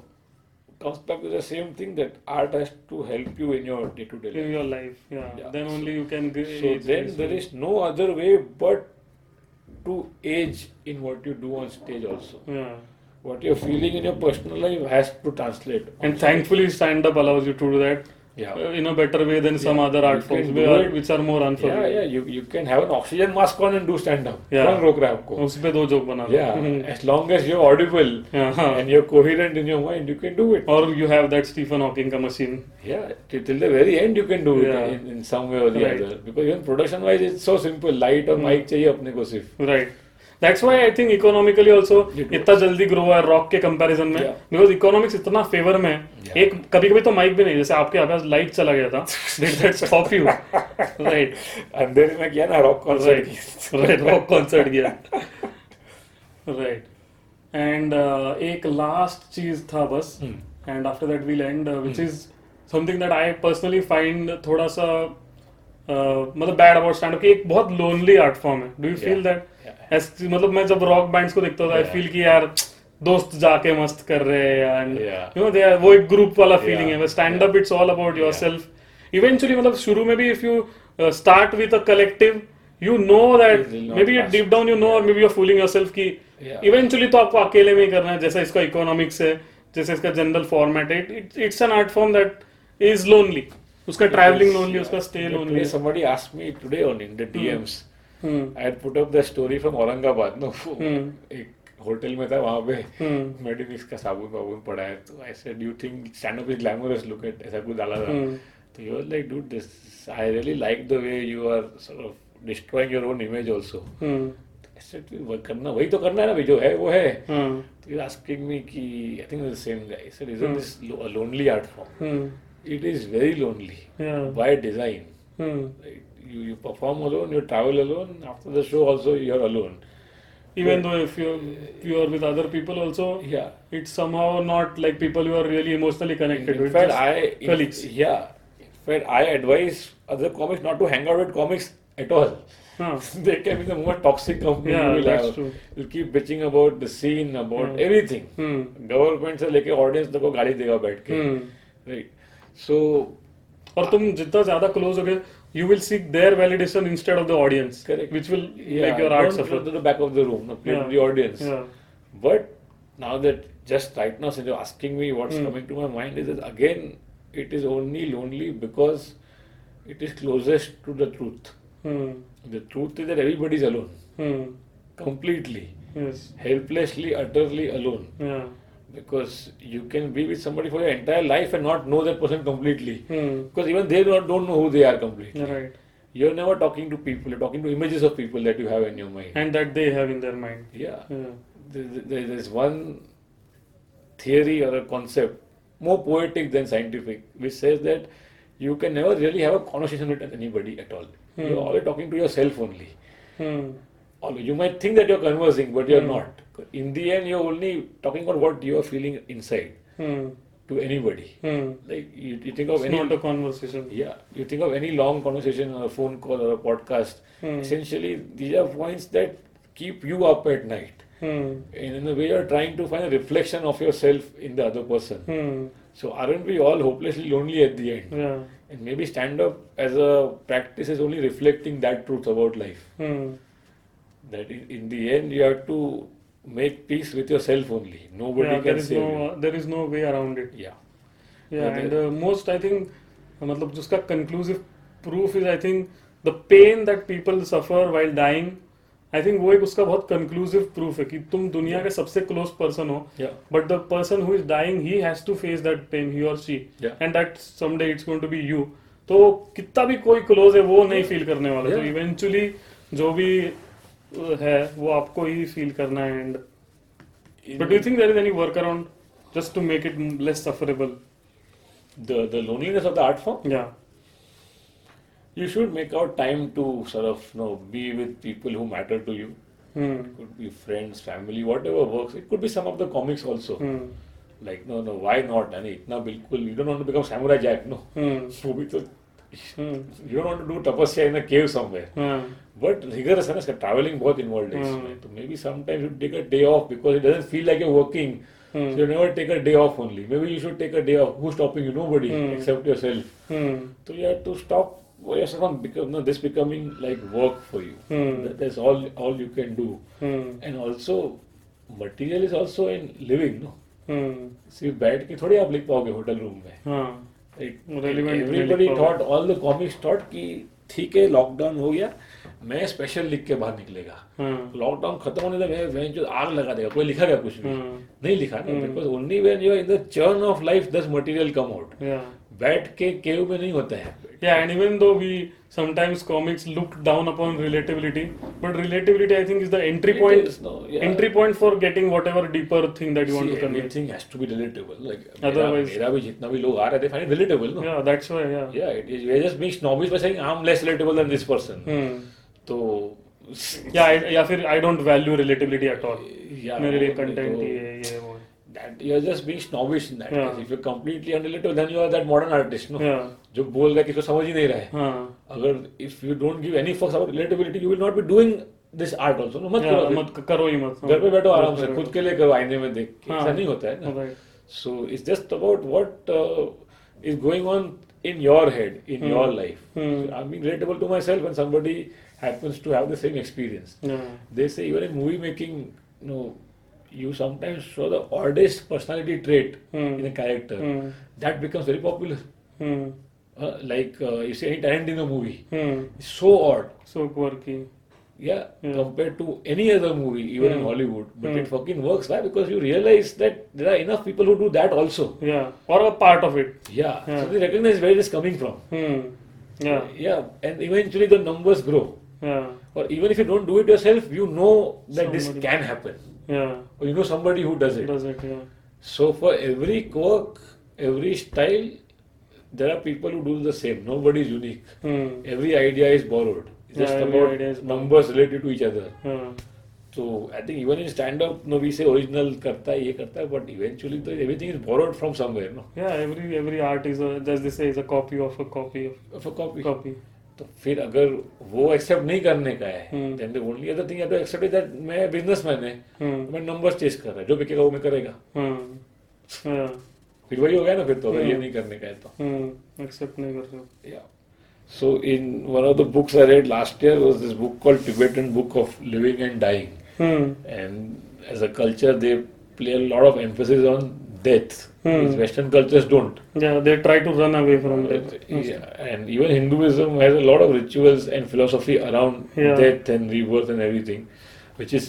comes back to the same thing that art has to help you in your day to day life. In your life या Yeah. Then only you can So then there is no other way but to age in what you do on stage also. Hmm. What you're feeling in your personal life has to translate. And thankfully, stand up allows you to do that Yeah. uh, in a better way than some Yeah. other art You forms can which do are, it. which are more yeah, unforgiving. yeah. You you can have an oxygen mask on and do stand up. Yeah. कौन रोक रहा है आपको? उस पे दो joke बना लो। Yeah. हम्म। As long as you're audible Yeah, huh. and you're coherent in your mind, you can do it. Or you have that Stephen Hawking का machine. Yeah, till, till the very end you can do Yeah. it in, in some way or the Right. Mm. other. Because even production wise, it's so simple. Light और mic चाहिए अपने को सिर्फ. Right that's why I think economically also It was. इतना जल्दी grow हुआ है rock के कंपैरिजन में Yeah. बिकॉज इकोनॉमिक्स इतना फेवर में है Yeah. एक कभी कभी तो माइक भी नहीं जैसे आपके पास लाइट चला गया था did that stop you right अंधेरे में किया ना rock concert right right rock concert गया राइट एंड uh, एक लास्ट चीज था बस Hmm. And after that we'll and which is something that I personally find थोड़ा सा uh, मतलब बैड अबाउट स्टैंड कि एक बहुत लोनली आर्ट फॉर्म है do you feel Yeah. That मतलब मैं जब रॉक बैंड्स को देखता था आई Yeah. फील कि यार दोस्त जाके मस्त कर रहे हैं and Yeah. You know they वो एक ग्रुप वाला फीलिंग Yeah. है stand up it's all about yourself eventually मतलब शुरू में भी uh, if you start with a collective you know that It will not maybe last. Deep down you know और maybe you are fooling yourself कि Yeah. Eventually तो आपको अकेले में ही करना है जैसा इसका इकोनॉमिक्स है जैसे इसका जनरल फॉर्मेट है it's an art form that is lonely उसका ट्रैवलिंग लोनली उसका stay lonely somebody asked me today on in the Mm. DMs. हम्म I had put up the story from Aurangabad no हम्म. एक hotel में था वहाँ पे हम्म मेडिमिक्स का साबुन वाबुन पड़ा है तो I said you think stand up is glamorous look at ऐसा कुछ डाला था Hmm. तो you was like dude this I really like the way you are sort of destroying your own image also. हम्म, I said, "वो करना वही तो करना है ना भाई जो है वो है हम्म, He was asking me कि I think it's the same guy. He said, isn't Hmm. this lo- a lonely art form? हम्म, It is very lonely Yeah. by design. हम्म. Right? You, you perform alone, you travel alone. After the show also, you're alone. Even though if you you are with other people also, Yeah. it's somehow not like people you are really emotionally connected In with. fact, just I in- colleagues. yeah. In fact, I advise other comics not to hang out with comics at all. Huh. they can be the most toxic company. Yeah, you will that's have. true. You'll keep bitching about the scene, about Hmm. everything. Hmm. Government से लेके audience तक को गाली देगा बैठ के hmm. Right so और तुम जितना ज्यादा क्लोज हो गए you will seek their validation instead of the audience Correct. Which will make your art suffer the back of the room not Yeah. the audience Yeah. but now that just right now since you're asking me what's Hmm. coming to my mind is that again it is only lonely because it is closest to the truth Hmm. the truth is that everybody is alone Hmm. completely Yes. helplessly utterly alone Yeah. because you can be with somebody for your entire life and not know that person completely Hmm. because even they don't, don't know who they are completely You're right. You're never talking to people, you're talking to images of people that you have in your mind. And Hmm. that they have in their mind. Yeah. Yeah. There- there- There's one theory or a concept, more poetic than scientific, which says that you can never really have a conversation with anybody at all. You're always talking to yourself only. Hmm. Always. You might think that you're conversing, but you're Hmm. not. In the end, you're only talking about what you're feeling inside Hmm. to anybody. Hmm. Like you, you think of It's any not a conversation. Yeah, you think of any long conversation or a phone call or a podcast. Hmm. Essentially, these are points that keep you up at night. Hmm. And in a way, you're trying to find a reflection of yourself in the other person. Hmm. So, aren't we all hopelessly lonely at the end? Yeah. And maybe stand up as a practice is only reflecting that truth about life. Hmm. That in, in the end, you have to make peace with yourself only. Nobody Yeah, there can is save no there is no way around it. you. Yeah. Yeah, But and the- uh, most I think uh, मतलब जिसका conclusive proof is I think the pain that people suffer while dying I think वो एक उसका बहुत conclusive proof है कि तुम दुनिया के सबसे close person हो Yeah. but the person who is dying he has to face that pain he or she Yeah. and that someday it's going to be you तो कितना भी कोई close है वो नहीं feel करने वाला तो Yeah. eventually जो भी uh, है वो आपको ही feel करना है and but do you think there is any workaround just to make it m- less sufferable The, the loneliness of the art form? yeah You should make out time to sort of you know be with people who matter to you. Hmm. Could be friends, family, whatever works. It could be some of the comics also. Hmm. Like no, no, why not? And itna bilkul. You don't want to become Samurai Jack, no. Hmm. वो भी तो- Hmm. you don't want to do tapasya in a cave somewhere. Yeah. But rigorous है ना इसका traveling बहुत involved है इसमें. Hmm. तो maybe sometimes you take a day off because it doesn't feel like you're working. Hmm. So you never take a day off only. Maybe you should take a day off. Who's stopping you? Nobody Hmm. except yourself. Hmm. So you have to stop yourself from become, no, this becoming like work for you. Hmm. That- that's all all you can do. Hmm. And also, material is also in living. No? Hmm. सिर्फ बैठ के थोड़ी आप लिख पाओगे hotel room में हाँ. Relevant everybody लिख पाओगे। Thought all the comics thought कि ठीक है लॉकडाउन हो गया मैं स्पेशल लिख के बाहर निकलेगा हाँ. लॉकडाउन खत्म होने तक मैं मैं जो आग लगा देगा कोई लिखा क्या कुछ भी Hmm. नहीं लिखा ना Hmm. Because only when you in the churn of life this material come out Yeah. बैठ के केव में नहीं होता है Yeah, and even though we sometimes comics look down upon relatability, but relatability I think is the entry It point. is, no, yeah. Entry point for getting whatever deeper thing that you want to convey. Everything has to be relatable like Otherwise- मेरा भी जितना भी लोग आ रहे थे find relatable no Yeah, that's why. Yeah. Yeah, it is. We're just being snobbish by saying I'm less relatable than this person. Hmm. So, Yeah, I, या फिर I don't value relatability at all. Yeah, मेरे लिए वो- content वो- ही है ये वो है. that you're just being snobbish in that. Yeah. case. If you're completely unrelatable, then you are that modern artist, no? Yeah. जो बोल रहा है किसको समझ ही नहीं रहा है. हाँ. अगर if you don't give any fucks about relatability, you will not be doing this art also. No, मत Yeah, करो. हाँ, मत करो ही मत. घर पे बैठो आराम से घर पे खुद के लिए करो आईने में देख के हाँ. ऐसा नहीं होता है ना Right. So it's just about what is going on in your head in your life Hmm. I mean relatable to myself and somebody happens to have the same experience Yeah. they say even in movie making you know you sometimes show the oddest personality trait Hmm. in a character Hmm. that becomes very popular Hmm. Uh, like uh, you see any Tarantino movie Hmm. it's so odd So quirky. yeah, Yeah. compared to any other movie even in Hmm. Hollywood but Hmm. it fucking works why because you realize that there are enough people who do that also Yeah. Or a part of it. yeah, so Yeah. they recognize where it is coming from Hmm. Yeah. yeah and eventually the numbers grow Yeah. Or even if you don't do it yourself, you know that this Somebody- can happen. Yeah. Or you know somebody who does it. Does it? Yeah. So for every quirk, every style, there are people who do the same. Nobody is unique. Hmm. Every idea is borrowed. Yeah, It's just every about idea is numbers related to each other. Yeah. So I think even in stand up, no, we say original karta, ye karta, but eventually the, everything is borrowed from somewhere, no? Yeah. Every every art is a, as they say is a copy of a copy of Of a copy. copy. तो फिर अगर वो accept नहीं करने का है hmm. Then the only other thing to accept is that मैं businessman है Hmm. मैं नंबर्स चेस कर रहा है जो बिकेगा वो मैं करेगा Hmm. Yeah. फिर वही हो गया ना फिर तो अगर ये हम्म। नहीं करने का है तो Hmm. Accept नहीं कर सकते. Yeah. So in one of the books I read last year was this book called Tibetan Book of Living and Dying. Hmm. And as a culture they play a lot of emphasis on death, Hmm. which Western cultures don't. Yeah. They try to run away from that. Yeah. And even Hinduism has a lot of rituals and philosophy around Yeah. death and rebirth and everything, which is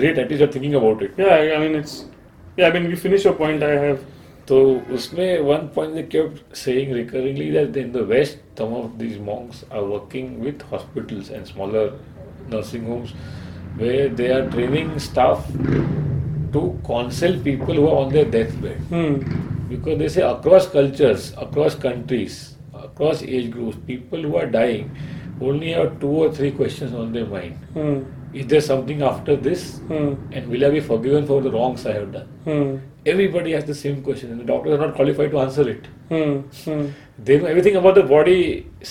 great at least you're thinking about it. Yeah. I- I mean it's. Yeah. I mean you finish your point. I have. So तो उसमें one point they kept saying recurringly that in the West some of these monks are working with hospitals and smaller nursing homes where they are training staff to counsel people who are on their deathbed Hmm. because they say across cultures, across countries, across age groups, people who are dying only have two or three questions on their mind. Hmm. Is there something after this? Hmm. And will I be forgiven for the wrongs I have done? Hmm. Everybody has the same question, and the doctors are not qualified to answer it. Hmm. Hmm. They know everything about the body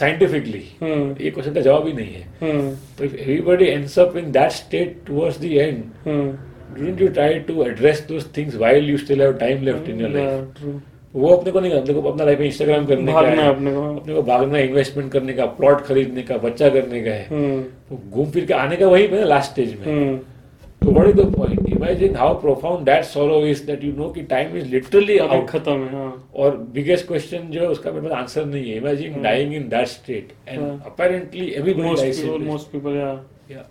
scientifically. Hmm. ये question का जवाब ही नहीं है Hmm. तो if everybody ends up in that state towards the end Hmm. Don't you try to address those things while you still have time left in your Yeah, life true. वो अपने को नहीं करना अपने को अपना लाइफ में इंस्टाग्राम करने का भागना है है अपने को अपने को भागना इन्वेस्टमेंट करने का प्लॉट खरीदने का बच्चा करने का है हम्म वो घूम फिर के आने का वही पे ना लास्ट स्टेज में हम्म तो what is the point imagine how profound that sorrow is that you know कि टाइम इज लिटरली अब आउट खत्म है हाँ और बिगेस्ट क्वेश्चन जो है उसका मेरे पास आंसर नहीं है imagine dying in that state and हाँ। Apparently everybody most dies people most people या Yeah.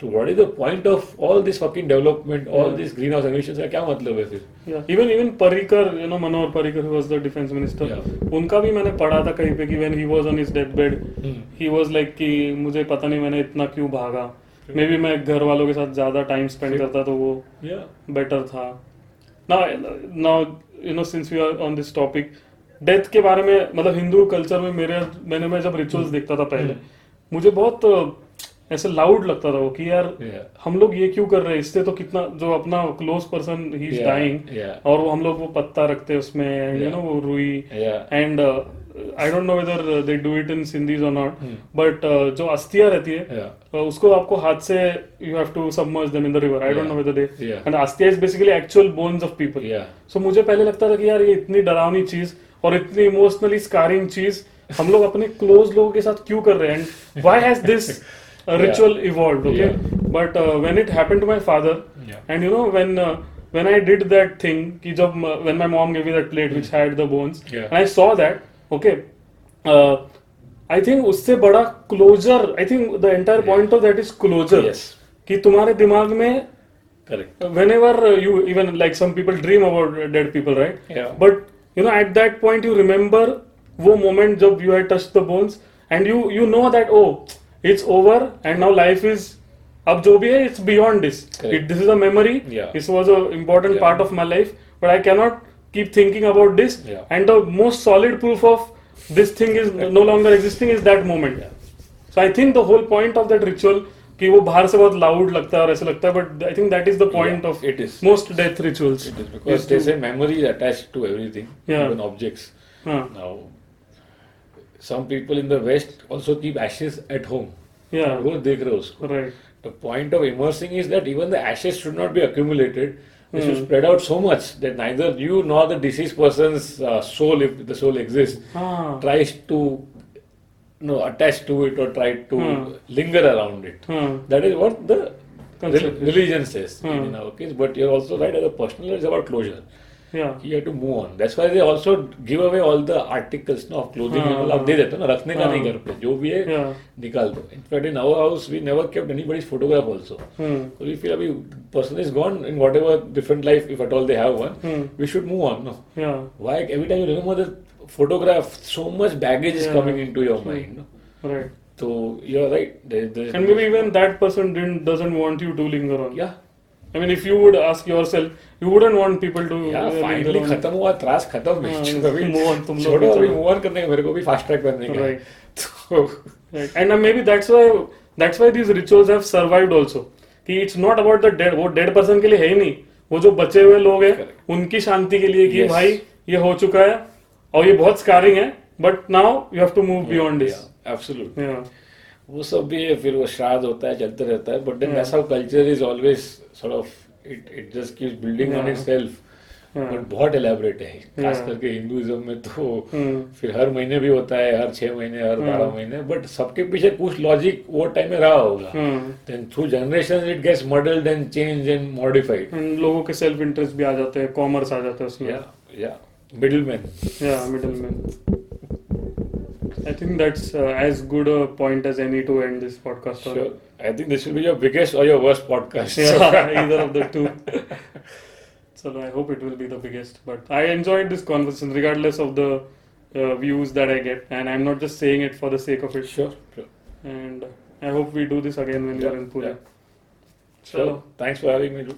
तो what is the point of all this fucking development all Yeah. This greenhouse emissions का क्या मतलब है फिर even even Parrikar you know Manohar Parrikar who was the defence minister Yeah. उनका भी मैंने पढ़ा था कहीं पे कि when he was on his death bed Hmm. He was like कि मुझे पता नहीं मैंने इतना क्यों भागा Hmm. मे बी मैं घर वालों के साथ ज्यादा टाइम स्पेंड True. करता तो वो या बेटर था ना ना you know since we are on this topic death के बारे में मतलब हिंदू कल्चर में मेरे मैंने मैं जब Hmm. रिचुअल्स देखता था पहले मुझे बहुत अ, ऐसे लाउड लगता था वो कि यार Yeah. हम लोग ये क्यों कर रहे हैं इससे तो कितना जो अपना क्लोज पर्सन ही इज Yeah, डाइंग yeah. और वो हम लोग वो पत्ता रखते हैं उसमें यू Yeah. नो वो रुई uh, Yeah. And I don't know whether they do it in Sindhis और नॉट Hmm. बट uh, जो अस्थियां रहती है Yeah. Uh, उसको आपको हाथ से you have to submerge them in the river I don't know Yeah. Whether they Yeah. And अस्थिया is basically actual bones of people Yeah. So मुझे पहले लगता था कि यार ये इतनी डरावनी चीज और इतनी इमोशनली स्कारिंग चीज हम लोग अपने क्लोज लोगों के साथ क्यों कर रहे हैं and why has this ritual evolved okay Yeah. But when it happened to my father Yeah. And you know when when i did that thing ki jab when my mom gave me that plate which had the bones Yeah. and i saw that okay uh, i think उससे बड़ा closure I think the entire point of that is closure Yes. कि तुम्हारे दिमाग में Correct. whenever you even like some people dream about dead people right Yeah. but you know at that point you remember wo moment job you had touched the bones and you you know that oh it's over and now life is ab jo bhi hai it's beyond this Correct. it, this is a memory Yeah. this was a important Yeah. part of my life but i cannot keep thinking about this Yeah. and the most solid proof of this thing is no longer existing is that moment so I think the whole point of that ritual कि वो बाहर से बहुत loud लगता है और ऐसा लगता है but I think that is the point Yeah, of it is. most death rituals. It is because Is they to- say memory is attached to everything, Yeah. even objects. हाँ, Now, some people in the West also keep ashes at home. yeah, रोज देख रहे हो उसको right, The point of immersing is that even the ashes should not be accumulated. They should Hmm. spread out so much that neither you nor the deceased person's uh, soul, if the soul exists, हाँ, tries to you know, attach to it or try to Hmm. linger around it. हाँ, That is what the Concept rel- is. religion says in- Hmm. in our case. But you're also right, as a personal, it's about closure. yeah, You have to move on. That's why they also give away all the articles no, of clothing. हाँ, and all. हाँ. आप दे देते हो ना रखने का हाँ. नहीं घर पे जो भी है yeah, निकाल दो in fact in our house we never kept anybody's photograph also hmm, So if अभी person is gone in whatever different life, if at all they have one, Hmm. we should move on. No, yeah, why every time you remember the photograph, so much baggage is Yeah. coming into your mind. No? right, So you're right. There, there's And maybe even that person didn't doesn't want you to linger on. yeah. I mean, if you would ask yourself, you wouldn't want people to या uh, finally linger on. खत्म हुआ त्रास खत्म हाँ, है इसको अभी move on, तुम लोग छोड़ो भी अभी चलो। मूव ऑन करने का मेरे को भी फास्ट ट्रैक करने का है। Right. तो Right. And uh, maybe that's why that's why these rituals have survived also. कि it's not about the dead. वो dead person के लिए है ही नहीं. वो जो बचे हुए लोग हैं Correct. उनकी शांति के लिए कि Yes. भाई ये हो चुका है और ये बहुत स्कारिंग है but now you have to move beyond this absolute वो सब भी है फिर वो श्राद्ध होता है चलते रहता है but then Yeah. That's how culture is always sort of it it just keeps building on Yeah. Itself Yeah. But बहुत एलैबोरेट है खास Yeah. करके हिंदुइज्म में तो Hmm. फिर हर महीने भी होता है हर छह महीने हर Hmm. बारह महीने बट सबके पीछे कुछ लॉजिक वो टाइम में रहा होगा and then through generation it gets moulded and change and modified लोगों के सेल्फ इंटरेस्ट भी आ जाते हैं कॉमर्स आ जाता है उसमें Yeah, yeah. Middleman. Yeah, middleman. I think that's uh, as good a point as any to end this podcast on. Sure. I think this will be your biggest or your worst podcast. Yeah, either of the two. so I hope it will be the biggest. But I enjoyed this conversation, regardless of the uh, views that I get, and I'm not just saying it for the sake of it. sure. Sure. And I hope we do this again when we are in Pune. Yeah. Sure. Chalo. Thanks for having me.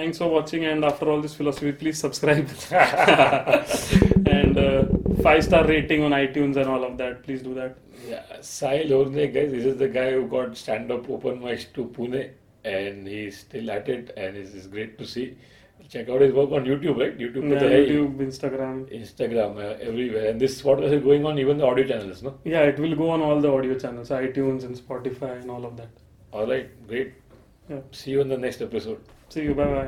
Thanks for watching, and after all this philosophy, please subscribe and uh, five star rating on iTunes and all of that. Please do that. Yeah, Sahil Horne, guys, this is the guy who got stand up open mics to Pune and he's still at it and it's, it's great to see. Check out his work on YouTube, right? YouTube, pe Yeah, to hai hi. YouTube, Instagram. Instagram, uh, everywhere. And this podcast is going on even the audio channels, no? Yeah, it will go on all the audio channels, iTunes and Spotify and all of that. All right, great. Yeah. See you in the next episode. See you. Bye bye.